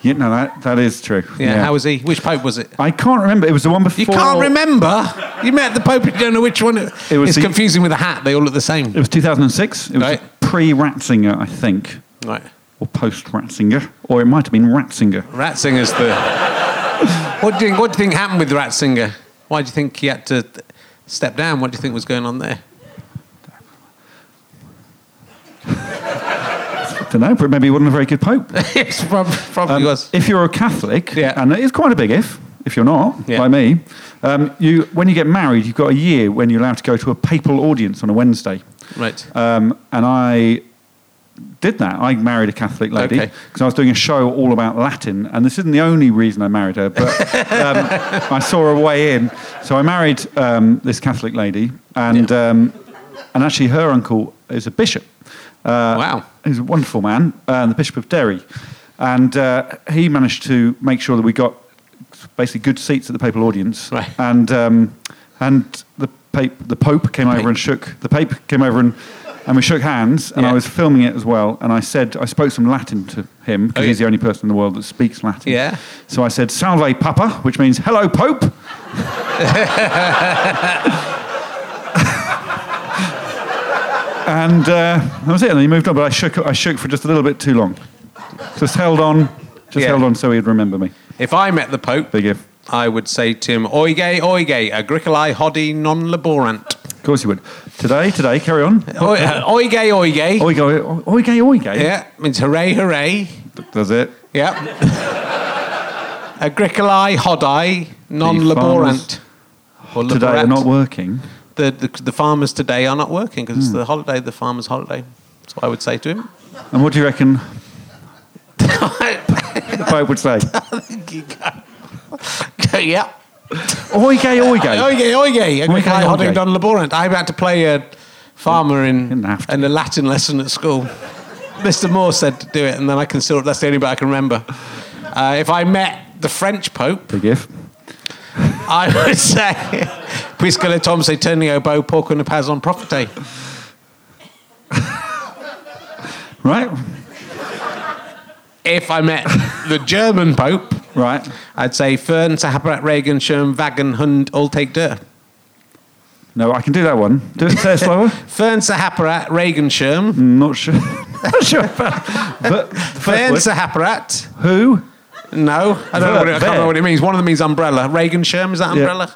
Speaker 2: Yeah, no, that, that is true.
Speaker 1: Yeah, How was he? Which Pope was it?
Speaker 2: I can't remember. It was the one before.
Speaker 1: You can't remember. You met the Pope. You don't know which one. It,
Speaker 2: It was
Speaker 1: it's
Speaker 2: the-
Speaker 1: confusing with the hat. They all look the
Speaker 2: It
Speaker 1: same.
Speaker 2: was 2006. It was
Speaker 1: Right.
Speaker 2: pre Ratzinger, I think,
Speaker 1: Right.
Speaker 2: or post Ratzinger, or it might have been Ratzinger.
Speaker 1: Ratzinger's the. [laughs] what do you What do you think happened with Ratzinger? Why do you think he had to th- step down? What do you think was going on there? [laughs]
Speaker 2: I don't know, but maybe he wasn't a very good
Speaker 1: [laughs]
Speaker 2: pope.
Speaker 1: it's prob- probably
Speaker 2: Um,
Speaker 1: was.
Speaker 2: If you're a Catholic,
Speaker 1: Yeah.
Speaker 2: and it's quite a big if, if you're not,
Speaker 1: Yeah.
Speaker 2: like me, um, you, when you get married, you've got a year when you're allowed to go to a papal audience on a Wednesday.
Speaker 1: Right.
Speaker 2: Um, and I did that. I married a Catholic lady
Speaker 1: Okay.
Speaker 2: because I was doing a show all about Latin, and this isn't the only reason I married her, but um, I saw a way in. So I married um, this Catholic lady, and um, and actually her uncle is a bishop. Uh,
Speaker 1: Wow.
Speaker 2: he's a wonderful man, uh, the Bishop of Derry, and uh, he managed to make sure that we got basically good seats at the papal audience,
Speaker 1: Right.
Speaker 2: and um, and the Pope, the Pope came
Speaker 1: Pope.
Speaker 2: over and shook. The Pope came over and, and we shook hands. And
Speaker 1: Yeah.
Speaker 2: I was filming it as well. And I said I spoke some Latin to him because
Speaker 1: Oh, yeah.
Speaker 2: he's the only person in the world that speaks Latin.
Speaker 1: Yeah.
Speaker 2: So I said "Salve Papa," which means "Hello Pope." and uh, that was it. And then he moved on. But I shook. I shook for just a little bit too long. Just held on. Just
Speaker 1: Yeah.
Speaker 2: held on so he'd remember me.
Speaker 1: if I met the Pope,
Speaker 2: Big if.
Speaker 1: I would say to him, "Oige, oige, agricolae hodi non laborant."
Speaker 2: Of course he would. Today, today, carry on.
Speaker 1: Oi- uh, Oige, oige.
Speaker 2: Oh, Oige, oige, oige.
Speaker 1: Yeah, means hooray, hooray.
Speaker 2: That's it.
Speaker 1: Yeah. Agricolae hodi non
Speaker 2: farmers
Speaker 1: laborant. Or
Speaker 2: Today they're
Speaker 1: laborant.
Speaker 2: not working.
Speaker 1: the, the, the farmers today are not working because it's
Speaker 2: Hmm.
Speaker 1: the holiday, the farmer's holiday. That's what I would say to him. [laughs]
Speaker 2: And what do you reckon the Pope would say?
Speaker 1: [laughs] yeah.
Speaker 2: Oige, oige.
Speaker 1: Oige, oige, agricolae
Speaker 2: oige.
Speaker 1: hodi non laborant. I had to play a farmer in,
Speaker 2: Didn't have to.
Speaker 1: in a Latin lesson at school. [laughs] Mr. Moore said to do it, and then I can still, that's the only bit I can remember. Uh, if I met the French Pope,
Speaker 2: Big if.
Speaker 1: I would say, puisque le tom se tourne au beau, pourquoi ne pas en profiter?
Speaker 2: Right?
Speaker 1: If I met the German Pope,
Speaker 2: Right.
Speaker 1: I'd say, Fern, Sahabrat, Reagan, Schirm, Wagen, Hund, all take dir.
Speaker 2: No, I can do that one. Do it, say it slower.
Speaker 1: Fern, Sahabrat, Reagan, Schirm.
Speaker 2: Not sure. [laughs] Not sure about but the first
Speaker 1: Fern,
Speaker 2: word.
Speaker 1: Sahabrat.
Speaker 2: Who?
Speaker 1: No, I don't know what it, I can't
Speaker 2: Ver.
Speaker 1: remember what it means. One of them means umbrella. Reagan, Schirm, is that
Speaker 2: Yeah.
Speaker 1: umbrella?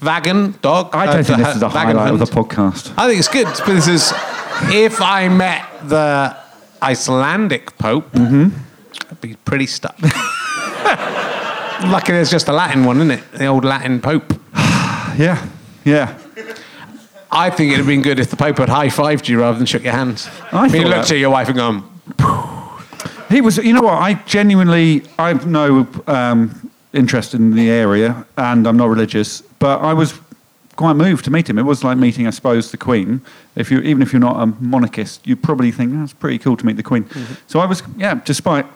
Speaker 1: Wagen, dog.
Speaker 2: I
Speaker 1: uh,
Speaker 2: don't think this is a
Speaker 1: Wagen,
Speaker 2: highlight of
Speaker 1: Hund.
Speaker 2: the podcast.
Speaker 1: I think it's good. But this is, if I met the Icelandic Pope, I'd be pretty stuck. [laughs] Lucky there's just a Latin one, isn't it? The old Latin Pope.
Speaker 2: Yeah. Yeah.
Speaker 1: I think it'd have been good if the Pope had high fived you rather than shook your hands.
Speaker 2: I
Speaker 1: he
Speaker 2: thought
Speaker 1: looked
Speaker 2: that-
Speaker 1: at your wife and gone,
Speaker 2: He was, you know what? I genuinely, I've no um, interest in the area, and I'm not religious, but I was quite moved to meet him. It was like meeting, I suppose, the Queen. If you, even if you're not a monarchist, you probably think that's pretty cool to meet the Queen. So I was, yeah, despite.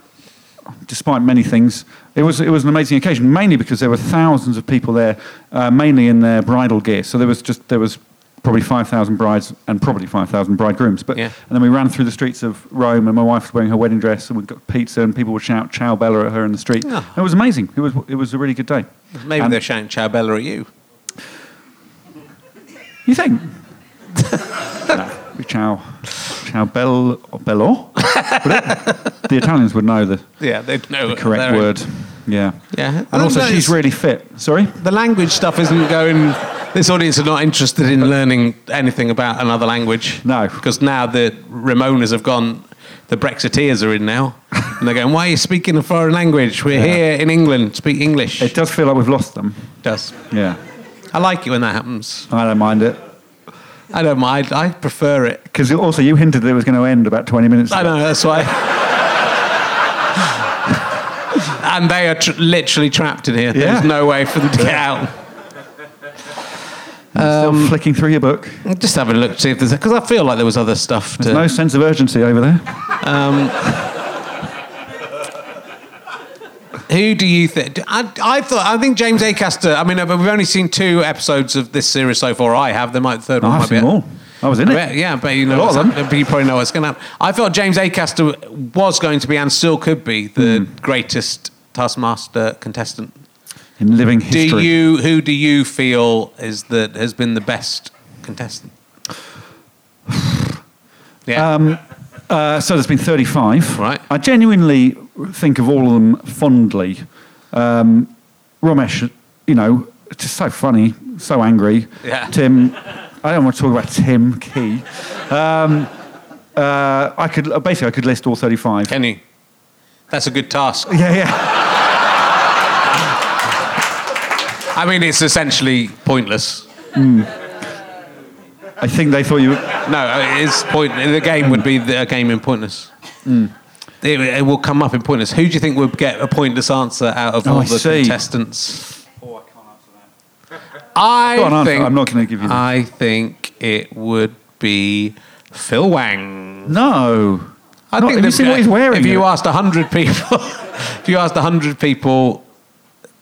Speaker 2: Despite many things, it was it was an amazing occasion. Mainly because there were thousands of people there, uh, mainly in their bridal gear. So there was just there was probably five thousand brides and probably five thousand bridegrooms. But
Speaker 1: Yeah.
Speaker 2: and then we ran through the streets of Rome, and my wife was wearing her wedding dress, and we got pizza, and people would shout "Ciao Bella" at her in the street.
Speaker 1: Oh.
Speaker 2: It was amazing. It was it was a really good day.
Speaker 1: maybe
Speaker 2: And-
Speaker 1: they're shouting Ciao Bella at you.
Speaker 2: You think? [laughs] no, we ciao, ciao Bell Bello. Would it? the Italians would know the
Speaker 1: Yeah, they know the
Speaker 2: correct word. Yeah.
Speaker 1: Yeah.
Speaker 2: And also,
Speaker 1: No, it's-
Speaker 2: she's really fit. Sorry.
Speaker 1: The language stuff isn't going. This audience are not interested in learning anything about another language.
Speaker 2: No.
Speaker 1: Because now the Ramonas have gone, the Brexiteers are in now. And they're going, why are you speaking a foreign language? We're
Speaker 2: Yeah.
Speaker 1: here in England, speak English.
Speaker 2: It does feel like we've lost them.
Speaker 1: does.
Speaker 2: Yeah.
Speaker 1: I like it when that happens.
Speaker 2: I don't mind it
Speaker 1: I don't mind. I prefer it.
Speaker 2: because also you hinted that it was going to end about twenty minutes.
Speaker 1: I
Speaker 2: ago.
Speaker 1: know, that's why. [laughs] and they are tr- literally trapped in here. There's
Speaker 2: Yeah.
Speaker 1: no way for them to get out.
Speaker 2: Still flicking through your book.
Speaker 1: Just have a look, see if there's. Because I feel like there was other stuff to.
Speaker 2: There's no sense of urgency over there.
Speaker 1: Who do you think? I, I thought. I think James Acaster. I mean, uh, but we've only seen two episodes of this series so far. I have. There might the third one
Speaker 2: I've
Speaker 1: might be.
Speaker 2: seen
Speaker 1: out.
Speaker 2: more. I was in it.
Speaker 1: Yeah, yeah, but you know,
Speaker 2: A lot of
Speaker 1: what's
Speaker 2: them.
Speaker 1: happening, but you probably know what's going to happen. I felt James Acaster was going to be and still could be the
Speaker 2: Hmm.
Speaker 1: greatest Taskmaster contestant.
Speaker 2: In living history.
Speaker 1: Do you? Who do you feel is that has been the best contestant? [sighs] Yeah,
Speaker 2: Uh, so there's been 35.
Speaker 1: Right.
Speaker 2: I genuinely think of all of them fondly. Um, Ramesh, you know, just so funny, so angry.
Speaker 1: Yeah.
Speaker 2: Tim, I don't want to talk about Tim Key. Um, uh, I could basically I could list all 35.
Speaker 1: can you? That's a good task.
Speaker 2: Yeah, yeah.
Speaker 1: I mean, it's essentially pointless.
Speaker 2: I think they thought you. Were,
Speaker 1: No, uh, it's point. The game would be the, a game in pointless.
Speaker 2: Hmm.
Speaker 1: It, it will come up in pointless. Who do you think would get a pointless answer out of
Speaker 2: Oh,
Speaker 1: all
Speaker 2: I
Speaker 1: the
Speaker 2: see.
Speaker 1: contestants? I
Speaker 2: Go on, answer.
Speaker 1: think
Speaker 2: I'm not gonna give you that.
Speaker 1: I think it would be Phil Wang.
Speaker 2: no.
Speaker 1: I
Speaker 2: Not-
Speaker 1: think
Speaker 2: have you
Speaker 1: that-
Speaker 2: seen what he's wearing?
Speaker 1: If you asked hundred people, [laughs] if you asked hundred people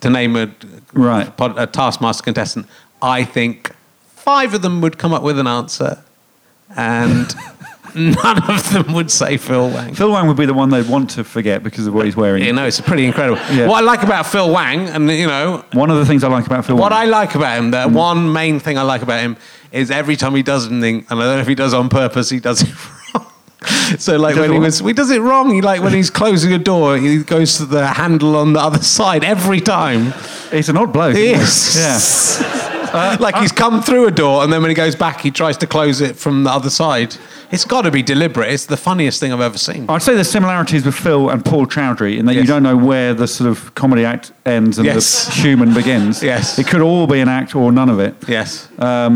Speaker 1: to name a
Speaker 2: Right.
Speaker 1: pod- a taskmaster contestant, I think five of them would come up with an answer, and [laughs] none of them would say Phil Wang.
Speaker 2: Phil Wang would be the one they'd want to forget because of what he's wearing.
Speaker 1: You know, it's pretty incredible.
Speaker 2: Yeah.
Speaker 1: What I like about Phil Wang, and you know,
Speaker 2: One of the things I like about Phil
Speaker 1: what
Speaker 2: Wang.
Speaker 1: I like about him, the one main thing I like about him is every time he does something, and I don't know if he does on purpose, he does it [laughs] wrong. So like
Speaker 2: He does
Speaker 1: when he
Speaker 2: what?
Speaker 1: was, he does it wrong. He like when he's closing a door, he goes to the handle on the other side every time.
Speaker 2: He's an odd bloke.
Speaker 1: He
Speaker 2: isn't
Speaker 1: is.
Speaker 2: Yeah.
Speaker 1: [laughs]
Speaker 2: Uh,
Speaker 1: like he's come through a door, and then when he goes back, he tries to close it from the other side. It's got to be deliberate. It's the funniest thing I've ever seen.
Speaker 2: I'd say there's similarities with Phil and Paul Chowdhury in that you
Speaker 1: Yes.
Speaker 2: don't know where the sort of comedy act ends and
Speaker 1: Yes.
Speaker 2: the [laughs] human begins.
Speaker 1: Yes.
Speaker 2: It could all be an act or none of it.
Speaker 1: Yes.
Speaker 2: Uh,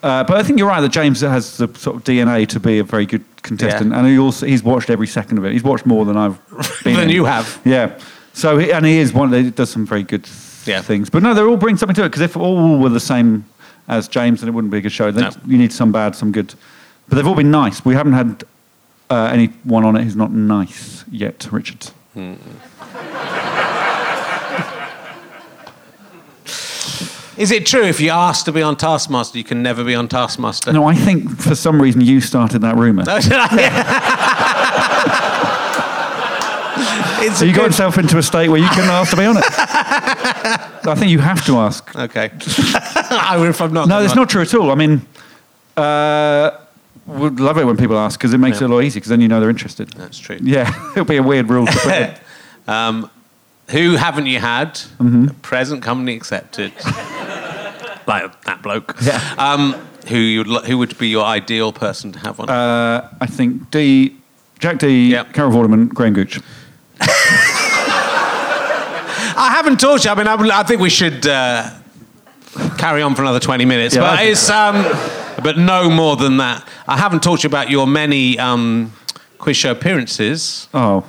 Speaker 2: but I think you're right that James has the sort of DNA to be a very good contestant,
Speaker 1: Yeah.
Speaker 2: and he also he's watched every second of it. He's watched more than I've
Speaker 1: [laughs]
Speaker 2: been
Speaker 1: Than
Speaker 2: in.
Speaker 1: you have.
Speaker 2: Yeah. So he, and he is one that does some very good
Speaker 1: Yeah.
Speaker 2: things. But no, they all bring something to it because if all were the same as James, then it wouldn't be a good show. Then
Speaker 1: No.
Speaker 2: You need some bad, some good. But they've all been nice. We haven't had uh, anyone on it who's not nice yet, Richard.
Speaker 1: Is it true if you ask to be on Taskmaster, you can never be on Taskmaster?
Speaker 2: No, I think for some reason you started that rumour.
Speaker 1: [laughs] it's
Speaker 2: So you
Speaker 1: a
Speaker 2: got
Speaker 1: good-
Speaker 2: yourself into a state where you couldn't ask to be
Speaker 1: [laughs]
Speaker 2: on it. I think you have to ask.
Speaker 1: Okay. I would if I'm not.
Speaker 2: [laughs] No,
Speaker 1: I'm
Speaker 2: that's not true at all. I mean, uh, would love it when people ask because it makes
Speaker 1: Yeah.
Speaker 2: it a lot easier because then you know they're interested.
Speaker 1: That's true.
Speaker 2: Yeah, [laughs] it'll be a weird rule to put in.
Speaker 1: Who haven't you had?
Speaker 2: Mm-hmm.
Speaker 1: Present company
Speaker 2: [laughs]
Speaker 1: accepted. like that bloke.
Speaker 2: Yeah.
Speaker 1: Um, who you'd lo- who would be your ideal person to have on?
Speaker 2: Uh, I think D, Jack D,
Speaker 1: Yep.
Speaker 2: Carol Vorderman, Graham Gooch.
Speaker 1: I haven't talked to you. I mean, I, would- I think we should uh, carry on for another 20 minutes,
Speaker 2: Yeah, I
Speaker 1: but
Speaker 2: think
Speaker 1: it's um, but no more than that. I haven't talked to you about your many um, quiz show appearances
Speaker 2: Oh,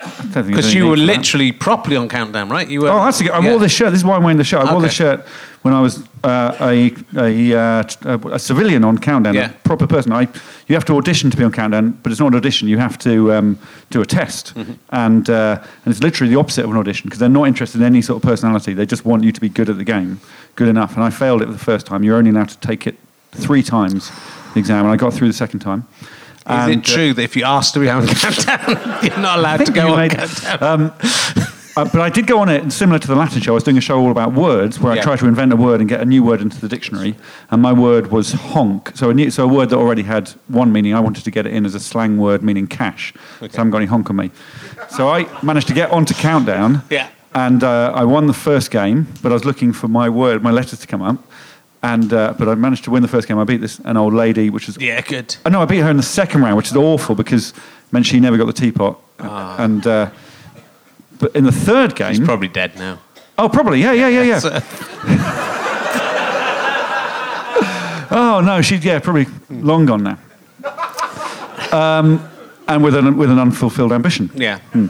Speaker 2: I don't think there's
Speaker 1: because
Speaker 2: any
Speaker 1: you
Speaker 2: need
Speaker 1: were
Speaker 2: for that.
Speaker 1: literally properly on countdown, right? You were.
Speaker 2: Oh, that's a good. I wore
Speaker 1: yeah.
Speaker 2: this shirt. This is why I'm wearing the shirt. I wore
Speaker 1: Okay.
Speaker 2: the shirt when I was uh, a, a, uh, t- a a civilian on Countdown,
Speaker 1: Yeah.
Speaker 2: a proper person. I you have to audition to be on Countdown, but it's not an audition. You have to um, do a test,
Speaker 1: Mm-hmm.
Speaker 2: and uh, and it's literally the opposite of an audition because they're not interested in any sort of personality. They just want you to be good at the game, good enough. And I failed it the first time. You're only allowed to take it three times, the exam, and I got through the second time.
Speaker 1: Is
Speaker 2: And,
Speaker 1: it
Speaker 2: uh,
Speaker 1: true that if you asked to be on [laughs] countdown, you're not
Speaker 2: I
Speaker 1: allowed to
Speaker 2: think you
Speaker 1: go on
Speaker 2: made-
Speaker 1: countdown?
Speaker 2: [laughs] um, uh, but I did go on it, and similar to the Latin show, I was doing a show all about words where
Speaker 1: Yeah.
Speaker 2: I tried to invent a word and get a new word into the dictionary. And my word was honk. So a, new, so a word that already had one meaning, I wanted to get it in as a slang word meaning cash. So I haven't got any honk on me. So I managed to get onto Countdown.
Speaker 1: Yeah.
Speaker 2: And uh, I won the first game, but I was looking for my word, my letters to come up. And, uh, but I managed to win the first game. I beat this an old lady, which is
Speaker 1: Yeah, good.
Speaker 2: Oh, no, I beat her in the second round, which is awful because it meant she never got the teapot. And uh, but in the third game,
Speaker 1: He's probably dead now.
Speaker 2: oh, probably, yeah, yeah, yeah, yeah.
Speaker 1: So-
Speaker 2: [laughs] oh no, she yeah, probably long gone now. Um, and with an with an unfulfilled ambition.
Speaker 1: yeah.
Speaker 2: Hmm.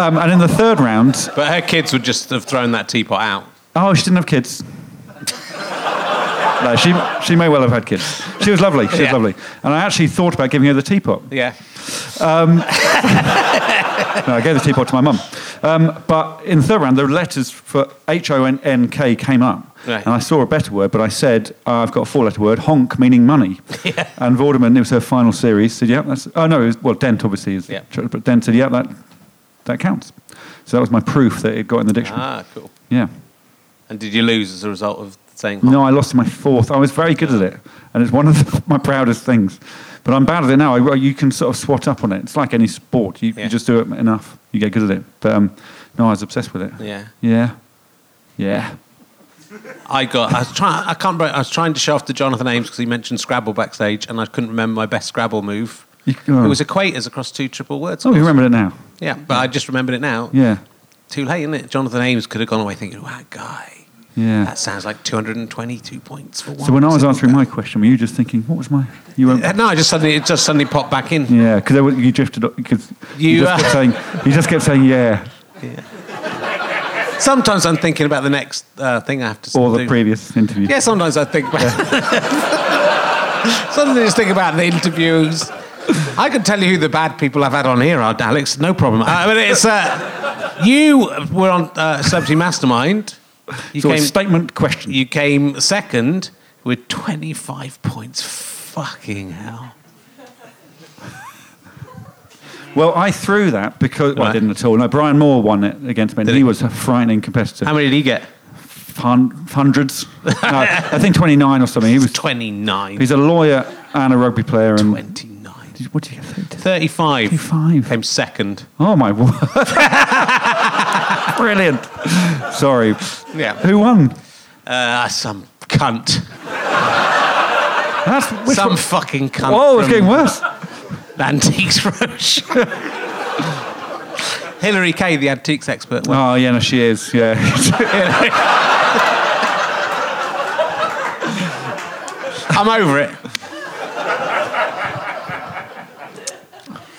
Speaker 2: Um, and in the third round,
Speaker 1: But her kids would just have thrown that teapot out.
Speaker 2: oh, she didn't have kids. No, she, she may well have had kids. She was lovely. She
Speaker 1: Yeah.
Speaker 2: was lovely. And I actually thought about giving her the teapot.
Speaker 1: Yeah.
Speaker 2: No, I gave the teapot to my mum. Um, but in the third round, the letters for H O N N K came up.
Speaker 1: Right.
Speaker 2: And I saw a better word, but I said, uh, I've got a four letter word, honk,
Speaker 1: [laughs]
Speaker 2: meaning money. And Vorderman, it was her final series, said, Yep, that's. Oh, no, it was, well, Dent obviously is.
Speaker 1: Yeah.
Speaker 2: But Dent said, Yep, that, that counts. So that was my proof that it got in the dictionary.
Speaker 1: Ah, cool.
Speaker 2: Yeah.
Speaker 1: And did you lose as a result of saying honk?
Speaker 2: No, I lost my fourth. I was very good at it, and it's one of the, [laughs] my proudest things. But I'm bad at it now. I, you can sort of swat up on it. It's like any sport. You,
Speaker 1: Yeah.
Speaker 2: you just do it enough, you get good at it. But um, no, I was obsessed with it.
Speaker 1: Yeah.
Speaker 2: Yeah. Yeah.
Speaker 1: I got. I was trying. I can't. remember- I was trying to show off to Jonathan Ames because he mentioned Scrabble backstage, and I couldn't remember my best Scrabble move.
Speaker 2: You- oh.
Speaker 1: It was equators across two triple words.
Speaker 2: Oh, you remembered it now.
Speaker 1: Yeah, but I just remembered it now.
Speaker 2: Yeah.
Speaker 1: Too late, isn't it? Jonathan Ames could have gone away thinking, "Wow, guy,
Speaker 2: Yeah.
Speaker 1: that sounds like 222 points for one."
Speaker 2: so when I was
Speaker 1: single
Speaker 2: answering my
Speaker 1: guy."
Speaker 2: question, were you just thinking, what was my?
Speaker 1: [laughs]
Speaker 2: You weren't.
Speaker 1: Uh, no, I just suddenly it just suddenly popped back in.
Speaker 2: Yeah, because you drifted because you,
Speaker 1: You,
Speaker 2: just
Speaker 1: uh,
Speaker 2: kept saying you just kept saying yeah
Speaker 1: Sometimes I'm thinking about the next uh, thing I have to
Speaker 2: or
Speaker 1: [laughs]
Speaker 2: the
Speaker 1: do.
Speaker 2: previous interview.
Speaker 1: Yeah, sometimes I think about. [laughs] sometimes I just think about the interviews. I could tell you who the bad people I've had on here are, Alex. No problem. I mean, it's uh, you were on uh, Celebrity Mastermind. You
Speaker 2: So it's
Speaker 1: came.
Speaker 2: statement question.
Speaker 1: you came second with 25 points. Fucking hell.
Speaker 2: Well, I threw that because well,
Speaker 1: Right.
Speaker 2: I didn't at all. No, Brian Moore won it against me. and
Speaker 1: Did
Speaker 2: he
Speaker 1: he?
Speaker 2: was a frightening competitor.
Speaker 1: How many did he get?
Speaker 2: Hun- hundreds? no, I think twenty nine or something. He was.
Speaker 1: 29.
Speaker 2: He's a lawyer and a rugby player. And
Speaker 1: 29.
Speaker 2: what did you get?
Speaker 1: 35.
Speaker 2: 35.
Speaker 1: Came second.
Speaker 2: Oh my word! [laughs] Brilliant. Sorry.
Speaker 1: Yeah.
Speaker 2: Who won?
Speaker 1: Uh, some cunt.
Speaker 2: That's which
Speaker 1: some
Speaker 2: one?
Speaker 1: fucking cunt.
Speaker 2: Whoa, it's
Speaker 1: from-
Speaker 2: getting worse.
Speaker 1: Antiques Roadshow. [laughs] Hilary Kay, the antiques expert. Well,
Speaker 2: Oh yeah, no, she is. Yeah.
Speaker 1: [laughs]
Speaker 2: [laughs]
Speaker 1: I'm over it.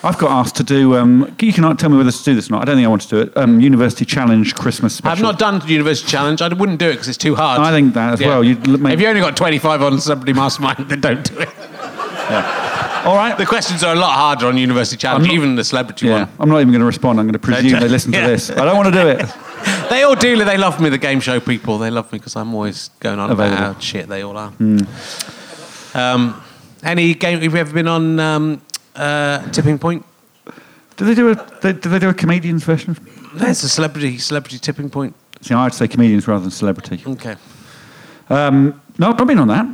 Speaker 2: I've got asked to do. Um, you cannot tell me whether to do this or not. I don't think I want to do it. Um, University Challenge Christmas special.
Speaker 1: I've not done the University Challenge. I wouldn't do it because it's too hard.
Speaker 2: I think that as well. You'd l- make-
Speaker 1: If you only got 25 on Celebrity Mastermind, [laughs] then don't do it.
Speaker 2: All right.
Speaker 1: The questions are a lot harder on University Challenge,
Speaker 2: I'm not-
Speaker 1: even the celebrity
Speaker 2: Yeah, I'm not even going to respond. I'm going to presume they listen to
Speaker 1: Yeah.
Speaker 2: this. I don't want to do it.
Speaker 1: one. They all do. They love me, the game show people. They love me because I'm always going on
Speaker 2: Available. Hmm.
Speaker 1: about how shit they all are. Um, any game? Have you ever been on um, uh, Tipping Point?
Speaker 2: Do they do a they, do they do a comedians version?
Speaker 1: There's a celebrity, celebrity Tipping Point.
Speaker 2: See, I'd say comedians rather than celebrity.
Speaker 1: Okay.
Speaker 2: Um, no, I've not been on that.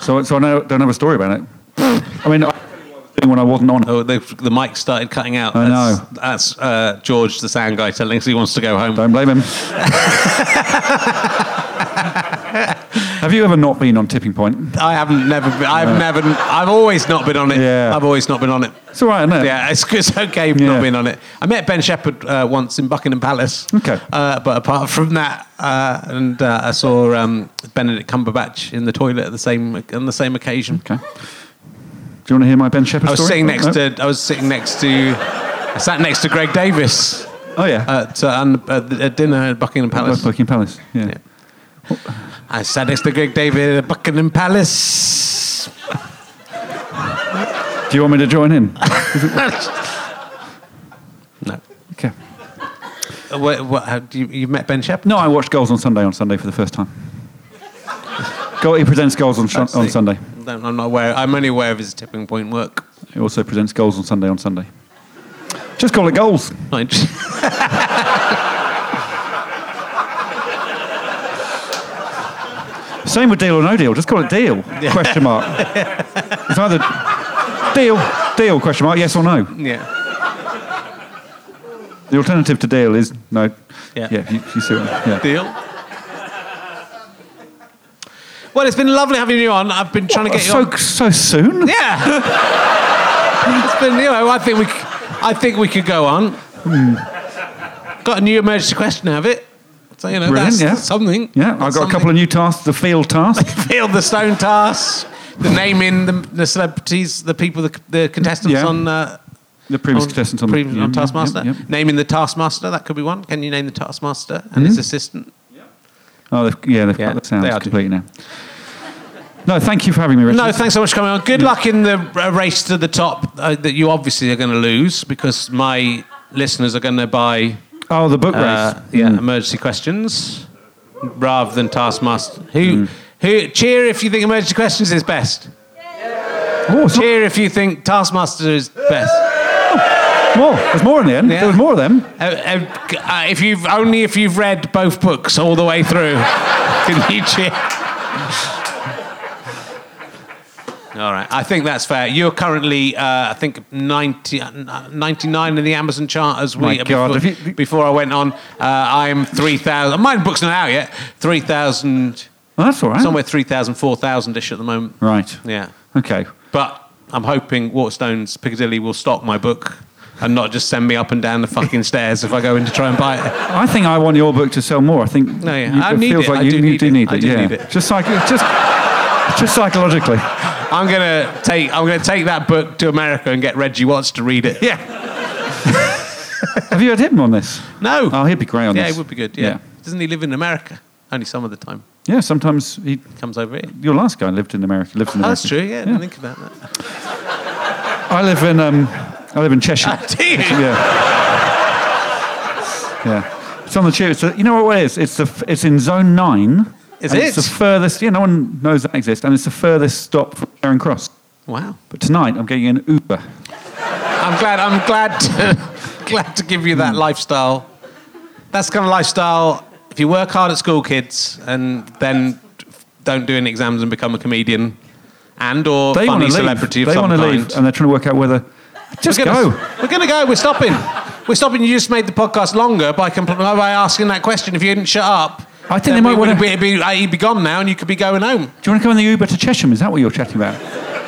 Speaker 2: So, so I know, don't have a story about it. I mean, I was doing when I wasn't on. it.
Speaker 1: Oh, the, the mic started cutting out.
Speaker 2: I
Speaker 1: that's,
Speaker 2: know.
Speaker 1: That's uh, George, the sound guy, telling us he wants to go home. [laughs]
Speaker 2: Don't blame him. have you ever not been on Tipping Point?
Speaker 1: I haven't never. Been, I've never. I've always not been on it.
Speaker 2: Yeah.
Speaker 1: I've always not been on it.
Speaker 2: It's all right, isn't it?
Speaker 1: Yeah, [laughs] it's, it's okay
Speaker 2: Yeah.
Speaker 1: not being on it. I met Ben Shepherd uh, once in Buckingham Palace.
Speaker 2: Okay.
Speaker 1: Uh, but apart from that, uh, and uh, I saw um, Benedict Cumberbatch in the toilet at the same on the same occasion.
Speaker 2: Okay. Do you want to hear my Ben Shepherd
Speaker 1: I was
Speaker 2: story? Oh,
Speaker 1: sitting next
Speaker 2: No?
Speaker 1: to. I was sitting next to. I sat next to Greg Davis
Speaker 2: Oh yeah.
Speaker 1: at, uh, un- at, the- at dinner at Buckingham Palace.
Speaker 2: Buckingham Palace. Yeah.
Speaker 1: Yeah. I sat next to Greg David at Buckingham Palace.
Speaker 2: Do you want me to
Speaker 1: [laughs]
Speaker 2: join in?
Speaker 1: no.
Speaker 2: okay.
Speaker 1: Uh, What, what, how, do you, you met Ben Shepherd?
Speaker 2: No, I watched Goals on Sunday on Sunday for the first time. Go, he presents Goals on, Sun- on Sunday.
Speaker 1: No, I'm not aware. I'm only aware of his tipping point work. [laughs]
Speaker 2: He also presents Goals on Sunday on Sunday. Just call it Goals.
Speaker 1: Not inter-
Speaker 2: Same with Deal or No Deal. Just call it Deal.
Speaker 1: [laughs]
Speaker 2: Question mark. It's either Deal, Deal, question mark, yes or no.
Speaker 1: [laughs] yeah.
Speaker 2: The alternative to Deal is no.
Speaker 1: Yeah.
Speaker 2: Yeah, you, you see what I mean. Yeah.
Speaker 1: Deal. Well, it's been lovely having you on. I've been trying to get you [laughs]
Speaker 2: So,
Speaker 1: on.
Speaker 2: so soon?
Speaker 1: Yeah. it's been, you know, I think we, c- I think we could go on.
Speaker 2: Hmm.
Speaker 1: Got a new emergency question out of it. So, you know,
Speaker 2: Brilliant,
Speaker 1: that's
Speaker 2: yeah.
Speaker 1: something.
Speaker 2: Yeah, I've got a couple of new tasks, the field task.
Speaker 1: Field the Stone task, the naming the, the celebrities, the people, the, the contestants
Speaker 2: Yeah.
Speaker 1: on. Uh,
Speaker 2: The previous
Speaker 1: on-
Speaker 2: contestants on,
Speaker 1: previous-
Speaker 2: the,
Speaker 1: on Taskmaster.
Speaker 2: Yep, Hmm? yep.
Speaker 1: Naming the Taskmaster, that could be one. Can you name the Taskmaster and his assistant?
Speaker 2: Oh, they've, yeah, they've
Speaker 1: Yeah,
Speaker 2: cut the sounds
Speaker 1: they are
Speaker 2: completely now. No, thank you for having me, Richard.
Speaker 1: No, thanks so much for coming on. Good luck in the uh, race to the top uh, that you obviously are going to lose because my listeners are going to buy
Speaker 2: oh, the book
Speaker 1: uh,
Speaker 2: race.
Speaker 1: yeah,
Speaker 2: Mm.
Speaker 1: emergency questions rather than taskmaster. Who, who cheer if you think emergency questions is best.
Speaker 2: Oh, it's not-
Speaker 1: Cheer if you think taskmaster is best.
Speaker 2: more. There's more in the end.
Speaker 1: Yeah.
Speaker 2: There was more of them.
Speaker 1: Uh, uh, g- uh, if you've only if you've read both books all the way through, [laughs] can you cheer? All right, I think that's fair. You're currently, uh, I think, 90, uh, 99 in the Amazon chart as we uh,
Speaker 2: My God,
Speaker 1: before,
Speaker 2: have you-
Speaker 1: before I went on. Uh, I'm three thousand. My book's not out yet. Three thousand,
Speaker 2: Well, Oh, that's all right.
Speaker 1: somewhere three thousand, four thousand ish at the moment.
Speaker 2: Right.
Speaker 1: Yeah,
Speaker 2: Okay.
Speaker 1: but I'm hoping Waterstones Piccadilly will stock my book and not just send me up and down the fucking [laughs] stairs if I go in to try and buy it.
Speaker 2: I think I want your book to sell more. I think
Speaker 1: No, yeah.
Speaker 2: you-
Speaker 1: I
Speaker 2: it
Speaker 1: need
Speaker 2: feels
Speaker 1: it.
Speaker 2: like
Speaker 1: I
Speaker 2: you,
Speaker 1: do
Speaker 2: you
Speaker 1: need
Speaker 2: do
Speaker 1: it.
Speaker 2: need
Speaker 1: I
Speaker 2: it.
Speaker 1: do
Speaker 2: yeah.
Speaker 1: need it.
Speaker 2: Just, psych- just, just psychologically.
Speaker 1: I'm gonna take I'm gonna take that book to America and get Reggie Watts to read it.
Speaker 2: Yeah. Have you had him on this?
Speaker 1: No.
Speaker 2: Oh, he'd be great on
Speaker 1: yeah,
Speaker 2: this.
Speaker 1: it would be good. Yeah.
Speaker 2: Yeah.
Speaker 1: Doesn't he live in America? Only some of the time.
Speaker 2: Yeah, sometimes he,
Speaker 1: Comes over here.
Speaker 2: your last guy lived in America. Lived in
Speaker 1: Oh,
Speaker 2: America.
Speaker 1: that's true. Yeah, I didn't think about that. [laughs]
Speaker 2: I live in um, I live
Speaker 1: [laughs]
Speaker 2: in Cheshire.
Speaker 1: Do you?
Speaker 2: [laughs] yeah. Yeah. It's on the tube. So you know what it is? It's the f- it's in zone nine.
Speaker 1: Is
Speaker 2: and
Speaker 1: it?
Speaker 2: It's the furthest. Yeah, no one knows that exists, and it's the furthest stop from Charing Cross.
Speaker 1: Wow.
Speaker 2: But tonight, I'm getting an Uber.
Speaker 1: I'm glad. I'm glad. To, [laughs] glad to give you that
Speaker 2: Hmm.
Speaker 1: lifestyle. That's the kind of lifestyle. If you work hard at school, kids, and then don't do any exams and become a comedian, and or
Speaker 2: They want
Speaker 1: funny
Speaker 2: to leave.
Speaker 1: celebrity
Speaker 2: They
Speaker 1: of some
Speaker 2: want to
Speaker 1: kind.
Speaker 2: leave, and they're trying to work out whether just
Speaker 1: we're
Speaker 2: go.
Speaker 1: gonna, We're gonna go. We're stopping. We're stopping. You just made the podcast longer by compl- by asking that question. If you didn't shut up,
Speaker 2: I
Speaker 1: then
Speaker 2: think they might
Speaker 1: we would
Speaker 2: wanna-
Speaker 1: be, be, uh, he'd be gone now, and you could be going home.
Speaker 2: Do you want to come in the Uber to Chesham? Is that what you're chatting about?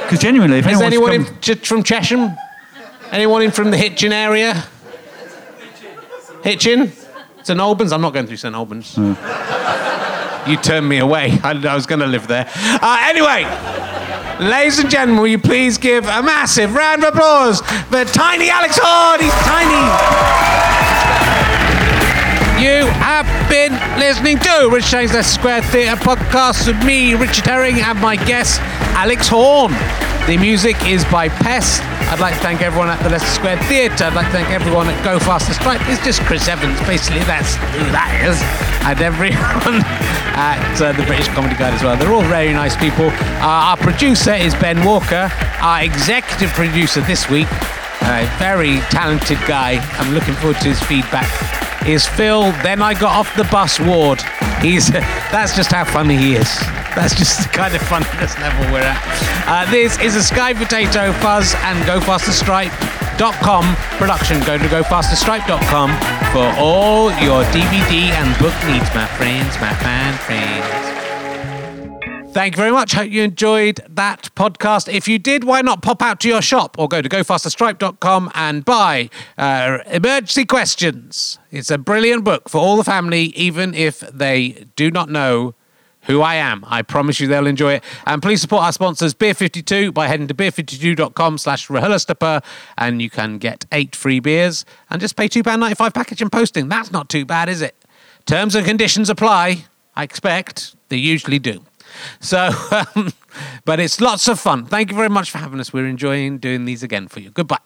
Speaker 2: Because genuinely, if
Speaker 1: Is
Speaker 2: anyone
Speaker 1: anyone
Speaker 2: wants to
Speaker 1: in,
Speaker 2: come,
Speaker 1: j- from Chesham? Anyone in from the Hitchin area? Hitchin? St Albans? I'm not going through St Albans. You turned me away. I, I was going to live there. Uh, anyway, ladies and gentlemen, will you please give a massive round of applause for Tiny Alex Horn? He's tiny. You have been listening to Richard Shane's Leicester Square Theatre podcast with me, Richard Herring, and my guest, Alex Horn. The music is by Pest. I'd like to thank everyone at the Leicester Square Theatre. I'd like to thank everyone at Go Faster Stripe. It's just Chris Evans, basically. That's who that is. And everyone [laughs] at uh, the British Comedy Guide as well. They're all very nice people. Uh, our producer is Ben Walker. Our executive producer this week, a very talented guy. I'm looking forward to his feedback is Phil. Then I got off the bus ward. He's [laughs] that's just how funny he is. That's just the kind of funniness level we're at. Uh, this is a Sky Potato Fuzz and GoFasterStripe.com production. Go to GoFasterStripe.com for all your DVD and book needs, my friends, my fan friends. Thank you very much. Hope you enjoyed that podcast. If you did, why not pop out to your shop or go to gofasterstripe.com and buy uh, Emergency Questions? It's a brilliant book for all the family, even if they do not know who I am. I promise you they'll enjoy it. And please support our sponsors, Beer 52, by heading to beer52.com slash Rahulastapa, and you can get eight free beers and just pay £2.95 package and posting. That's not too bad, is it? Terms and conditions apply. I expect they usually do. So, [laughs] um, but it's lots of fun. Thank you very much for having us. We're enjoying doing these again for you. Goodbye.